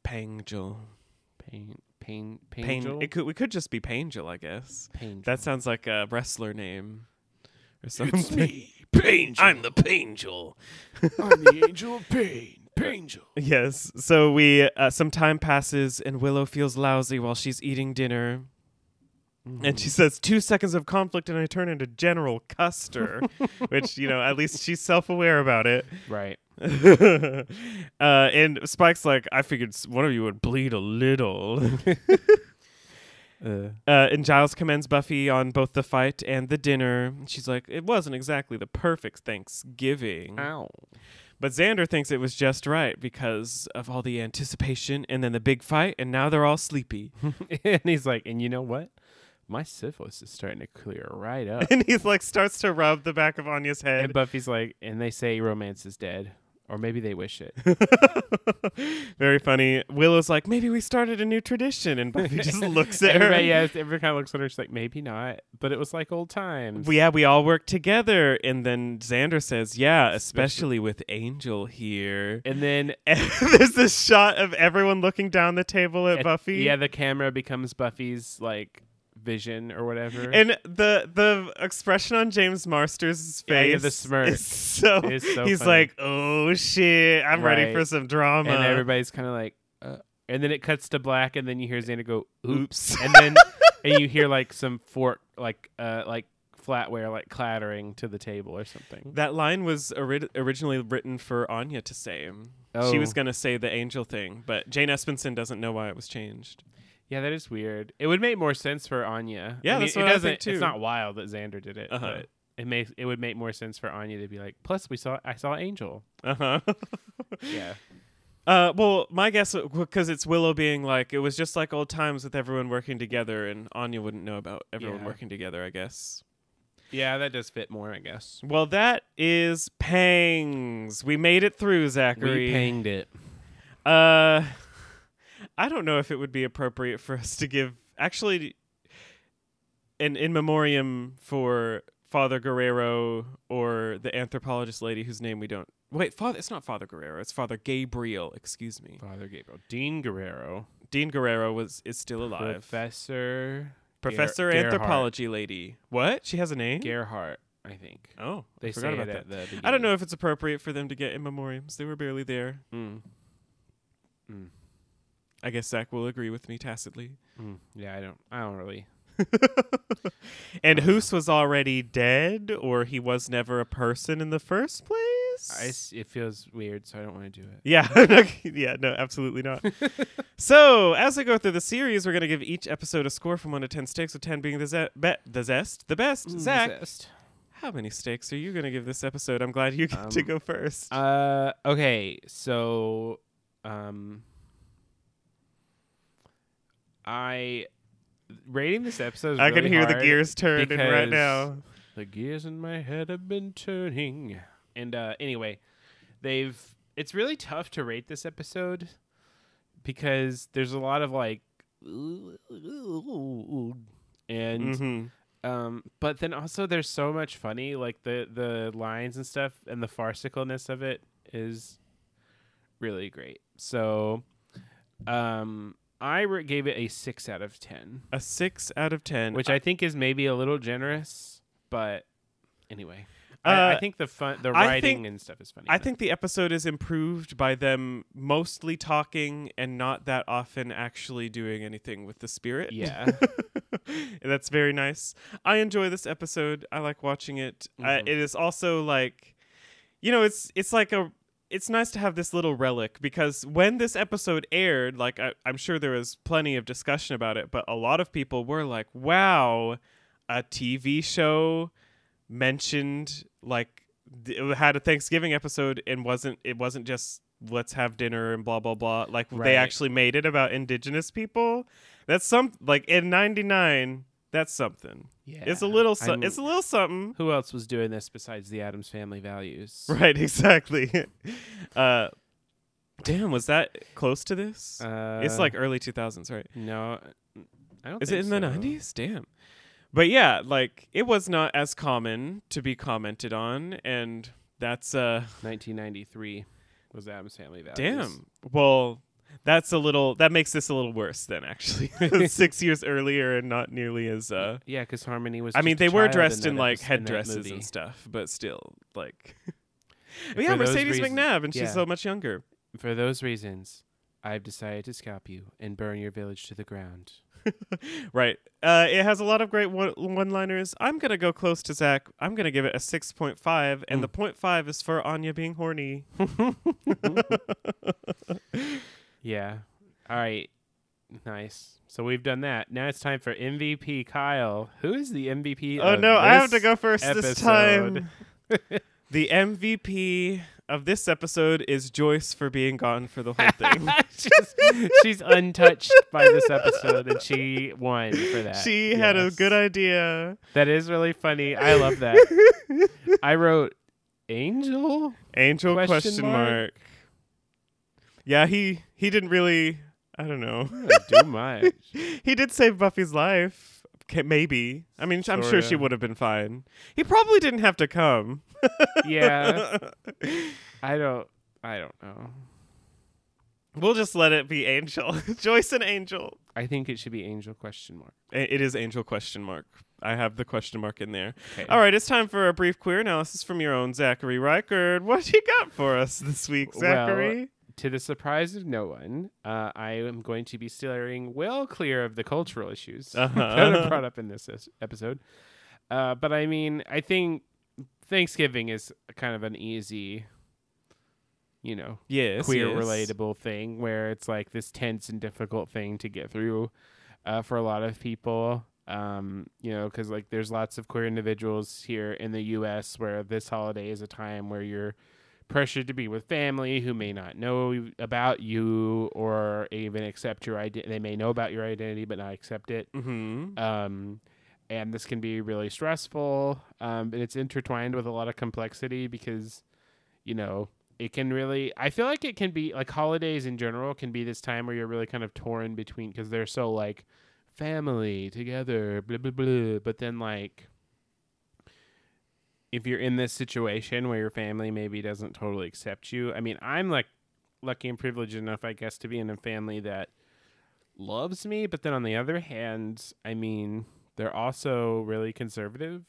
[SPEAKER 2] Pangel.
[SPEAKER 1] Pain. Pain. Pain.
[SPEAKER 2] Pain. It could, we could just be Pangel, I guess.
[SPEAKER 1] Pain.
[SPEAKER 2] That sounds like a wrestler name. or something.
[SPEAKER 3] Pain.
[SPEAKER 2] I'm the Pangel.
[SPEAKER 3] I'm the angel of pain. Painjel.
[SPEAKER 2] Yes. So we uh, some time passes and Willow feels lousy while she's eating dinner. And she says, two seconds of conflict and I turn into General Custer, which, you know, at least she's self aware about it.
[SPEAKER 1] Right.
[SPEAKER 2] uh, and Spike's like, I figured s- one of you would bleed a little.
[SPEAKER 1] Uh,
[SPEAKER 2] Uh, and Giles commends Buffy on both the fight and the dinner. She's like, it wasn't exactly the perfect Thanksgiving.
[SPEAKER 1] Ow.
[SPEAKER 2] But Xander thinks it was just right because of all the anticipation and then the big fight, and now they're all sleepy.
[SPEAKER 1] and he's like, and you know what? My syphilis is starting to clear right up.
[SPEAKER 2] and he's like, starts to rub the back of Anya's
[SPEAKER 1] and
[SPEAKER 2] head.
[SPEAKER 1] Buffy's like, and they say romance is dead, or maybe they wish it.
[SPEAKER 2] Very funny. Willow's like, maybe we started a new tradition, and Buffy just looks at her.
[SPEAKER 1] everybody, yes, everybody kind of looks at her. She's like, maybe not, but it was like old times.
[SPEAKER 2] We- Yeah, we all work together. And then Xander says, Yeah, especially with Angel here.
[SPEAKER 1] and then
[SPEAKER 2] And there's this shot of everyone looking down the table at
[SPEAKER 1] at-
[SPEAKER 2] Buffy.
[SPEAKER 1] yeah, the camera becomes Buffy's like vision or whatever.
[SPEAKER 2] And the the expression on James Marsters'
[SPEAKER 1] Yeah,
[SPEAKER 2] face
[SPEAKER 1] yeah, the smirk
[SPEAKER 2] is so,
[SPEAKER 1] is so
[SPEAKER 2] he's
[SPEAKER 1] funny.
[SPEAKER 2] like, "Oh shit, I'm ready
[SPEAKER 1] Right.
[SPEAKER 2] for some drama."
[SPEAKER 1] And everybody's kind of like, uh, and then it cuts to black, and then you hear Xander go, "Oops,"
[SPEAKER 2] Oops.
[SPEAKER 1] and then and you hear like some fork, like uh, like flatware, like clattering to the table or something.
[SPEAKER 2] that line was ori- originally written for Anya to say. She
[SPEAKER 1] Oh.
[SPEAKER 2] was going to say the angel thing, but Jane Espenson doesn't know why it was changed.
[SPEAKER 1] Yeah, that is weird. It would make more sense for Anya. I
[SPEAKER 2] Yeah,
[SPEAKER 1] mean,
[SPEAKER 2] that's
[SPEAKER 1] it
[SPEAKER 2] what I think
[SPEAKER 1] doesn't.
[SPEAKER 2] too.
[SPEAKER 1] It's not wild that Xander did it,
[SPEAKER 2] Uh-huh.
[SPEAKER 1] but it makes it would make more sense for Anya to be like. Plus, we saw I saw Angel.
[SPEAKER 2] Uh-huh.
[SPEAKER 1] Yeah,
[SPEAKER 2] uh, well, my guess because it's Willow being like it was just like old times with everyone working together and Anya wouldn't know about everyone
[SPEAKER 1] Yeah.
[SPEAKER 2] working together, I guess.
[SPEAKER 1] yeah, that does fit more, I guess.
[SPEAKER 2] Well, that is pangs. We made it through, Zachary.
[SPEAKER 1] We panged it.
[SPEAKER 2] Uh, I don't know if it would be appropriate for us to give actually an in memoriam for Father Guerrero or the anthropologist lady whose name we don't. Wait, father. It's not Father Guerrero. It's Father Gabriel. Excuse me.
[SPEAKER 1] Father Gabriel, Dean Guerrero,
[SPEAKER 2] Dean Guerrero was is still alive.
[SPEAKER 1] Professor
[SPEAKER 2] Professor
[SPEAKER 1] Ger-
[SPEAKER 2] Anthropology lady. What? She has a name.
[SPEAKER 1] Gerhardt, I think.
[SPEAKER 2] oh,
[SPEAKER 1] They
[SPEAKER 2] I forgot
[SPEAKER 1] say
[SPEAKER 2] about
[SPEAKER 1] it at the
[SPEAKER 2] that. I don't
[SPEAKER 1] beginning.
[SPEAKER 2] know if it's appropriate for them to get in memoriams. They were barely there.
[SPEAKER 1] Mm.
[SPEAKER 2] I guess Zach will agree with me tacitly.
[SPEAKER 1] Mm. Yeah, I don't. I don't really.
[SPEAKER 2] and
[SPEAKER 1] Uh-huh.
[SPEAKER 2] Hoos was already dead, or he was never a person in the first place.
[SPEAKER 1] I s it feels weird, so I don't want to do it.
[SPEAKER 2] yeah, no, yeah, no, absolutely not. so, as we go through the series, we're going to give each episode a score from one to ten stakes, with ten being the, ze- be- the zest, the
[SPEAKER 1] Mm,
[SPEAKER 2] best. Zach,
[SPEAKER 1] Zest.
[SPEAKER 2] how many stakes are you going to give this episode? I'm glad you get to
[SPEAKER 1] Um,
[SPEAKER 2] go first.
[SPEAKER 1] Uh, okay, so, um, I rating this episode. is
[SPEAKER 2] I can
[SPEAKER 1] really
[SPEAKER 2] hear the
[SPEAKER 1] hard
[SPEAKER 2] gears turning right
[SPEAKER 1] because
[SPEAKER 2] now.
[SPEAKER 1] The gears in my head have been turning, and uh, anyway, they've. It's really tough to rate this episode because there's a lot of like, and
[SPEAKER 2] Mhm.
[SPEAKER 1] um, but then also there's so much funny, like the the lines and stuff, and the farcicalness of it is really great. So, um, I re- gave it a six out of ten,
[SPEAKER 2] A six out of ten.
[SPEAKER 1] which I think is maybe a little generous, but anyway,
[SPEAKER 2] Uh,
[SPEAKER 1] I, I think the fun, the
[SPEAKER 2] I
[SPEAKER 1] writing
[SPEAKER 2] think-
[SPEAKER 1] and stuff is funny.
[SPEAKER 2] I think the episode is improved by them mostly talking and not that often actually doing anything with the spirit.
[SPEAKER 1] Yeah.
[SPEAKER 2] And That's very nice. I enjoy this episode. I like watching it.
[SPEAKER 1] Mhm.
[SPEAKER 2] I- it is also like you know, it's it's like a it's nice to have this little relic because when this episode aired, like I, I'm sure there was plenty of discussion about it, but a lot of people were like, "Wow, a TV show mentioned like th- it had a Thanksgiving episode and wasn't it wasn't just let's have dinner and blah blah blah like
[SPEAKER 1] Right.
[SPEAKER 2] they actually made it about indigenous people that's some like in 99 that's something
[SPEAKER 1] yeah,
[SPEAKER 2] it's a little so-
[SPEAKER 1] I'm-
[SPEAKER 2] it's a little something
[SPEAKER 1] who else was doing this besides the Adams Family Values?
[SPEAKER 2] right exactly uh damn was that close to this
[SPEAKER 1] Uh,
[SPEAKER 2] it's like early 2000s right
[SPEAKER 1] no, I don't.
[SPEAKER 2] Is it
[SPEAKER 1] think
[SPEAKER 2] in the
[SPEAKER 1] so.
[SPEAKER 2] nineties? Damn. But yeah, like it was not as common to be commented on, and that's uh
[SPEAKER 1] 1993 was Adam's Family Values.
[SPEAKER 2] damn. Well, That's a little. That makes this a little worse then, actually. Six years earlier and not nearly as. Uh,
[SPEAKER 1] Yeah, because Harmony was.
[SPEAKER 2] I mean,
[SPEAKER 1] just a
[SPEAKER 2] they were
[SPEAKER 1] child
[SPEAKER 2] dressed
[SPEAKER 1] that
[SPEAKER 2] in like
[SPEAKER 1] episode- in that
[SPEAKER 2] headdresses
[SPEAKER 1] movie.
[SPEAKER 2] and stuff, but still, like. yeah,
[SPEAKER 1] for those
[SPEAKER 2] Mercedes
[SPEAKER 1] reasons-
[SPEAKER 2] McNabb, and
[SPEAKER 1] yeah.
[SPEAKER 2] she's so much younger.
[SPEAKER 1] For those reasons, I've decided to scalp you and burn your village to the ground.
[SPEAKER 2] Right. Uh, it has a lot of great one- one-liners. I'm gonna go close to Zach. I'm gonna give it a six point five, and
[SPEAKER 1] Mm.
[SPEAKER 2] the point five is for Anya being horny.
[SPEAKER 1] Yeah. All right. Nice. So we've done that. Now it's time for MVP Kyle. Who is the MVP?
[SPEAKER 2] Oh
[SPEAKER 1] of
[SPEAKER 2] no, I have to
[SPEAKER 1] this
[SPEAKER 2] go first this time.
[SPEAKER 1] episode?
[SPEAKER 2] The MVP of this episode is Joyce for being gone for the whole thing.
[SPEAKER 1] she's, she's untouched by this episode, and she won for that.
[SPEAKER 2] she had a
[SPEAKER 1] Yes.
[SPEAKER 2] good idea.
[SPEAKER 1] That is really funny. I love that. I wrote Angel.
[SPEAKER 2] Angel
[SPEAKER 1] Question
[SPEAKER 2] question,
[SPEAKER 1] mark?
[SPEAKER 2] mark. Yeah, he he didn't really. I don't know.
[SPEAKER 1] do much.
[SPEAKER 2] he did save Buffy's life. Ca- Maybe. I mean, I'm sure she
[SPEAKER 1] Sorta.
[SPEAKER 2] would have been fine. He probably didn't have to come.
[SPEAKER 1] Yeah. I don't. I don't know.
[SPEAKER 2] We'll just let it be Angel. Joyce and Angel.
[SPEAKER 1] I think it should be Angel question mark.
[SPEAKER 2] A- It is Angel question mark. I have the question mark in there. All right, it's time for a brief queer analysis from your own Zachary Reichard. What you got for us this week,
[SPEAKER 1] Well,
[SPEAKER 2] Zachary?
[SPEAKER 1] To the surprise of no one, uh, I am going to be steering well clear of the cultural issues that are
[SPEAKER 2] Uh-huh.
[SPEAKER 1] brought up in this es- episode. Uh, but I mean, I think Thanksgiving is kind of an easy, you know,
[SPEAKER 2] yes,
[SPEAKER 1] queer
[SPEAKER 2] yes.
[SPEAKER 1] relatable thing where it's like this tense and difficult thing to get through uh, for a lot of people um you know because like there's lots of queer individuals here in the us where this holiday is a time where you're pressured to be with family who may not know about you or even accept your identity they may know about your identity but not accept it
[SPEAKER 2] Mm-hmm.
[SPEAKER 1] um, and this can be really stressful. Um, and it's intertwined with a lot of complexity because, you know, it can really. I feel like it can be like holidays in general can be this time where you're really kind of torn between because they're so like family together, blah blah blah. But then like. If you're in this situation where your family maybe doesn't totally accept you, I mean, I'm like lucky and privileged enough, I guess, to be in a family that loves me, but then on the other hand, I mean, they're also really conservative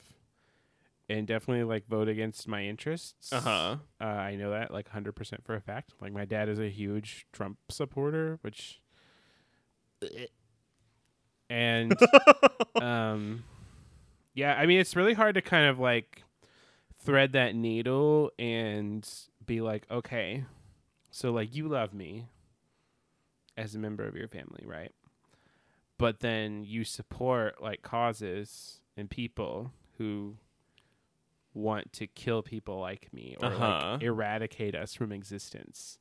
[SPEAKER 1] and definitely like vote against my interests.
[SPEAKER 2] Uh huh.
[SPEAKER 1] Uh, I know that like 100% for a fact. Like my dad is a huge Trump supporter, which and um yeah, I mean it's really hard to kind of like thread that needle and be like, okay, so like you love me as a member of your family, right? But then you support like causes and people who want to kill people like me or
[SPEAKER 2] Uh-huh.
[SPEAKER 1] like eradicate us from existence.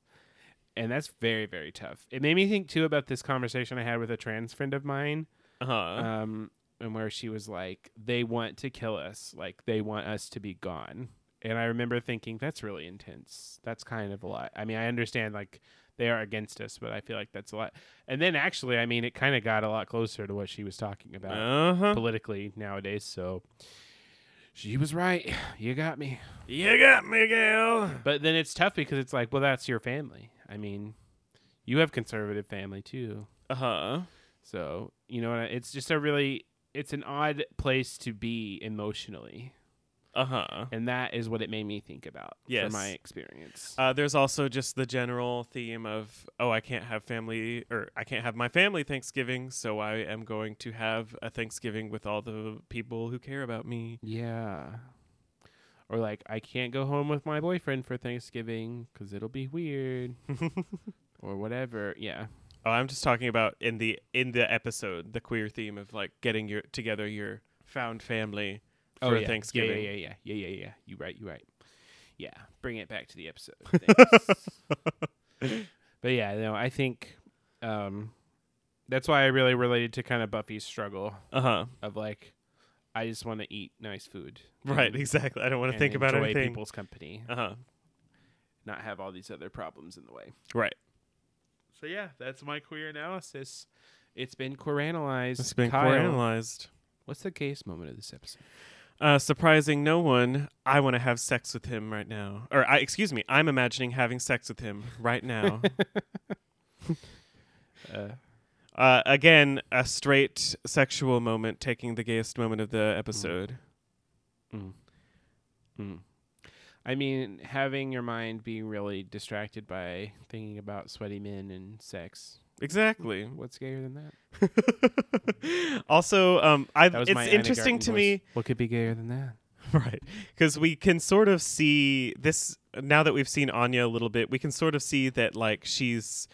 [SPEAKER 1] And that's very, very tough. It made me think too about this conversation I had with a trans friend of mine
[SPEAKER 2] Uh-huh.
[SPEAKER 1] um, and where she was like, "They want to kill us. Like they want us to be gone." And I remember thinking, "That's really intense. That's kind of a lot." I mean, I understand like they are against us, but I feel like that's a lot. And then actually, I mean, it kind of got a lot closer to what she was talking about
[SPEAKER 2] Uh-huh.
[SPEAKER 1] politically nowadays. So she was right. You got me.
[SPEAKER 2] You got me, Gail.
[SPEAKER 1] But then it's tough because it's like, well, that's your family. I mean, you have conservative family too.
[SPEAKER 2] Uh huh.
[SPEAKER 1] So you know, it's just a really, it's an odd place to be emotionally,
[SPEAKER 2] Uh huh.
[SPEAKER 1] and that is what it made me think about.
[SPEAKER 2] Yes.
[SPEAKER 1] from my experience.
[SPEAKER 2] Uh, there's also just the general theme of, oh, I can't have family or I can't have my family Thanksgiving, so I am going to have a Thanksgiving with all the people who care about me.
[SPEAKER 1] yeah. Or like, I can't go home with my boyfriend for Thanksgiving because it'll be weird, or whatever. Yeah.
[SPEAKER 2] Oh, I'm just talking about in the in the episode the queer theme of like getting your together your found family
[SPEAKER 1] Oh,
[SPEAKER 2] for
[SPEAKER 1] yeah.
[SPEAKER 2] Thanksgiving.
[SPEAKER 1] Yeah, yeah, yeah, yeah, yeah, yeah. You right, you right. Yeah, bring it back to the episode. Thanks. but yeah, no, I think um, that's why I really related to kind of Buffy's struggle.
[SPEAKER 2] Uh huh.
[SPEAKER 1] of like I just want to eat nice food.
[SPEAKER 2] Right.
[SPEAKER 1] and-
[SPEAKER 2] Exactly. I don't want to
[SPEAKER 1] and
[SPEAKER 2] think about
[SPEAKER 1] enjoy
[SPEAKER 2] anything.
[SPEAKER 1] people's company,
[SPEAKER 2] Uh huh.
[SPEAKER 1] not have all these other problems in the way.
[SPEAKER 2] Right.
[SPEAKER 1] So yeah, that's my queer analysis. It's been queeranalyzed.
[SPEAKER 2] It's been
[SPEAKER 1] Kyle,
[SPEAKER 2] analyzed.
[SPEAKER 1] What's the case moment of this episode?
[SPEAKER 2] uh, surprising no one, I want to have sex with him right now. Or, I, excuse me, I'm imagining having sex with him right now.
[SPEAKER 1] Uh,
[SPEAKER 2] Uh, again, a straight sexual moment, taking the gayest moment of the episode.
[SPEAKER 1] Mm. I mean, having your mind be really distracted by thinking about sweaty men and sex.
[SPEAKER 2] Exactly.
[SPEAKER 1] What's gayer than that?
[SPEAKER 2] also, um, I
[SPEAKER 1] That was
[SPEAKER 2] it's
[SPEAKER 1] my Anna
[SPEAKER 2] interesting
[SPEAKER 1] Garten
[SPEAKER 2] to
[SPEAKER 1] voice.
[SPEAKER 2] me.
[SPEAKER 1] What could be gayer than that?
[SPEAKER 2] right because we can sort of see this now that we've seen anya a little bit we can sort of see that like she's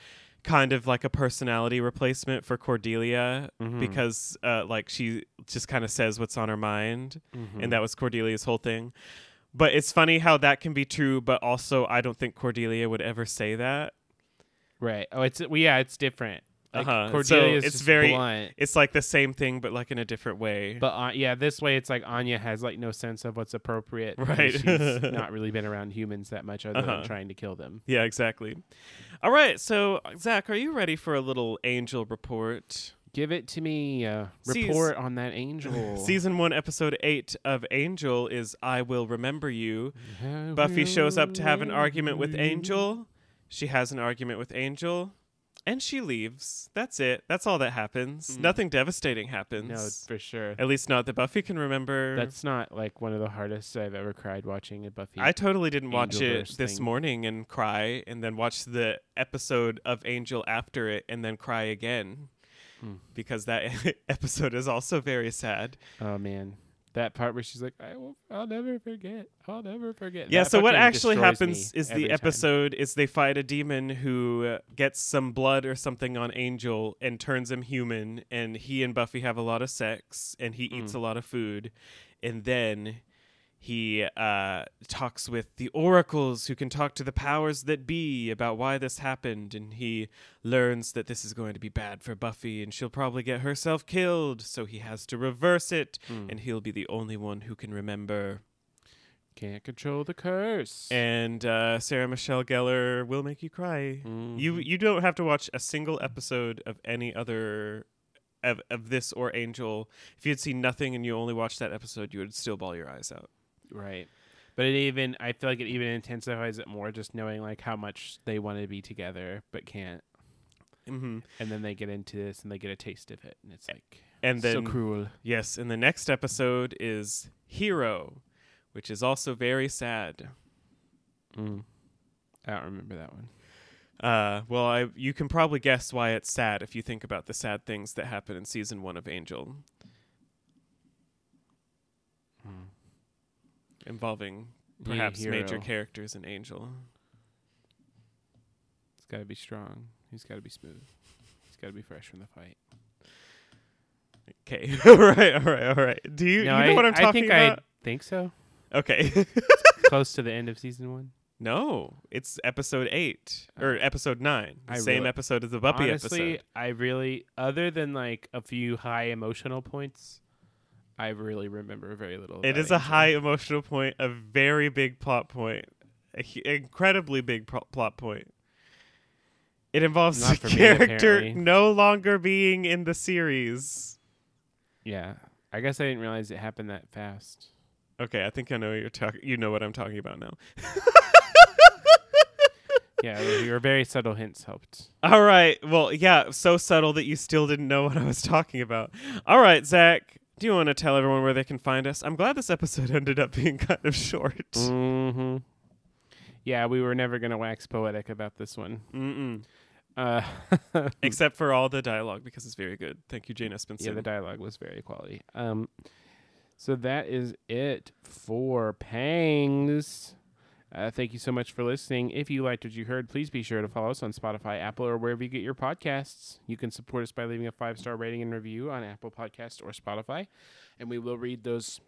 [SPEAKER 2] kind of like a personality replacement for cordelia
[SPEAKER 1] Mm.
[SPEAKER 2] because uh, like she just kind of says what's on her mind
[SPEAKER 1] Mm-hmm. Hmm.
[SPEAKER 2] and that was cordelia's whole thing but it's funny how that can be true but also i don't think cordelia would ever say that
[SPEAKER 1] Right. Oh, it's well, yeah, it's different. Like,
[SPEAKER 2] Uh-huh. So
[SPEAKER 1] Cordelia is
[SPEAKER 2] it's
[SPEAKER 1] just
[SPEAKER 2] very-
[SPEAKER 1] blunt,
[SPEAKER 2] it's like the same thing but like in a different way
[SPEAKER 1] but uh, yeah, this way it's like Anya has like no sense of what's appropriate. because
[SPEAKER 2] Right.
[SPEAKER 1] She's not really been around humans that much other
[SPEAKER 2] Uh-huh.
[SPEAKER 1] than trying to kill them.
[SPEAKER 2] yeah exactly all right so zach are you ready for a little angel report
[SPEAKER 1] Give it to me. Uh,
[SPEAKER 2] Seas-
[SPEAKER 1] report on that angel.
[SPEAKER 2] Season one, episode eight of Angel is I Will Remember You.
[SPEAKER 1] How
[SPEAKER 2] Buffy
[SPEAKER 1] will
[SPEAKER 2] shows up to have an
[SPEAKER 1] I
[SPEAKER 2] argument with
[SPEAKER 1] be?
[SPEAKER 2] Angel. She has an argument with Angel and she leaves. That's it. That's all that happens. Nothing devastating happens.
[SPEAKER 1] Hmm. No, for sure.
[SPEAKER 2] At least not that Buffy can remember.
[SPEAKER 1] That's not like one of the hardest I've ever cried watching a Buffy.
[SPEAKER 2] I totally didn't watch it
[SPEAKER 1] Angelverse
[SPEAKER 2] this
[SPEAKER 1] thing.
[SPEAKER 2] morning and cry and then watch the episode of Angel after it and then cry again.
[SPEAKER 1] Hmm.
[SPEAKER 2] Because that episode is also very sad.
[SPEAKER 1] oh man, that part where she's like, "I will, I'll never forget. I'll never forget."
[SPEAKER 2] Yeah,
[SPEAKER 1] That
[SPEAKER 2] so what
[SPEAKER 1] fucking
[SPEAKER 2] actually
[SPEAKER 1] destroys
[SPEAKER 2] happens
[SPEAKER 1] me
[SPEAKER 2] is
[SPEAKER 1] every
[SPEAKER 2] the
[SPEAKER 1] time.
[SPEAKER 2] episode is they fight a demon who uh, gets some blood or something on Angel and turns him human and he and Buffy have a lot of sex and he
[SPEAKER 1] Mm.
[SPEAKER 2] eats a lot of food and then he uh, talks with the oracles who can talk to the powers that be about why this happened and he learns that this is going to be bad for buffy and she'll probably get herself killed so he has to reverse it
[SPEAKER 1] Mm.
[SPEAKER 2] and he'll be the only one who can remember
[SPEAKER 1] Can't control the curse.
[SPEAKER 2] and uh, Sarah Michelle Gellar will make you cry. You
[SPEAKER 1] Mm-hmm.
[SPEAKER 2] you don't have to watch a single episode of any other of, of this or Angel. If you had seen nothing and you only watched that episode, you would still bawl your eyes out.
[SPEAKER 1] right. But it even I feel like it even intensifies it more just knowing like how much they want to be together but can't.
[SPEAKER 2] Mm-hmm.
[SPEAKER 1] And then they get into this and they get a taste of it and it's like
[SPEAKER 2] And then
[SPEAKER 1] so cruel.
[SPEAKER 2] yes, and the next episode is Hero, which is also very sad.
[SPEAKER 1] I don't remember that one.
[SPEAKER 2] Uh, well, I you can probably guess why it's sad if you think about the sad things that happen in season one of Angel, involving
[SPEAKER 1] Being a
[SPEAKER 2] perhaps major
[SPEAKER 1] hero.
[SPEAKER 2] characters in Angel.
[SPEAKER 1] It's got to be strong. He's got to be smooth. He's got to be fresh from the fight.
[SPEAKER 2] Okay, all right, all right, all right. Do you,
[SPEAKER 1] no,
[SPEAKER 2] you know
[SPEAKER 1] I,
[SPEAKER 2] what I'm
[SPEAKER 1] I
[SPEAKER 2] talking
[SPEAKER 1] think
[SPEAKER 2] about?
[SPEAKER 1] I think so.
[SPEAKER 2] Okay,
[SPEAKER 1] Close to the end of season one.
[SPEAKER 2] no, it's episode eight or episode nine,
[SPEAKER 1] Uh, I
[SPEAKER 2] same
[SPEAKER 1] really-
[SPEAKER 2] episode as the Buffy
[SPEAKER 1] Honestly,
[SPEAKER 2] episode.
[SPEAKER 1] I really, other than like a few high emotional points, I really remember very little.
[SPEAKER 2] It
[SPEAKER 1] about
[SPEAKER 2] is a
[SPEAKER 1] Angel.
[SPEAKER 2] high emotional point, a very big plot point, a hu- incredibly big pro- plot point. It involves
[SPEAKER 1] Not
[SPEAKER 2] the
[SPEAKER 1] for me,
[SPEAKER 2] character
[SPEAKER 1] apparently.
[SPEAKER 2] no longer being in the series.
[SPEAKER 1] Yeah, I guess I didn't realize it happened that fast.
[SPEAKER 2] Okay, I think I know what you're talking. You know what I'm talking about now.
[SPEAKER 1] Yeah, well, your very subtle hints helped.
[SPEAKER 2] All right. Well, yeah, so subtle that you still didn't know what I was talking about. All right, Zach. Do you want to tell everyone where they can find us? I'm glad this episode ended up being kind of short.
[SPEAKER 1] Mm-hmm. Yeah, we were never gonna wax poetic about this one,
[SPEAKER 2] Mm-mm.
[SPEAKER 1] uh,
[SPEAKER 2] Except for all the dialogue because it's very good. Thank you, Jane Espenson.
[SPEAKER 1] yeah, the dialogue was very quality. Um, so that is it for Pangs. Uh, thank you so much for listening. If you liked what you heard, please be sure to follow us on Spotify, Apple, or wherever you get your podcasts. You can support us by leaving a five star rating and review on Apple Podcasts or Spotify, and we will read those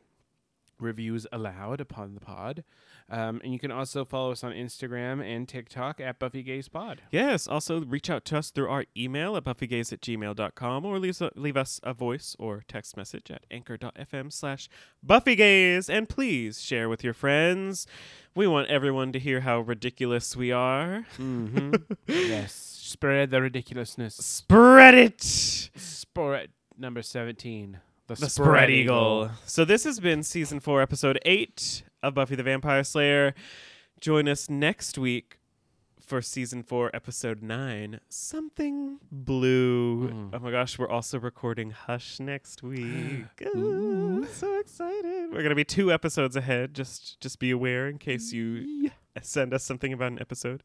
[SPEAKER 1] reviews aloud upon the pod. Um, and you can also follow us on Instagram and TikTok at Buffy Gays Pod.
[SPEAKER 2] Yes. Also, reach out to us through our email at buffygaze at gmail.com or leave, leave us a voice or text message at anchor.fm slash buffygaze. And please share with your friends. We want everyone to hear how ridiculous we are.
[SPEAKER 1] yes, spread the ridiculousness.
[SPEAKER 2] Spread it!
[SPEAKER 1] Sport number 17.
[SPEAKER 2] The Spread Eagle. So, this has been season four, episode eight of Buffy the Vampire Slayer. Join us next week for season four, episode nine, something blue. Oh my gosh, we're also recording Hush next week. Ooh, I'm so excited. We're gonna be two episodes ahead. Just just be aware in case you send us something about an episode.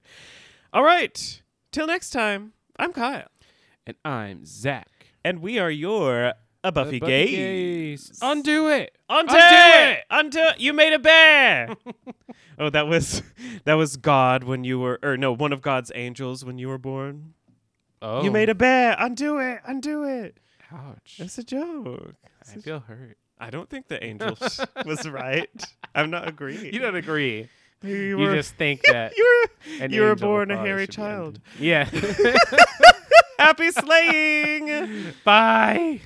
[SPEAKER 2] All right. Till next time, I'm Kyle.
[SPEAKER 1] And I'm Zach.
[SPEAKER 2] And we are your A Buffy,
[SPEAKER 1] Buffy
[SPEAKER 2] Gaze.
[SPEAKER 1] Gaze. Undo it.
[SPEAKER 2] Unto
[SPEAKER 1] Undo it!
[SPEAKER 2] Unto you made a bear. oh, that was that was God when you were or no, one of God's angels when you were born.
[SPEAKER 1] Oh,
[SPEAKER 2] You made a bear. Undo it. Undo it.
[SPEAKER 1] Ouch.
[SPEAKER 2] That's a joke.
[SPEAKER 1] I feel hurt.
[SPEAKER 2] I don't think the angels was right. I'm not agreeing.
[SPEAKER 1] You don't agree.
[SPEAKER 2] you,
[SPEAKER 1] You,
[SPEAKER 2] were,
[SPEAKER 1] just think that
[SPEAKER 2] you were,
[SPEAKER 1] an
[SPEAKER 2] you were
[SPEAKER 1] angel
[SPEAKER 2] born a
[SPEAKER 1] father
[SPEAKER 2] hairy
[SPEAKER 1] should be
[SPEAKER 2] child.
[SPEAKER 1] under- Yeah.
[SPEAKER 2] Happy slaying.
[SPEAKER 1] Bye.